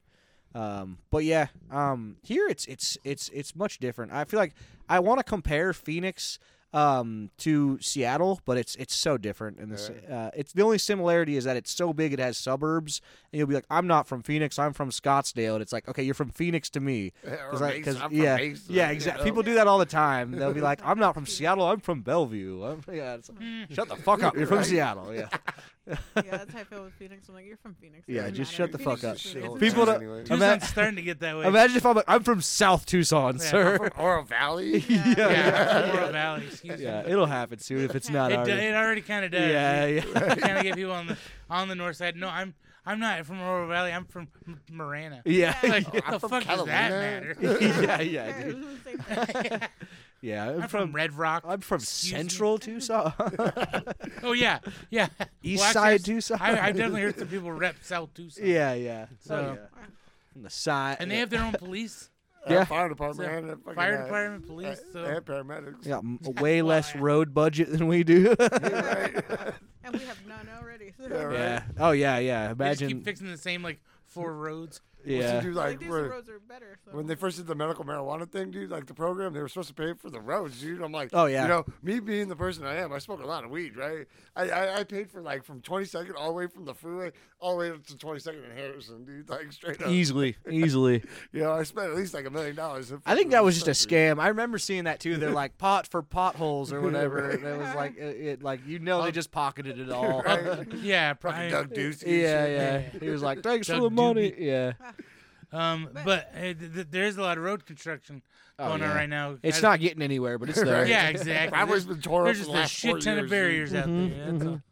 Speaker 1: Um, but yeah, um, here it's it's it's it's much different. I feel like I want to compare Phoenix um, to Seattle, but it's it's so different. And this, uh, it's the only similarity is that it's so big it has suburbs, and you'll be like, I'm not from Phoenix, I'm from Scottsdale, and it's like, okay, you're from Phoenix to me,
Speaker 3: [LAUGHS] Or
Speaker 1: 'Cause I-
Speaker 3: Mason,
Speaker 1: 'cause-
Speaker 3: I'm from
Speaker 1: yeah,
Speaker 3: Mason,
Speaker 1: yeah,
Speaker 3: you
Speaker 1: exactly.
Speaker 3: know.
Speaker 1: People do that all the time. They'll be like, I'm not from Seattle, I'm from Bellevue. I'm, [LAUGHS] yeah, it's like, shut the fuck up, you're from Seattle.
Speaker 3: [LAUGHS]
Speaker 1: Yeah,
Speaker 2: [LAUGHS] yeah, that's how I feel with Phoenix. I'm like, you're from Phoenix. it
Speaker 1: Yeah,
Speaker 2: doesn't
Speaker 1: just
Speaker 2: matter.
Speaker 1: shut the
Speaker 2: Phoenix
Speaker 1: fuck
Speaker 2: is
Speaker 1: up.
Speaker 2: Phoenix. It's
Speaker 1: People
Speaker 2: [LAUGHS] nice.
Speaker 1: don't- [LAUGHS]
Speaker 3: Anyway.
Speaker 1: I'm
Speaker 4: Tucson's
Speaker 1: at-
Speaker 4: starting to get that
Speaker 1: [LAUGHS]
Speaker 4: way.
Speaker 1: imagine if I'm like, I'm from South Tucson,
Speaker 4: Yeah.
Speaker 1: sir.
Speaker 3: Oro
Speaker 1: [LAUGHS]
Speaker 3: Valley.
Speaker 1: yeah,
Speaker 4: yeah,
Speaker 1: yeah,
Speaker 4: Laurel Valley. Excuse
Speaker 1: yeah,
Speaker 4: me.
Speaker 1: it'll happen soon if it's not
Speaker 4: It, do,
Speaker 1: already.
Speaker 4: it already kind of does.
Speaker 1: Yeah,
Speaker 4: [LAUGHS]
Speaker 1: yeah.
Speaker 4: kind of get people on the on the north side. No, I'm I'm not from Laurel Valley. I'm from M-
Speaker 1: [LAUGHS]
Speaker 4: Marana.
Speaker 1: Yeah.
Speaker 4: Like,
Speaker 1: yeah.
Speaker 4: what
Speaker 3: I'm
Speaker 4: the
Speaker 3: from
Speaker 4: fuck
Speaker 3: Catalina.
Speaker 4: does that
Speaker 1: yeah,
Speaker 4: matter?
Speaker 1: yeah, dude.
Speaker 2: Same thing.
Speaker 1: [LAUGHS] Yeah,
Speaker 4: [LAUGHS] I'm from Red Rock.
Speaker 1: I'm from
Speaker 4: Excuse me.
Speaker 1: Central
Speaker 4: [LAUGHS]
Speaker 1: Tucson. [LAUGHS]
Speaker 4: Oh yeah, yeah.
Speaker 1: East
Speaker 4: Well, actually,
Speaker 1: Side
Speaker 4: I've-
Speaker 1: Tucson.
Speaker 4: I, I've
Speaker 1: [LAUGHS]
Speaker 4: definitely heard some people rep South Tucson.
Speaker 1: yeah, yeah.
Speaker 4: So-
Speaker 1: Oh, yeah. from the side,
Speaker 4: and they have their own police,
Speaker 1: Yeah.
Speaker 3: Yeah. Fire department.
Speaker 4: So,
Speaker 3: and that fucking,
Speaker 4: fire
Speaker 3: uh,
Speaker 4: department, police.
Speaker 3: and-
Speaker 4: So
Speaker 3: And paramedics. [LAUGHS]
Speaker 1: they got
Speaker 4: [LAUGHS]
Speaker 1: m- way less road budget than we do. [LAUGHS]
Speaker 2: And we have none already.
Speaker 3: Yeah, right.
Speaker 1: yeah. Oh yeah, yeah.
Speaker 4: they just keep
Speaker 1: Imagine.
Speaker 4: fixing the same like four roads
Speaker 1: Yeah.
Speaker 3: Dude,
Speaker 2: Like,
Speaker 3: like,
Speaker 2: these
Speaker 3: where-
Speaker 2: roads are better. So.
Speaker 3: when they first did the medical marijuana thing, dude, like the program, they were supposed to pay for the roads, dude. I'm like,
Speaker 1: Oh, yeah.
Speaker 3: you know, me being the person I am, I smoke a lot of weed, right? I, I, I paid for like from 22nd all the way from the freeway all the way up to 22nd and Harrison, dude, like straight up.
Speaker 1: Easily, easily.
Speaker 3: You know, I spent at least like a million dollars. in
Speaker 1: [LAUGHS] I think that was just a
Speaker 3: fucking
Speaker 1: scam. I remember seeing that too. They're like pot for potholes or whatever. And it was like it, it like you know
Speaker 4: Oh.
Speaker 1: they just pocketed
Speaker 4: [LAUGHS]
Speaker 1: it all. [LAUGHS]
Speaker 3: Right.
Speaker 4: yeah, probably.
Speaker 3: Doug Ducey. and
Speaker 1: Yeah,
Speaker 3: shit.
Speaker 1: yeah.
Speaker 4: Yeah.
Speaker 1: He was like, "Thanks for
Speaker 4: Doug
Speaker 1: the money."
Speaker 4: Doobie.
Speaker 1: Yeah,
Speaker 4: Um,
Speaker 2: But-
Speaker 4: but uh, th- th- there's a lot of road construction
Speaker 1: Oh,
Speaker 4: going
Speaker 1: yeah.
Speaker 4: on right now.
Speaker 1: it's
Speaker 4: As-
Speaker 1: not getting anywhere, [LAUGHS] but it's there.
Speaker 3: [LAUGHS] Right.
Speaker 4: Yeah, exactly.
Speaker 3: Highway's
Speaker 4: There's-
Speaker 3: been tore up
Speaker 4: There's
Speaker 3: for the
Speaker 4: just a
Speaker 3: last four
Speaker 4: shit ton of
Speaker 3: years, dude. Mm-hmm,
Speaker 4: barriers out there. That's all.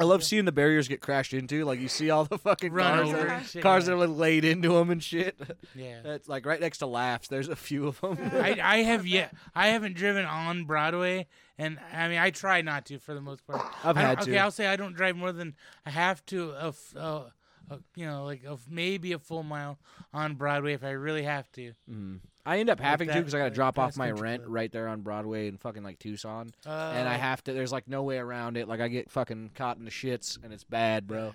Speaker 1: I love seeing the barriers get crashed into. Like you see all the fucking
Speaker 4: Run
Speaker 1: cars,
Speaker 4: over
Speaker 1: that-
Speaker 4: and shit,
Speaker 1: cars
Speaker 4: yeah.
Speaker 1: that are laid into them and shit. [LAUGHS]
Speaker 4: Yeah.
Speaker 1: That's like right next to laughs. There's a few of them. [LAUGHS]
Speaker 4: I, I have yet I haven't driven on Broadway and I mean I try not to for the most part.
Speaker 1: I've
Speaker 4: I don't-
Speaker 1: had
Speaker 4: okay,
Speaker 1: to.
Speaker 4: I'll say I don't drive more than I have to a, f- a- a- you know like a f maybe a full mile on Broadway if I really have to.
Speaker 1: I end up having to
Speaker 4: that,
Speaker 1: because I got to
Speaker 4: like,
Speaker 1: drop off
Speaker 4: cross
Speaker 1: my
Speaker 4: country
Speaker 1: rent
Speaker 4: club.
Speaker 1: right there on Broadway in fucking like Tucson, and
Speaker 4: Oh.
Speaker 1: I have to. There's like no way around it. Like I get fucking caught in the shits, and it's bad, bro.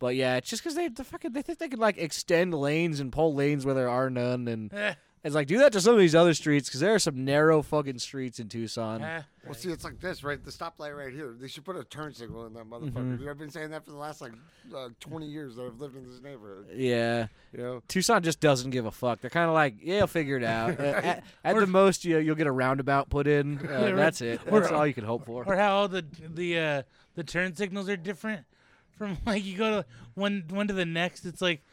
Speaker 1: But yeah, it's just because they the fucking they think they could like extend lanes and pull lanes where there are none, and
Speaker 4: [LAUGHS] Eh,
Speaker 1: it's like do that to some of these other streets because there are some narrow fucking streets in
Speaker 3: Um,
Speaker 1: Tucson.
Speaker 4: eh.
Speaker 3: Well, see, it's like this, right? The stoplight right here. They should put a turn signal in that motherfucker. dude. I've been saying that for the last like uh, 20 years that I've lived in this neighborhood.
Speaker 1: Yeah, [LAUGHS]
Speaker 3: You know,
Speaker 1: Tucson just doesn't give a fuck. They're kind of like, yeah, you'll figure
Speaker 2: [LAUGHS]
Speaker 1: it out. Uh, at at the most, you, you'll get a roundabout put
Speaker 2: [LAUGHS]
Speaker 1: in. Uh,
Speaker 4: right.
Speaker 1: That's it.
Speaker 4: Or-
Speaker 1: That's all you can hope for.
Speaker 4: Or how all the the uh, the turn signals are different from [LAUGHS] like you go to one one to the next. It's like [LAUGHS]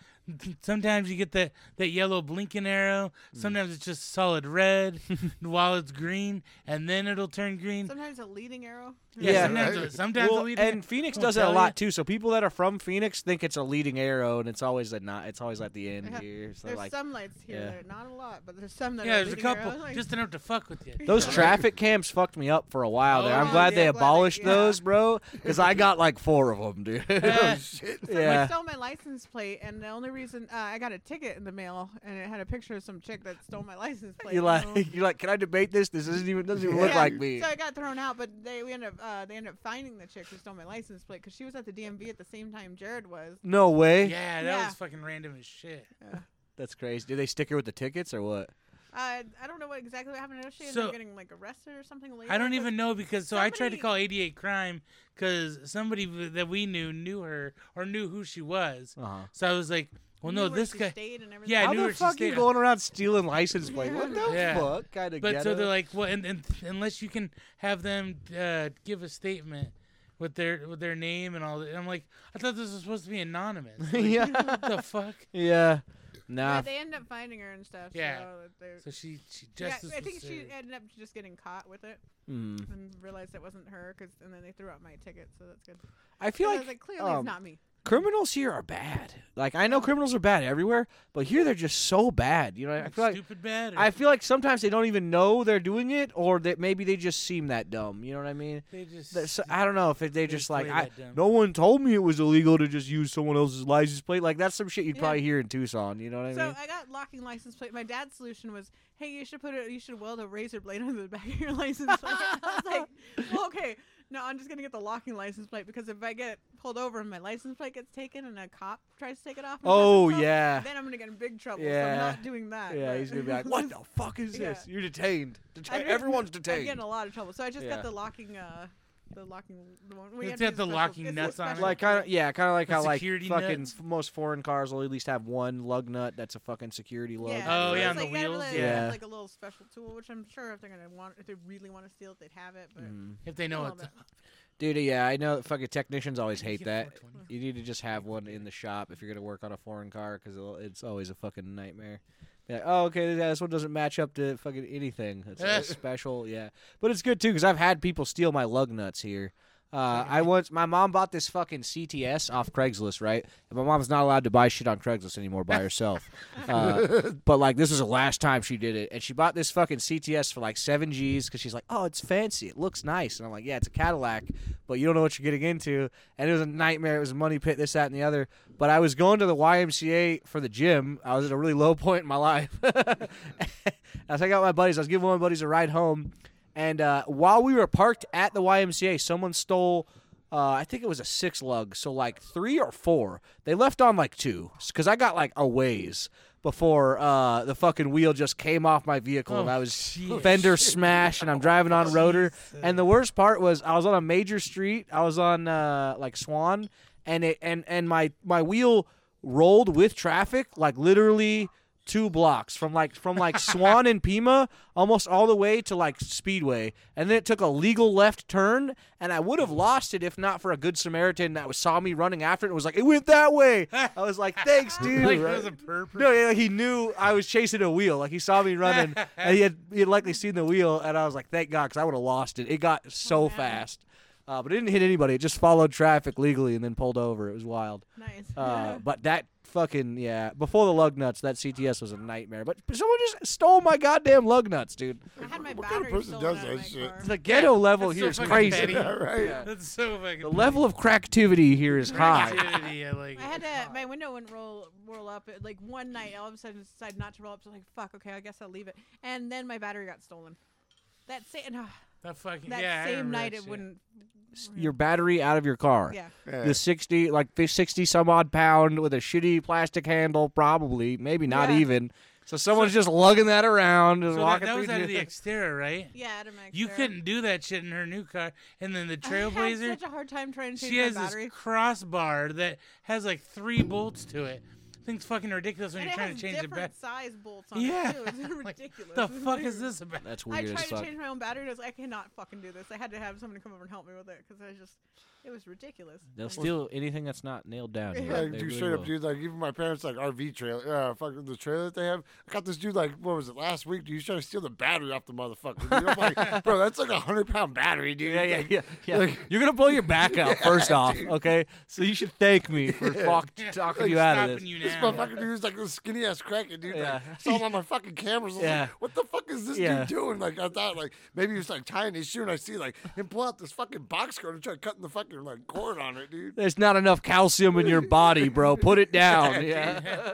Speaker 4: sometimes you get that that yellow blinking arrow.
Speaker 1: Mm.
Speaker 4: Sometimes it's just
Speaker 1: [LAUGHS]
Speaker 4: solid red while it's green, and then it'll turn green.
Speaker 2: Sometimes a leading arrow.
Speaker 4: Yeah,
Speaker 1: Yeah.
Speaker 4: sometimes,
Speaker 3: Right.
Speaker 4: sometimes
Speaker 1: Well,
Speaker 4: it'll lead
Speaker 1: and Phoenix
Speaker 4: I'll
Speaker 1: does that a
Speaker 4: tell
Speaker 1: lot too. So people that are from Phoenix think it's a leading arrow, and it's always a not. It's always at the end
Speaker 2: Yeah.
Speaker 1: here. So
Speaker 2: There's
Speaker 1: like
Speaker 2: some lights here.
Speaker 1: yeah.
Speaker 2: that are Not a lot, but there's some that
Speaker 4: yeah,
Speaker 2: are
Speaker 4: there's a
Speaker 2: leading arrows,
Speaker 4: couple
Speaker 2: [LAUGHS] like-
Speaker 4: just enough to fuck with you.
Speaker 1: [LAUGHS]
Speaker 4: [LAUGHS]
Speaker 1: those traffic cams fucked me up for a while there. I'm
Speaker 2: Oh,
Speaker 1: glad
Speaker 2: yeah,
Speaker 1: they
Speaker 2: glad they-
Speaker 1: abolished
Speaker 2: yeah.
Speaker 1: those, bro, because I got like four of them, [LAUGHS] dude.
Speaker 4: Eh,
Speaker 2: So
Speaker 1: yeah.
Speaker 2: I stole my license plate, and the only reason uh, I got a ticket in the mail, and it had a picture of some chick that stole my
Speaker 4: [LAUGHS]
Speaker 2: license plate.
Speaker 1: You
Speaker 2: so-
Speaker 1: like you like? Can I debate this? This doesn't even doesn't even look
Speaker 2: Yeah.
Speaker 1: like me.
Speaker 2: So I got thrown out, but they we ended up uh, they ended up finding the chick who stole my license plate because she was at the DMV at the same time Jared was.
Speaker 1: No way.
Speaker 4: yeah, that
Speaker 2: Yeah.
Speaker 4: was fucking random as shit.
Speaker 1: That's crazy. Did they stick her with the tickets or what?
Speaker 2: Uh, I don't know what exactly what happened. I know she ended
Speaker 4: So-
Speaker 2: up getting like arrested or something later.
Speaker 4: I don't
Speaker 2: but-
Speaker 4: even know because so I tried to
Speaker 2: somebody-
Speaker 4: call 88 Crime because somebody w- that we knew knew her or knew who she was.
Speaker 1: Uh
Speaker 2: Uh-huh.
Speaker 1: huh.
Speaker 4: So I was like, well,
Speaker 2: knew
Speaker 4: no,
Speaker 2: where
Speaker 4: this
Speaker 2: she
Speaker 4: guy.
Speaker 2: stayed and everything.
Speaker 4: Yeah, I
Speaker 1: How
Speaker 4: knew
Speaker 1: the
Speaker 4: where she
Speaker 1: fuck you
Speaker 4: stayed.
Speaker 1: going around stealing license plate? What the
Speaker 4: Yeah.
Speaker 1: fuck? Kind of.
Speaker 4: But so they're like, well, and, and unless you can have them uh, give a statement with their with their name and all that, I'm like, I thought this was supposed to be anonymous.
Speaker 1: [LAUGHS]
Speaker 4: Like,
Speaker 1: yeah,
Speaker 4: what the fuck?
Speaker 1: yeah.
Speaker 2: Yeah,
Speaker 1: Nah,
Speaker 2: they ended up finding her and stuff.
Speaker 4: Yeah.
Speaker 2: So that they're-
Speaker 4: So she she
Speaker 2: yeah,
Speaker 4: justice.
Speaker 2: I think
Speaker 4: was
Speaker 2: she
Speaker 4: served.
Speaker 2: ended up just getting caught with it
Speaker 1: Mm.
Speaker 2: and realized it wasn't her. Cause, and then they threw out my ticket, so that's good.
Speaker 1: I feel
Speaker 2: I
Speaker 1: like,
Speaker 2: was like, clearly
Speaker 1: um,
Speaker 2: it's not me.
Speaker 1: criminals here are bad. Like I know criminals are bad everywhere, but here they're just so bad. You know, I feel like
Speaker 4: stupid bad. Or
Speaker 1: I feel like sometimes they don't even know they're doing it, or that maybe they just seem that dumb. You know what I mean?
Speaker 4: they just
Speaker 1: That- so- I don't know if it, they just
Speaker 4: just
Speaker 1: like
Speaker 4: play
Speaker 1: I,
Speaker 4: that dumb.
Speaker 1: no one told me it was illegal to just use someone else's license plate. Like that's some shit you'd
Speaker 2: Yeah.
Speaker 1: probably hear in Tucson. You know what I
Speaker 2: So
Speaker 1: mean?
Speaker 2: I got locking license plate. My dad's solution was, "Hey, you should put a, you should weld a razor blade [LAUGHS] under the back of your license plate." [LAUGHS] I was like, well, "Okay, no, I'm just gonna get the locking license plate because if I get pulled over and my license plate gets taken and a cop tries to take it off, and says
Speaker 1: Oh,
Speaker 2: it's
Speaker 1: yeah.
Speaker 2: then I'm gonna get in big trouble.
Speaker 1: Yeah.
Speaker 2: so I'm not doing that.
Speaker 1: yeah,
Speaker 2: but-
Speaker 1: he's
Speaker 2: [LAUGHS]
Speaker 1: gonna be like, "What the fuck is
Speaker 2: Yeah.
Speaker 1: this? You're detained. Deta-
Speaker 2: I'd get- [LAUGHS]
Speaker 1: everyone's
Speaker 2: I'd get in
Speaker 1: detained."
Speaker 2: a lot of trouble. So I just
Speaker 1: Yeah.
Speaker 2: got the locking, uh, the locking. The one, we
Speaker 4: It's
Speaker 2: had to
Speaker 4: got
Speaker 2: use
Speaker 4: the
Speaker 2: special-
Speaker 4: locking
Speaker 2: it's a
Speaker 4: nuts on it.
Speaker 2: special-
Speaker 1: Like kind of yeah, kind of like
Speaker 4: The
Speaker 1: how like
Speaker 4: security
Speaker 1: fucking
Speaker 4: nuts.
Speaker 1: f- most foreign cars will at least have one lug nut that's a fucking security lug.
Speaker 4: Oh,
Speaker 2: it's
Speaker 4: yeah, on
Speaker 2: like,
Speaker 4: the
Speaker 2: gotta
Speaker 4: wheels,
Speaker 2: Like,
Speaker 1: yeah.
Speaker 2: Like a little special tool, which I'm sure if they're gonna want, if they really want to steal it, they'd have it. But
Speaker 1: Mhm.
Speaker 4: [LAUGHS] if they
Speaker 2: a
Speaker 4: know
Speaker 2: little
Speaker 4: [LAUGHS] it's
Speaker 2: bit.
Speaker 1: Dude, uh, yeah, I know. Fucking technicians always
Speaker 4: You
Speaker 1: hate
Speaker 4: get
Speaker 1: that.
Speaker 4: 420.
Speaker 1: You need to just have one in the shop if you're gonna work on a foreign car because it's always a fucking nightmare. Be like, oh, okay, yeah, this one doesn't match up to fucking anything. It's a special, yeah. But it's good too because I've had people steal my lug nuts here. Uh, I once my mom bought this fucking CTS off Craigslist, right? And my mom's not allowed to buy shit on Craigslist anymore by herself. uh, but like this was the last time she did it, and she bought this fucking CTS for like seven G's because she's like, "Oh, it's fancy, it looks nice," and I'm like, "Yeah, it's a Cadillac, but you don't know what you're getting into." And it was a nightmare. It was a money pit, this, that, and the other. But I was going to the YMCA for the gym. I was at a really low point in my life. [LAUGHS] As I got my buddies, I was giving one of my buddies a ride home. And uh, while we were parked at the YMCA, someone stole Uh, I think it was a six lug, so like three or four. They left on like two, because I got like a ways before uh, the fucking wheel just came off my vehicle and
Speaker 4: Oh,
Speaker 1: I was
Speaker 4: shit.
Speaker 1: fender smash and I'm driving on rotor. And the worst part was I was on a major street. I was on uh, like Swan, and it and and my my wheel rolled with traffic like literally two blocks from like from
Speaker 4: [LAUGHS]
Speaker 1: like Swan and Pima almost all the way to like Speedway and then it took a legal left turn and I would have lost it if not for a good Samaritan that was saw me running after it and was like it went that way I was like thanks
Speaker 4: [LAUGHS]
Speaker 1: dude
Speaker 4: like
Speaker 1: Right.
Speaker 4: that was a purpose.
Speaker 1: No, yeah, like, he knew I was chasing a wheel. Like he saw me running, and he had he had likely seen the wheel, and I was like, "Thank God," because I would have lost it. It got so
Speaker 4: Oh,
Speaker 2: man.
Speaker 1: fast, uh, but it didn't hit anybody. It just followed traffic legally and then pulled over. It was wild.
Speaker 2: Nice.
Speaker 1: Uh, but that fucking yeah, before the lug nuts, that CTS was a nightmare. But but someone just stole my goddamn lug nuts, dude.
Speaker 2: [LAUGHS] I had my
Speaker 3: what kind of
Speaker 2: battery
Speaker 3: person
Speaker 2: stolen
Speaker 3: does
Speaker 2: out of
Speaker 3: that
Speaker 2: my
Speaker 3: shit?
Speaker 2: car.
Speaker 1: The ghetto level
Speaker 4: That's so
Speaker 1: here is
Speaker 4: fucking
Speaker 1: crazy.
Speaker 4: petty.
Speaker 3: Yeah, [LAUGHS] right.
Speaker 1: Yeah.
Speaker 4: That's so fucking.
Speaker 1: The level of cracktivity here is high.
Speaker 4: Activity, I like.
Speaker 2: I had
Speaker 4: it.
Speaker 2: to,
Speaker 3: [LAUGHS]
Speaker 2: my window wouldn't roll roll up. It, like one night, all of a sudden, decided not to roll up. So like, fuck, okay, I guess I'll leave it. And then my battery got stolen. [SIGHS] That same
Speaker 4: That fucking.
Speaker 2: that
Speaker 4: yeah, I
Speaker 2: same
Speaker 4: remember
Speaker 2: night,
Speaker 4: that
Speaker 2: it
Speaker 4: shit.
Speaker 2: wouldn't.
Speaker 1: Your battery out of your car.
Speaker 2: Yeah,
Speaker 3: Yeah. [LAUGHS]
Speaker 1: the 60 like the 60 some odd pound with a shitty plastic handle probably maybe not
Speaker 2: Yeah.
Speaker 1: even so someone's just lugging that around and
Speaker 4: So that,
Speaker 1: walking
Speaker 4: that
Speaker 1: through
Speaker 4: was out of the
Speaker 1: the-
Speaker 4: Xterra, right?
Speaker 2: yeah, Adam. X
Speaker 4: You
Speaker 2: there.
Speaker 4: couldn't do that shit in her new car. And then the
Speaker 2: I
Speaker 4: Trailblazer,
Speaker 2: had such a hard time trying to change
Speaker 4: she has
Speaker 2: my
Speaker 4: this
Speaker 2: battery.
Speaker 4: crossbar that has like three bolts to it. Thing's fucking ridiculous when
Speaker 2: and
Speaker 4: you're
Speaker 2: it
Speaker 4: trying
Speaker 2: has
Speaker 4: to change the
Speaker 2: different
Speaker 4: battery.
Speaker 2: size bolts on
Speaker 4: Yeah.
Speaker 2: it too. It's
Speaker 4: [LAUGHS] Like,
Speaker 2: ridiculous.
Speaker 4: The fuck is this
Speaker 1: [LAUGHS]
Speaker 4: about?
Speaker 1: that's
Speaker 2: I
Speaker 1: weird
Speaker 2: tried
Speaker 1: as
Speaker 2: to
Speaker 1: fuck
Speaker 2: change my own battery, and I was like, I cannot fucking do this. I had to have someone come over and help me with it because I was just, it was ridiculous.
Speaker 1: they'll
Speaker 2: Like,
Speaker 1: steal anything that's not nailed down
Speaker 2: Yeah,
Speaker 1: here.
Speaker 3: Like,
Speaker 1: They
Speaker 3: dude,
Speaker 1: really
Speaker 3: straight up,
Speaker 1: will.
Speaker 3: dude. Like, even my parents, like, RV trailer, uh, fucking the trailer that they have. I got this dude, like, what was it, last week, dude? He's trying to steal the battery off the motherfucker. Dude.
Speaker 1: [LAUGHS]
Speaker 3: I'm like, bro, that's like a 100 pound battery,
Speaker 1: [LAUGHS]
Speaker 3: dude.
Speaker 1: yeah yeah
Speaker 3: Like, [LAUGHS]
Speaker 1: yeah, yeah.
Speaker 3: like-
Speaker 1: you're gonna blow your back
Speaker 3: [LAUGHS]
Speaker 1: out first off okay so you should thank me for fuck, talking
Speaker 4: [LAUGHS] Like,
Speaker 1: you out of
Speaker 4: stopping
Speaker 1: this
Speaker 4: you
Speaker 3: This
Speaker 4: now.
Speaker 3: motherfucker dude's like this skinny ass crackhead dude.
Speaker 1: Yeah.
Speaker 3: Like, saw him on my fucking cameras. I was
Speaker 1: Yeah.
Speaker 3: Like, what the fuck is this
Speaker 1: Yeah.
Speaker 3: dude doing? Like I thought like maybe he was like tying his shoe and I see like him pull out this fucking box cord and try cutting the fucking like cord on it, dude.
Speaker 1: there's not enough calcium in your body bro put
Speaker 4: [LAUGHS]
Speaker 1: it down yeah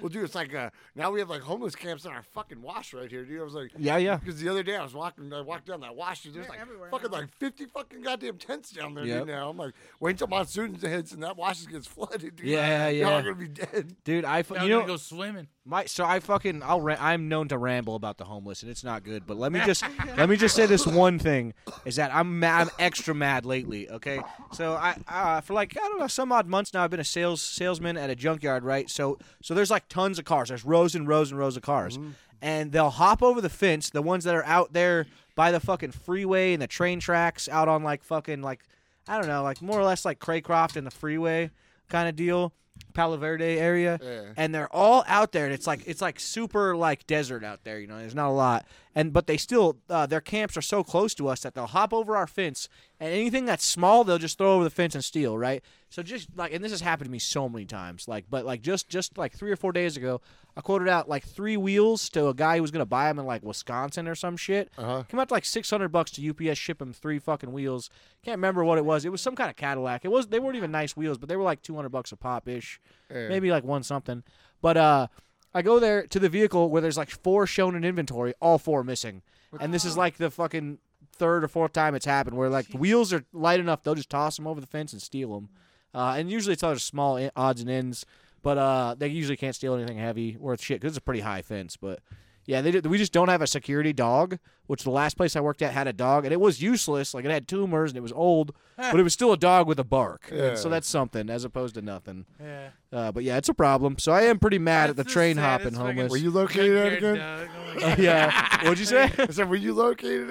Speaker 3: Well, dude, it's like uh, now we have like homeless camps in our fucking wash right here, dude. I was like,
Speaker 1: Yeah, yeah.
Speaker 3: Because the other day I was walking, I walked down that wash, dude. There's
Speaker 2: They're
Speaker 3: like
Speaker 2: everywhere
Speaker 3: fucking
Speaker 2: now.
Speaker 3: like fifty fucking goddamn tents down there,
Speaker 1: Yep.
Speaker 3: dude. Now I'm like, wait until monsoon hits and that wash gets flooded, dude.
Speaker 1: Yeah,
Speaker 3: Like,
Speaker 1: yeah.
Speaker 3: Y'all are gonna be dead.
Speaker 1: dude i fu- you
Speaker 4: Now I'm
Speaker 1: know
Speaker 4: gonna go swimming.
Speaker 1: My so I fucking I'll ra- I'm known to ramble about the homeless and it's not good. But let me just [LAUGHS] let me just say this one thing is that I'm mad, I'm extra mad lately. Okay, so I uh, for like I don't know some odd months now I've been a sales salesman at a junkyard right. So so there's like tons of cars. There's rows and rows and rows of cars, and they'll hop over the fence. The ones that are out there by the fucking freeway and the train tracks out on like fucking like I don't know like more or less like Craycroft and the freeway kind of deal. Palo Verde area,
Speaker 3: Yeah.
Speaker 1: and they're all out there, and it's like it's like super like desert out there. You know, there's not a lot, and but they still uh, their camps are so close to us that they'll hop over our fence, and anything that's small they'll just throw over the fence and steal. Right? So just like, and this has happened to me so many times. Like, but like just just like three or four days ago, I quoted out like three wheels to a guy who was gonna buy them in like Wisconsin or some shit.
Speaker 3: Uh-huh.
Speaker 1: Came out to like six hundred bucks to UPS ship him three fucking wheels. Can't remember what it was. It was some kind of Cadillac. It was they weren't even nice wheels, but they were like two hundred bucks a pop ish,
Speaker 3: Yeah.
Speaker 1: maybe like one something. But uh, I go there to the vehicle where there's like four shown in inventory, all four missing, and this is like the fucking third or fourth time it's happened where like the wheels are light enough they'll just toss them over the fence and steal them. Uh, and usually it's all just small i- odds and ends, but uh, they usually can't steal anything heavy worth shit because it's a pretty high fence, but. Yeah, they did, we just don't have a security dog, which the last place I worked at had a dog, and it was useless. Like it had tumors and it was
Speaker 3: [LAUGHS]
Speaker 1: old, but it was still a dog with a bark. And
Speaker 3: Yeah.
Speaker 1: So that's something as opposed to nothing.
Speaker 4: Yeah.
Speaker 1: Uh, but yeah, it's a problem. So I am pretty mad at the
Speaker 4: That's the
Speaker 1: train hopping
Speaker 4: saddest fucking-
Speaker 1: homeless.
Speaker 3: Were you located at
Speaker 4: Junkyard
Speaker 3: again?
Speaker 4: dog. Oh my
Speaker 1: Uh,
Speaker 4: [LAUGHS]
Speaker 1: [LAUGHS]
Speaker 4: God.
Speaker 1: yeah. What'd you say?
Speaker 3: I said, were you located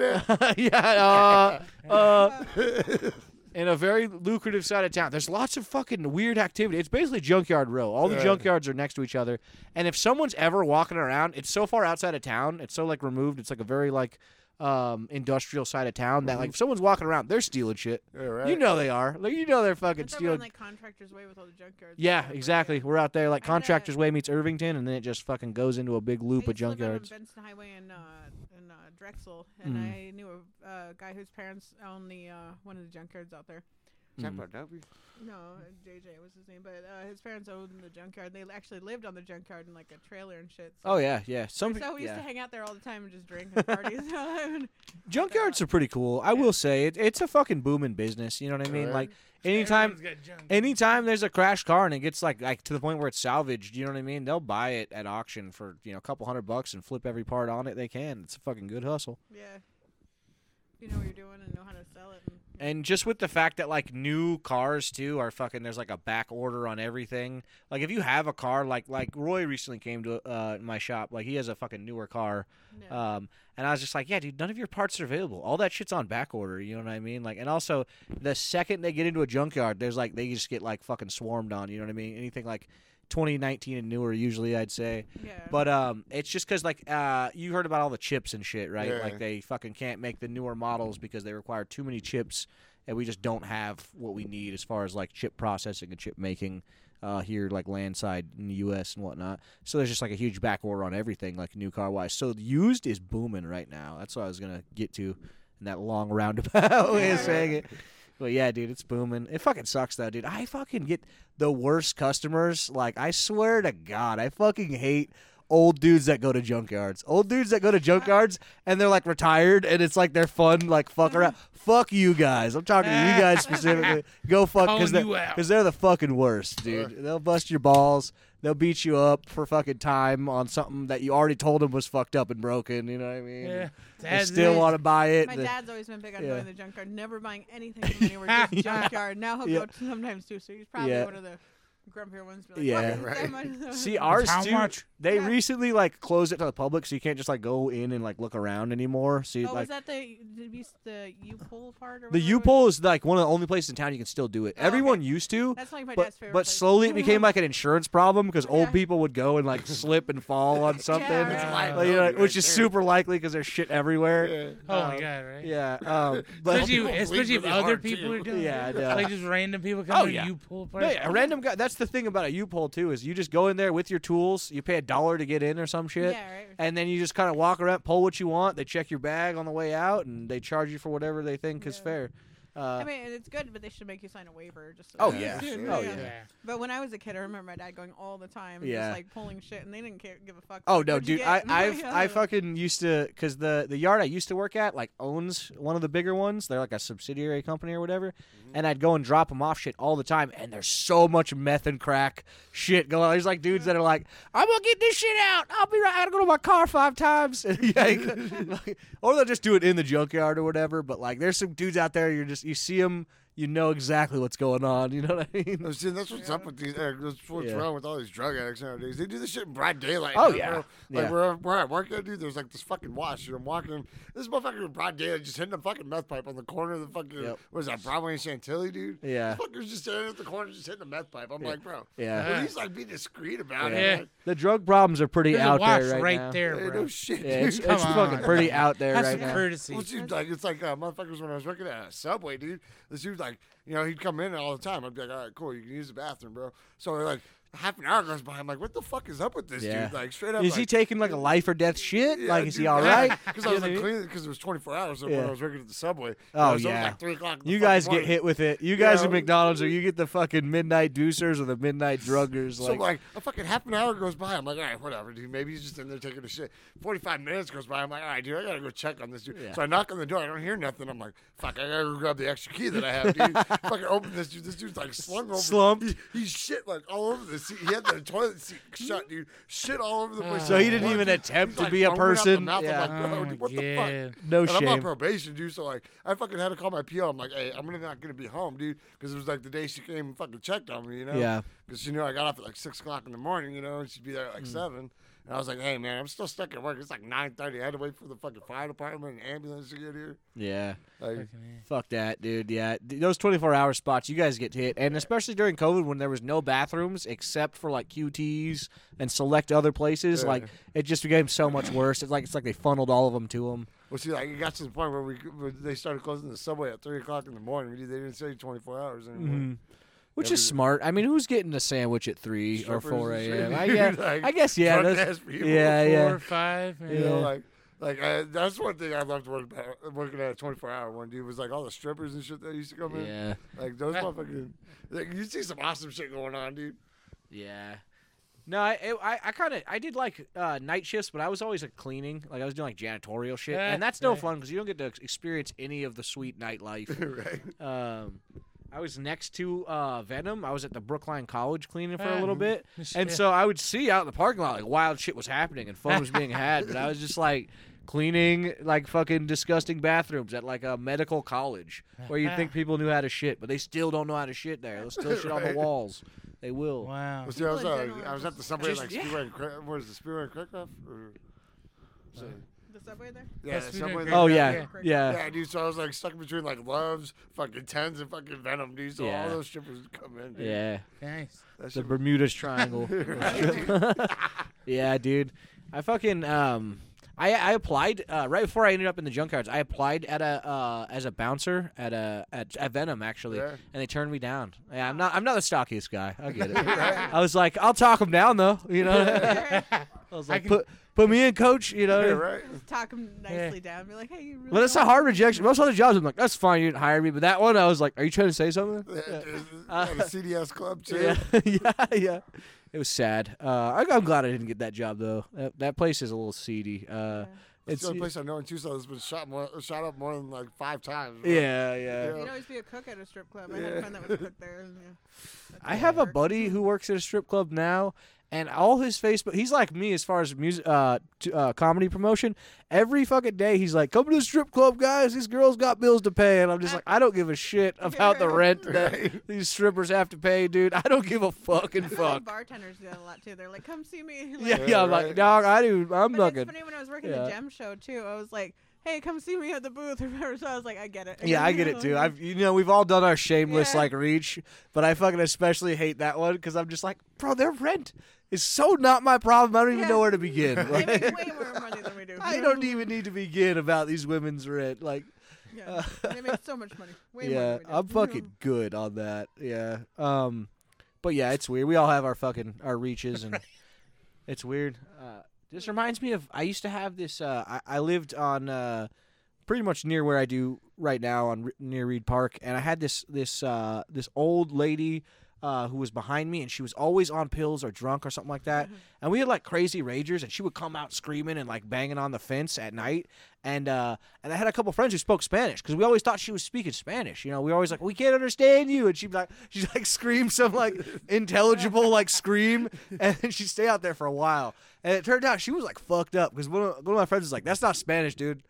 Speaker 1: [LAUGHS]
Speaker 3: at?
Speaker 1: yeah. Uh, uh, in a very lucrative side of town. There's lots of fucking weird activity. It's basically junkyard row. All the
Speaker 3: Yeah.
Speaker 1: junkyards are next to each other. And if someone's ever walking around, it's so far outside of town. It's so like removed. It's like a very like um industrial side of town that like if someone's walking around, they're stealing shit.
Speaker 3: Yeah, right.
Speaker 1: You know they are. Like you know they're fucking
Speaker 2: That's over on
Speaker 1: stealing.
Speaker 2: like contractors' way with all the junkyards. and
Speaker 1: yeah,
Speaker 2: stuff, right?
Speaker 1: exactly. We're out there like
Speaker 2: I had a-
Speaker 1: contractors way meets Irvington, and then it just fucking goes into a big loop
Speaker 2: I
Speaker 1: of
Speaker 2: used to live out on
Speaker 1: junkyards.
Speaker 2: Benson Highway in, uh, in uh,
Speaker 1: Hmm.
Speaker 2: Drexel, and I knew a uh, guy whose parents owned the uh, one of the junkyards out there.
Speaker 3: Tempo W.
Speaker 2: No, JJ was his name, but uh, his parents owned the junkyard. They actually lived on the junkyard in like a trailer and shit. So,
Speaker 1: Oh yeah, yeah. Some
Speaker 2: so we used
Speaker 1: yeah.
Speaker 2: to hang out there all the time and just drink and party. [LAUGHS] so I would-
Speaker 1: junkyards are pretty cool. I will say it, it's a fucking booming business. You know what I mean?
Speaker 3: Correct.
Speaker 1: Like anytime,
Speaker 4: Everyone's got junk.
Speaker 1: anytime there's a crashed car and it gets like like to the point where it's salvaged. You know what I mean? They'll buy it at auction for you know a couple hundred bucks and flip every part on it they can. It's a fucking good hustle.
Speaker 2: yeah. You know what you're doing and know how to sell it. And,
Speaker 1: And just with the fact that like new cars too are fucking there's like a back order on everything. Like if you have a car like like Roy recently came to uh my shop like he has a fucking newer car.
Speaker 2: no.
Speaker 1: Um and I was just like, yeah, dude, none of your parts are available. All that shit's on back order, you know what I mean? Like and also the second they get into a junkyard, there's like they just get like fucking swarmed on, you know what I mean? Anything like 2019 and newer usually I'd say.
Speaker 2: yeah.
Speaker 1: But um, it's just because like uh, you heard about all the chips and shit, right?
Speaker 3: Yeah.
Speaker 1: Like they fucking can't make the newer models because they require too many chips, and we just don't have what we need as far as like chip processing and chip making uh, here, like landside in the U.S. and whatnot. So there's just like a huge back order on everything, like new car wise. So the used is booming right now. That's what I was gonna get to in that long roundabout [LAUGHS] way of saying it. But yeah, dude, it's booming. It fucking sucks though, dude. I fucking get the worst customers. Like I swear to God, I fucking hate old dudes that go to junkyards. Old dudes that go to junkyards and they're like retired and it's like they're fun, like fuck around. fuck you guys. I'm talking to you guys specifically. Go fuck because
Speaker 4: Calling
Speaker 1: they're,
Speaker 4: you out.
Speaker 1: 'cause they're the fucking worst, dude. They'll bust your balls. They'll beat you up for fucking time on something that you already told them was fucked up and broken. You know what I mean?
Speaker 4: Yeah.
Speaker 1: They
Speaker 4: That's
Speaker 1: still
Speaker 4: it.
Speaker 1: want to buy it.
Speaker 2: My
Speaker 1: The-
Speaker 2: dad's always been big on
Speaker 1: yeah.
Speaker 2: going to the junkyard, never buying anything from anywhere,
Speaker 1: [LAUGHS]
Speaker 2: just
Speaker 4: Yeah.
Speaker 2: junkyard. Now he'll
Speaker 1: Yeah.
Speaker 2: go to sometimes too, so he's probably
Speaker 1: Yeah.
Speaker 2: one of the grumpier ones. Be like,
Speaker 1: Yeah.
Speaker 2: "Why is it that
Speaker 1: [LAUGHS]
Speaker 2: much?" [LAUGHS]
Speaker 1: See ours
Speaker 4: how
Speaker 1: too.
Speaker 4: much?
Speaker 1: They
Speaker 2: Yeah.
Speaker 1: recently like closed it to the public, so you can't just like go in and like look around anymore. So you,
Speaker 2: oh,
Speaker 1: like
Speaker 2: was that the the, the U pull part?
Speaker 1: the
Speaker 2: Or whatever it
Speaker 1: U
Speaker 2: was?
Speaker 1: pole is like one of the only places in town you can still do it.
Speaker 2: Oh, okay.
Speaker 1: Everyone used to,
Speaker 2: That's like my
Speaker 1: but
Speaker 2: dad's favorite.
Speaker 1: but
Speaker 2: place.
Speaker 1: slowly it
Speaker 2: [LAUGHS]
Speaker 1: became like an insurance problem because old
Speaker 2: Yeah.
Speaker 1: people would go and like slip and fall
Speaker 2: [LAUGHS]
Speaker 1: on something,
Speaker 2: right.
Speaker 1: like, you
Speaker 2: It's
Speaker 1: know,
Speaker 3: liability
Speaker 1: which
Speaker 3: right
Speaker 1: is
Speaker 3: there.
Speaker 1: super likely because there's shit everywhere.
Speaker 3: Yeah.
Speaker 4: Oh my
Speaker 1: Um,
Speaker 4: god, right?
Speaker 1: Yeah,
Speaker 2: [LAUGHS]
Speaker 1: um, but
Speaker 4: especially,
Speaker 3: People
Speaker 4: especially
Speaker 3: bleed
Speaker 4: if
Speaker 3: really
Speaker 4: other
Speaker 3: hard,
Speaker 4: people
Speaker 3: too.
Speaker 4: are doing
Speaker 1: Yeah, I
Speaker 4: it.
Speaker 1: know.
Speaker 4: Like just random people
Speaker 1: Oh,
Speaker 4: come to
Speaker 1: yeah.
Speaker 4: you pull
Speaker 1: No,
Speaker 4: parts.
Speaker 1: yeah, a random guy. That's the thing about a U pole too is you just go in there with your tools. You pay a dollar to get in or some shit.
Speaker 2: Yeah, right.
Speaker 1: and then you just kind of walk around, pull what you want. They check your bag on the way out, and they charge you for whatever they think is
Speaker 2: Yeah.
Speaker 1: fair. Uh,
Speaker 2: I mean, it's good, but they should make you sign a waiver. Just so
Speaker 1: Oh,
Speaker 2: that- [LAUGHS]
Speaker 1: yeah.
Speaker 3: Sure.
Speaker 1: Oh,
Speaker 4: Yeah.
Speaker 1: yeah.
Speaker 2: But when I was a kid, I remember my dad going all the time,
Speaker 1: Yeah.
Speaker 2: just like pulling shit, and they didn't care, give a fuck.
Speaker 1: oh
Speaker 2: Like,
Speaker 1: no,
Speaker 2: "What'd you
Speaker 1: dude, I
Speaker 2: [LAUGHS] get?" uh,
Speaker 1: I've,
Speaker 2: Yeah.
Speaker 1: I fucking used to because the the yard I used to work at like owns one of the bigger ones. They're like a subsidiary company or whatever,
Speaker 2: Mm-hmm.
Speaker 1: and I'd go and drop them off shit all the time. And there's so much meth and crack shit going. on. There's like dudes that are like, I'm gonna get this shit out. I'll be right. I gotta go to my car five times. [LAUGHS] And,
Speaker 2: [LAUGHS]
Speaker 1: like, or they'll just do it in the junkyard or whatever. But like, there's some dudes out there. You're just you see them. You know exactly what's going on. You know what I mean?
Speaker 3: No, see, that's what's up with these. Uh, that's what's
Speaker 1: Yeah.
Speaker 3: wrong with all these drug addicts nowadays. They do this shit in broad daylight.
Speaker 1: Oh,
Speaker 3: Like,
Speaker 1: yeah.
Speaker 3: Where, like
Speaker 1: Yeah.
Speaker 3: where, where I work at, dude, there's like this fucking wash. And I'm walking. This motherfucker in broad daylight just hitting a fucking meth pipe on the corner of the fucking.
Speaker 1: Yep.
Speaker 3: What is that, Broadway and Chantilly, dude?
Speaker 1: Yeah.
Speaker 3: This fucker's just standing at the corner, just hitting a meth pipe. I'm like, bro.
Speaker 1: Yeah.
Speaker 3: Well, he's like be discreet about
Speaker 4: Yeah.
Speaker 3: it. Like,
Speaker 1: The drug problems are pretty
Speaker 4: There's
Speaker 1: out
Speaker 4: a wash
Speaker 1: there right, now.
Speaker 4: there,
Speaker 3: hey,
Speaker 4: bro.
Speaker 3: no shit,
Speaker 1: Yeah, it's,
Speaker 3: [LAUGHS] dude.
Speaker 4: Come
Speaker 1: it's fucking
Speaker 4: on.
Speaker 1: pretty out there
Speaker 4: That's
Speaker 1: right
Speaker 4: some
Speaker 1: now.
Speaker 4: courtesy.
Speaker 3: Well, dude, like it's like uh, motherfuckers when I was working at Subway, dude. This dude like, you know, he'd come in all the time. I'd be like, all right, cool, you can use the bathroom, bro. So like half an hour goes by. I'm like, what the fuck is up with this
Speaker 1: Yeah.
Speaker 3: dude? Like straight up.
Speaker 1: Is he taking
Speaker 3: [LAUGHS]
Speaker 1: like a life or death shit? like, is he all right?
Speaker 3: Because I
Speaker 1: You know what I
Speaker 3: was like
Speaker 1: mean?
Speaker 3: cleaning because it was 24 hours when
Speaker 1: Yeah.
Speaker 3: I was working at the Subway. And
Speaker 1: Oh,
Speaker 3: it was always,
Speaker 1: yeah.
Speaker 3: like three o'clock. in the
Speaker 1: You
Speaker 3: fucking
Speaker 1: guys get
Speaker 3: morning.
Speaker 1: hit with it. You guys
Speaker 3: Yeah.
Speaker 1: at McDonald's, or you get the fucking midnight deucers or the
Speaker 3: [LAUGHS]
Speaker 1: midnight druggers.
Speaker 3: So
Speaker 1: Like,
Speaker 3: like a fucking half an hour goes by, I'm like, all right, whatever, dude. Maybe he's just in there taking a shit. Forty five minutes goes by, I'm like, all right, dude, I gotta go check on this dude.
Speaker 1: Yeah.
Speaker 3: So I knock on the door, I don't hear nothing. I'm like, fuck, I gotta go grab the extra key that I have, dude.
Speaker 1: [LAUGHS]
Speaker 3: fucking open this dude. This dude's like slung over,
Speaker 1: Slumped.
Speaker 3: He, he's shit like all over the seat. He had the toilet seat shut, dude. Shit all over the place.
Speaker 1: So he didn't
Speaker 3: One,
Speaker 1: even
Speaker 3: dude,
Speaker 1: attempt
Speaker 3: he's,
Speaker 1: to
Speaker 3: like,
Speaker 1: be a
Speaker 3: foaming out the
Speaker 1: person.
Speaker 3: mouth. I'm
Speaker 1: Yeah.
Speaker 3: like, bro,
Speaker 4: Oh,
Speaker 3: dude, what
Speaker 4: yeah.
Speaker 3: the fuck?
Speaker 1: No
Speaker 3: and I'm on
Speaker 1: shame.
Speaker 3: probation, dude. So like, I fucking had to call my PO. I'm like, hey, I'm gonna not gonna be home, dude, because it was like the day she came and fucking checked on me, you know?
Speaker 1: Yeah.
Speaker 3: Because she knew I got off at like six o'clock in the morning, you know, and she'd be there at
Speaker 1: Hmm.
Speaker 3: like seven. And I was like, hey man, I'm still stuck at work. It's like nine thirty. I had to wait for the fucking fire department and ambulance to get here.
Speaker 1: Yeah.
Speaker 3: Like,
Speaker 1: Fuck that, dude. Yeah, D- those 24-hour spots, you guys get hit, and especially during COVID when there was no bathrooms except for like QTs and select other places.
Speaker 3: Yeah.
Speaker 1: Like it just became so much worse. It's like it's like they funneled all of them to them.
Speaker 3: well, see, like it got to the point where we where they started closing the subway at three o'clock in the morning. dude. They didn't say twenty four hours anymore.
Speaker 1: Which
Speaker 3: Yeah,
Speaker 1: is
Speaker 3: we-
Speaker 1: smart. I mean, who's getting a sandwich at three or
Speaker 3: Strippers
Speaker 1: four
Speaker 3: and
Speaker 1: a.m.?
Speaker 3: shit.
Speaker 1: I guess.
Speaker 3: [LAUGHS] Like,
Speaker 1: I guess. Yeah.
Speaker 3: drunk
Speaker 1: those-
Speaker 3: ass people.
Speaker 1: yeah.
Speaker 4: Four
Speaker 1: Yeah.
Speaker 4: or five.
Speaker 3: You
Speaker 4: Yeah.
Speaker 3: know,
Speaker 1: Yeah.
Speaker 3: like Like I, that's one thing I loved working at, working at a 24 hour one dude was like all the strippers and shit that used to come in.
Speaker 5: Yeah,
Speaker 3: Like those motherfucking, like you see some awesome shit going on, dude. [LAUGHS]
Speaker 5: yeah.
Speaker 1: No, I it, I, I kind of I did like uh, night shifts, but I was always like cleaning, like I was doing like janitorial shit,
Speaker 4: Eh,
Speaker 1: and that's no
Speaker 4: right.
Speaker 1: fun because you don't get to ex- experience any of the sweet nightlife.
Speaker 3: [LAUGHS] right?
Speaker 1: um, I was next to uh, Venom. I was at the Brookline College cleaning for a
Speaker 3: Eh,
Speaker 4: Ah.
Speaker 3: hmm.
Speaker 1: little bit,
Speaker 4: [LAUGHS]
Speaker 1: and so I would see out in the parking lot like wild shit was happening and fun was being had, but I was just like cleaning like fucking disgusting bathrooms at like a medical college where you think people knew how to shit, but they still don't know how to shit there. They'll still shit on the
Speaker 3: Right.
Speaker 1: walls. They will.
Speaker 4: wow.
Speaker 3: Well, see, I was,
Speaker 2: People in
Speaker 3: uh,
Speaker 2: general are
Speaker 3: I was at
Speaker 2: just-
Speaker 3: the subway
Speaker 1: Just-
Speaker 3: like
Speaker 1: yeah.
Speaker 3: Speedway. and Cra- What is the Speedway and Crickoff? Or, so,
Speaker 2: The subway
Speaker 1: [LAUGHS]
Speaker 2: there?
Speaker 3: yeah,
Speaker 4: Speedway
Speaker 3: subway.
Speaker 4: and
Speaker 3: there.
Speaker 1: Oh
Speaker 4: Yeah.
Speaker 1: yeah,
Speaker 2: Yeah.
Speaker 1: yeah.
Speaker 3: Yeah, dude. So I was like stuck between like loves, fucking tens, and fucking venom, dude. So
Speaker 1: Yeah.
Speaker 3: all those strippers would come in. Dude.
Speaker 1: Yeah,
Speaker 4: Nice.
Speaker 3: that
Speaker 1: the [LAUGHS]
Speaker 3: shit
Speaker 1: Bermuda's
Speaker 3: [LAUGHS]
Speaker 1: Triangle. [LAUGHS] yeah, dude. I fucking um, I I applied uh, right before I ended up in the junkyards. I applied at a uh, as a bouncer at a at, at Venom actually,
Speaker 3: Yeah.
Speaker 1: and they turned me down. Yeah, I'm not I'm not the stockiest guy. I get
Speaker 3: [LAUGHS]
Speaker 1: it. I was like, I'll talk them down though. You know, I was [LAUGHS] like,
Speaker 4: can-
Speaker 1: put put me in, coach. You know.
Speaker 3: Yeah, [LAUGHS] right.
Speaker 2: Talk him nicely down. Be like, hey, you really.
Speaker 1: But that's a
Speaker 2: don't-
Speaker 1: hard rejection. Most other jobs, I'm like, that's fine. You didn't hire me. But that one, I was like, are you trying to say something?
Speaker 3: Yeah,
Speaker 1: Yeah.
Speaker 3: dude,
Speaker 1: Uh,
Speaker 3: at a CDS club too.
Speaker 1: [LAUGHS] Yeah, yeah, yeah. It was sad. Uh, I, I'm glad I didn't get that job though. That, that place is a little seedy. Uh,
Speaker 3: It's
Speaker 1: it's
Speaker 3: the only place I know in Tucson that's been shot more, shot up more than like five times. bro. [LAUGHS]
Speaker 1: yeah, yeah.
Speaker 2: You'd always be a cook at a strip club. I had a friend that was a cook
Speaker 1: [LAUGHS]
Speaker 2: there. And, yeah. That's
Speaker 1: I
Speaker 2: how
Speaker 1: have
Speaker 2: it
Speaker 1: a
Speaker 2: worked.
Speaker 1: buddy who works at a strip club now, and all his Facebook. He's like me as far as music, uh, t- uh, comedy promotion. Every fucking day, he's like, "Come to the strip club, guys. These girls got bills to pay," and I'm just like, "I don't give a shit about the rent that these strippers have to pay, dude. I don't give a
Speaker 2: [LAUGHS]
Speaker 1: fucking
Speaker 2: I feel like
Speaker 1: fuck."
Speaker 2: Bartenders do that a lot too. They're like, come see me. [LAUGHS] Like,
Speaker 1: Yeah, yeah. I'm like, dog, I do. I'm
Speaker 2: But
Speaker 1: not
Speaker 2: it's
Speaker 1: good.
Speaker 2: funny when I was working
Speaker 1: Yeah.
Speaker 2: the gem show too. I was like, "Hey, come see me at the booth." or whatever. [LAUGHS] So I was like, "I get it."
Speaker 1: Yeah, I get it
Speaker 2: [LAUGHS]
Speaker 1: too. I've you know we've all done our shameless
Speaker 2: Yeah.
Speaker 1: like reach, but I fucking especially hate that one because I'm just like, bro, their rent is so not my problem. I don't even
Speaker 2: Yeah.
Speaker 1: know where to
Speaker 2: [LAUGHS]
Speaker 1: begin.
Speaker 2: They make
Speaker 1: [LAUGHS] Like,
Speaker 2: way more money than we do.
Speaker 1: I don't even need to begin about these women's rent. Like,
Speaker 2: Yeah. they make so much money. Way more
Speaker 1: yeah,
Speaker 2: than we do.
Speaker 1: I'm fucking
Speaker 2: Mm.
Speaker 1: good on that. Yeah. Um, but yeah, it's weird. We all have our fucking our reaches,
Speaker 2: [LAUGHS]
Speaker 1: and it's weird. Uh, this reminds me of I used to have this. Uh, I, I lived on uh, pretty much near where I do right now on Re- near Reed Park, and I had this this uh, this old lady. Uh, who was behind me and she was always on pills or drunk or something like that and we had like crazy ragers and she would come out screaming and like banging on the fence at night and uh and i had a couple friends who spoke spanish because we always thought she was speaking spanish you know we were always like we can't understand you and she'd be like [LAUGHS] she'd like scream some like intelligible like scream and then she'd stay out there for a while and it turned out she was like fucked up because one, of- one of my friends was like that's not spanish dude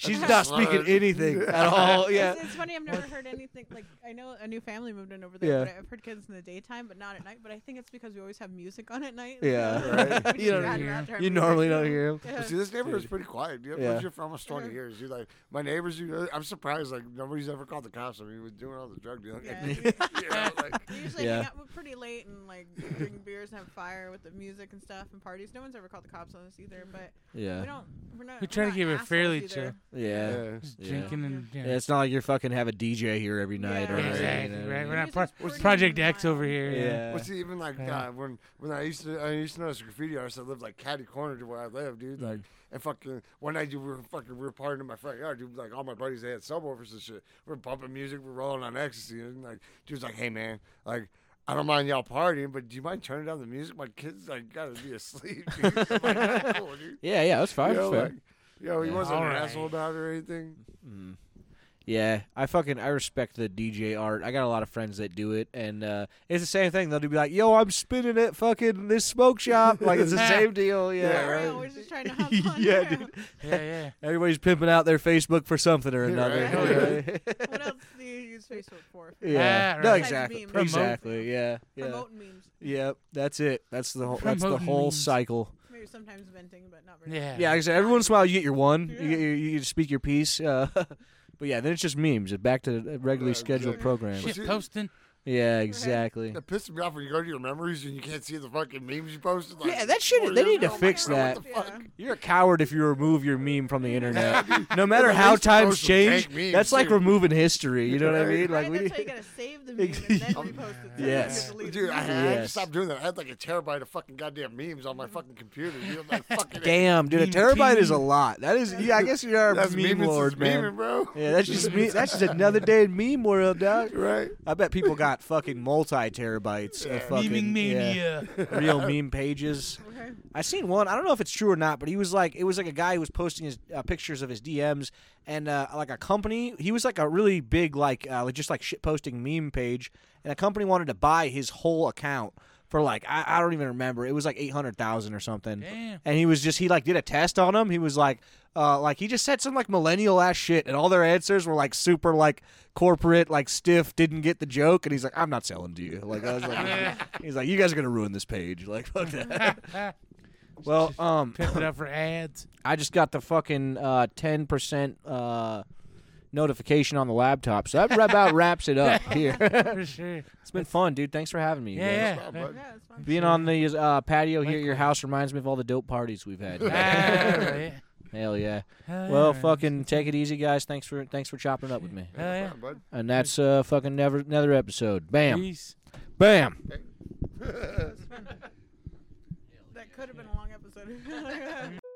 Speaker 1: she's not
Speaker 3: That's
Speaker 1: speaking
Speaker 3: slurred.
Speaker 1: anything at all Oh, yeah
Speaker 2: It's, it's funny. I've never heard anything like. I know a new family moved in over there.
Speaker 1: Yeah.
Speaker 2: But I've heard kids in the daytime, but not at night. But I think it's because we always have music on at night. [LAUGHS]
Speaker 1: Yeah.
Speaker 2: Like, we
Speaker 1: You
Speaker 2: just
Speaker 1: don't
Speaker 2: had
Speaker 4: hear-
Speaker 2: wrapped around
Speaker 1: you
Speaker 2: music.
Speaker 1: normally don't hear
Speaker 2: [LAUGHS]
Speaker 1: him [LAUGHS]
Speaker 3: But
Speaker 2: Yeah.
Speaker 3: see, this neighborhood's pretty quiet. Dude. I've lived
Speaker 1: Yeah.
Speaker 3: here for almost 20 years. Dude, like my neighbors, you know, I'm surprised. Like nobody's ever called the cops. I mean, we're doing all the drug dealing.
Speaker 2: Yeah.
Speaker 3: [LAUGHS] you know, like,
Speaker 2: We usually
Speaker 1: Yeah.
Speaker 2: hang out with pretty late and like drink beers and have fire with the music and stuff and parties. No one's ever called the cops on us either, but we
Speaker 1: yeah
Speaker 2: don't. We're not.
Speaker 4: We
Speaker 2: we're
Speaker 4: try to
Speaker 2: not
Speaker 4: keep it
Speaker 2: assholes
Speaker 4: fairly
Speaker 2: either.
Speaker 4: chill.
Speaker 1: [LAUGHS] yeah,
Speaker 3: yeah.
Speaker 4: Just
Speaker 1: Yeah.
Speaker 4: drinking and yeah.
Speaker 1: Yeah, it's not like you're fucking have a DJ here every night
Speaker 2: Yeah.
Speaker 1: or anything,
Speaker 4: Exactly.
Speaker 1: you know what I
Speaker 4: Right. We're
Speaker 1: mean?
Speaker 4: not
Speaker 2: Music's
Speaker 4: pro-
Speaker 2: pretty
Speaker 4: Project X
Speaker 2: mild.
Speaker 4: over here.
Speaker 1: yeah.
Speaker 3: Well, see, even like
Speaker 4: Yeah.
Speaker 3: uh, when when I used to I used to notice graffiti artists that lived like catty corner to where I lived, dude.
Speaker 1: Mm.
Speaker 3: Like and fucking one night dude, we were fucking we were partying in my front yard, dude. Like all my buddies they had subwoofers and shit. We're bumping music, we're rolling on ecstasy, and like dude's like, hey man, like. I don't mind y'all partying, but do you mind turning down the music? My kids like gotta be asleep. Dude. [LAUGHS] I'm like, "That's cool, dude."
Speaker 1: Yeah, yeah, that's fine.
Speaker 3: You know,
Speaker 1: that's fair.
Speaker 3: like, you know, he
Speaker 1: Yeah.
Speaker 3: wasn't an
Speaker 4: Alright.
Speaker 3: asshole about it or anything.
Speaker 1: yeah, I fucking I respect the DJ art. I got a lot of friends that do it, and uh, it's the same thing. They'll be like, "Yo, I'm spinning at fucking this smoke shop." Like it's the same deal. Yeah,
Speaker 2: Yeah,
Speaker 1: right.
Speaker 2: right. We're
Speaker 1: [LAUGHS]
Speaker 2: just trying to have fun.
Speaker 1: Yeah,
Speaker 2: yeah.
Speaker 1: dude.
Speaker 4: Yeah. Yeah.
Speaker 1: [LAUGHS] Everybody's pimping out their Facebook for something or
Speaker 3: Yeah,
Speaker 1: another.
Speaker 3: right.
Speaker 2: [LAUGHS]
Speaker 1: [LAUGHS]
Speaker 2: What else do you use Facebook for?
Speaker 1: yeah.
Speaker 4: Yeah,
Speaker 1: No,
Speaker 4: right.
Speaker 1: exactly.
Speaker 2: Besides memes.
Speaker 1: Exactly. Yeah. Yeah.
Speaker 2: Promote memes.
Speaker 1: Yep. That's it. That's the whole. That's the
Speaker 4: Promoting
Speaker 1: whole
Speaker 4: memes.
Speaker 1: cycle.
Speaker 2: Maybe sometimes venting, but not very.
Speaker 4: Yeah.
Speaker 1: Yeah, like I said, every once in a while you get your one, you
Speaker 2: Yeah.
Speaker 1: get your, you get to speak [LAUGHS] your piece. Uh, but yeah, then it's just memes. It's back to the regularly
Speaker 3: Yeah,
Speaker 1: scheduled
Speaker 3: exactly.
Speaker 1: program.
Speaker 4: Shit
Speaker 3: Well, see-
Speaker 4: posting.
Speaker 1: Yeah, exactly.
Speaker 3: That pisses me off when you go to your memories and you can't see the fucking memes you posted. Like,
Speaker 1: Yeah, that shit-
Speaker 3: four
Speaker 1: they
Speaker 3: years
Speaker 1: need to
Speaker 3: ago. I'm
Speaker 1: fix
Speaker 3: like,
Speaker 1: that.
Speaker 3: What the fuck?
Speaker 1: You're a coward if you remove your meme from the internet. No matter
Speaker 3: Well,
Speaker 1: how
Speaker 3: these
Speaker 1: times
Speaker 3: posts will
Speaker 1: change,
Speaker 3: take memes,
Speaker 1: that's like
Speaker 3: too.
Speaker 1: removing history. You know what I mean? Like
Speaker 2: Right?
Speaker 1: we.
Speaker 2: That's why you gotta
Speaker 1: [LAUGHS]
Speaker 2: save the meme and then repost it. so
Speaker 1: Yes.
Speaker 2: you can delete it.
Speaker 3: Dude, I had to
Speaker 1: Yes.
Speaker 3: stop doing that. I had like a terabyte of fucking goddamn memes on my fucking computer.
Speaker 1: [LAUGHS]
Speaker 3: Dude, I'm like, fucking
Speaker 1: Damn, dude, a
Speaker 4: Meme
Speaker 1: terabyte is a
Speaker 4: king.
Speaker 1: lot. That is, yeah, I guess you are a
Speaker 3: That's
Speaker 1: meme
Speaker 3: memeing since
Speaker 1: lord, man.
Speaker 3: memeing, bro.
Speaker 1: Yeah, that's just me. That's just another day in meme world, dog.
Speaker 3: [LAUGHS] Right.
Speaker 1: I bet people got fucking multi terabytes of fucking
Speaker 4: Memeing
Speaker 1: yeah,
Speaker 4: mania.
Speaker 1: real meme pages.
Speaker 2: Okay.
Speaker 1: I seen one. I don't know if it's true or not, but he was like, it was like a guy who was posting his uh, pictures of his DMs and uh, like a company. He was like a really big like uh, like just like shit posting meme page, and a company wanted to buy his whole account for like I, I don't even remember. It was like eight hundred thousand or something.
Speaker 4: Damn.
Speaker 1: And he was just he like did a test on him. He was like. Uh, like he just said some like millennial ass shit, and all their answers were like super like corporate, like stiff, didn't get the joke, and he's like, "I'm not selling to you." Like I was like, he's like, "You guys are gonna ruin this page." Like fuck that. Well, um,
Speaker 4: Pimp it up for ads.
Speaker 1: I just got the fucking ten percent uh, notification on the laptop, so that [LAUGHS] about wraps it up [LAUGHS] here.
Speaker 4: For sure.
Speaker 1: it's been fun, dude. Thanks for having me. you guys.
Speaker 4: Yeah.
Speaker 3: Stop,
Speaker 4: yeah.
Speaker 3: bud.
Speaker 2: Yeah, that's fine.
Speaker 1: Being on the uh, patio here at your house reminds me of all the dope parties we've [LAUGHS] had.
Speaker 4: All right.
Speaker 1: Hell yeah!
Speaker 4: Hell
Speaker 1: Well,
Speaker 4: yeah.
Speaker 1: fucking take it easy, guys. Thanks for thanks for chopping it up with me.
Speaker 4: Hell Ah, yeah.
Speaker 3: Come on, bud.
Speaker 1: And that's uh, fucking never another episode. Bam,
Speaker 4: Peace.
Speaker 1: bam.
Speaker 3: [LAUGHS] [LAUGHS]
Speaker 2: That could have been a long episode. [LAUGHS]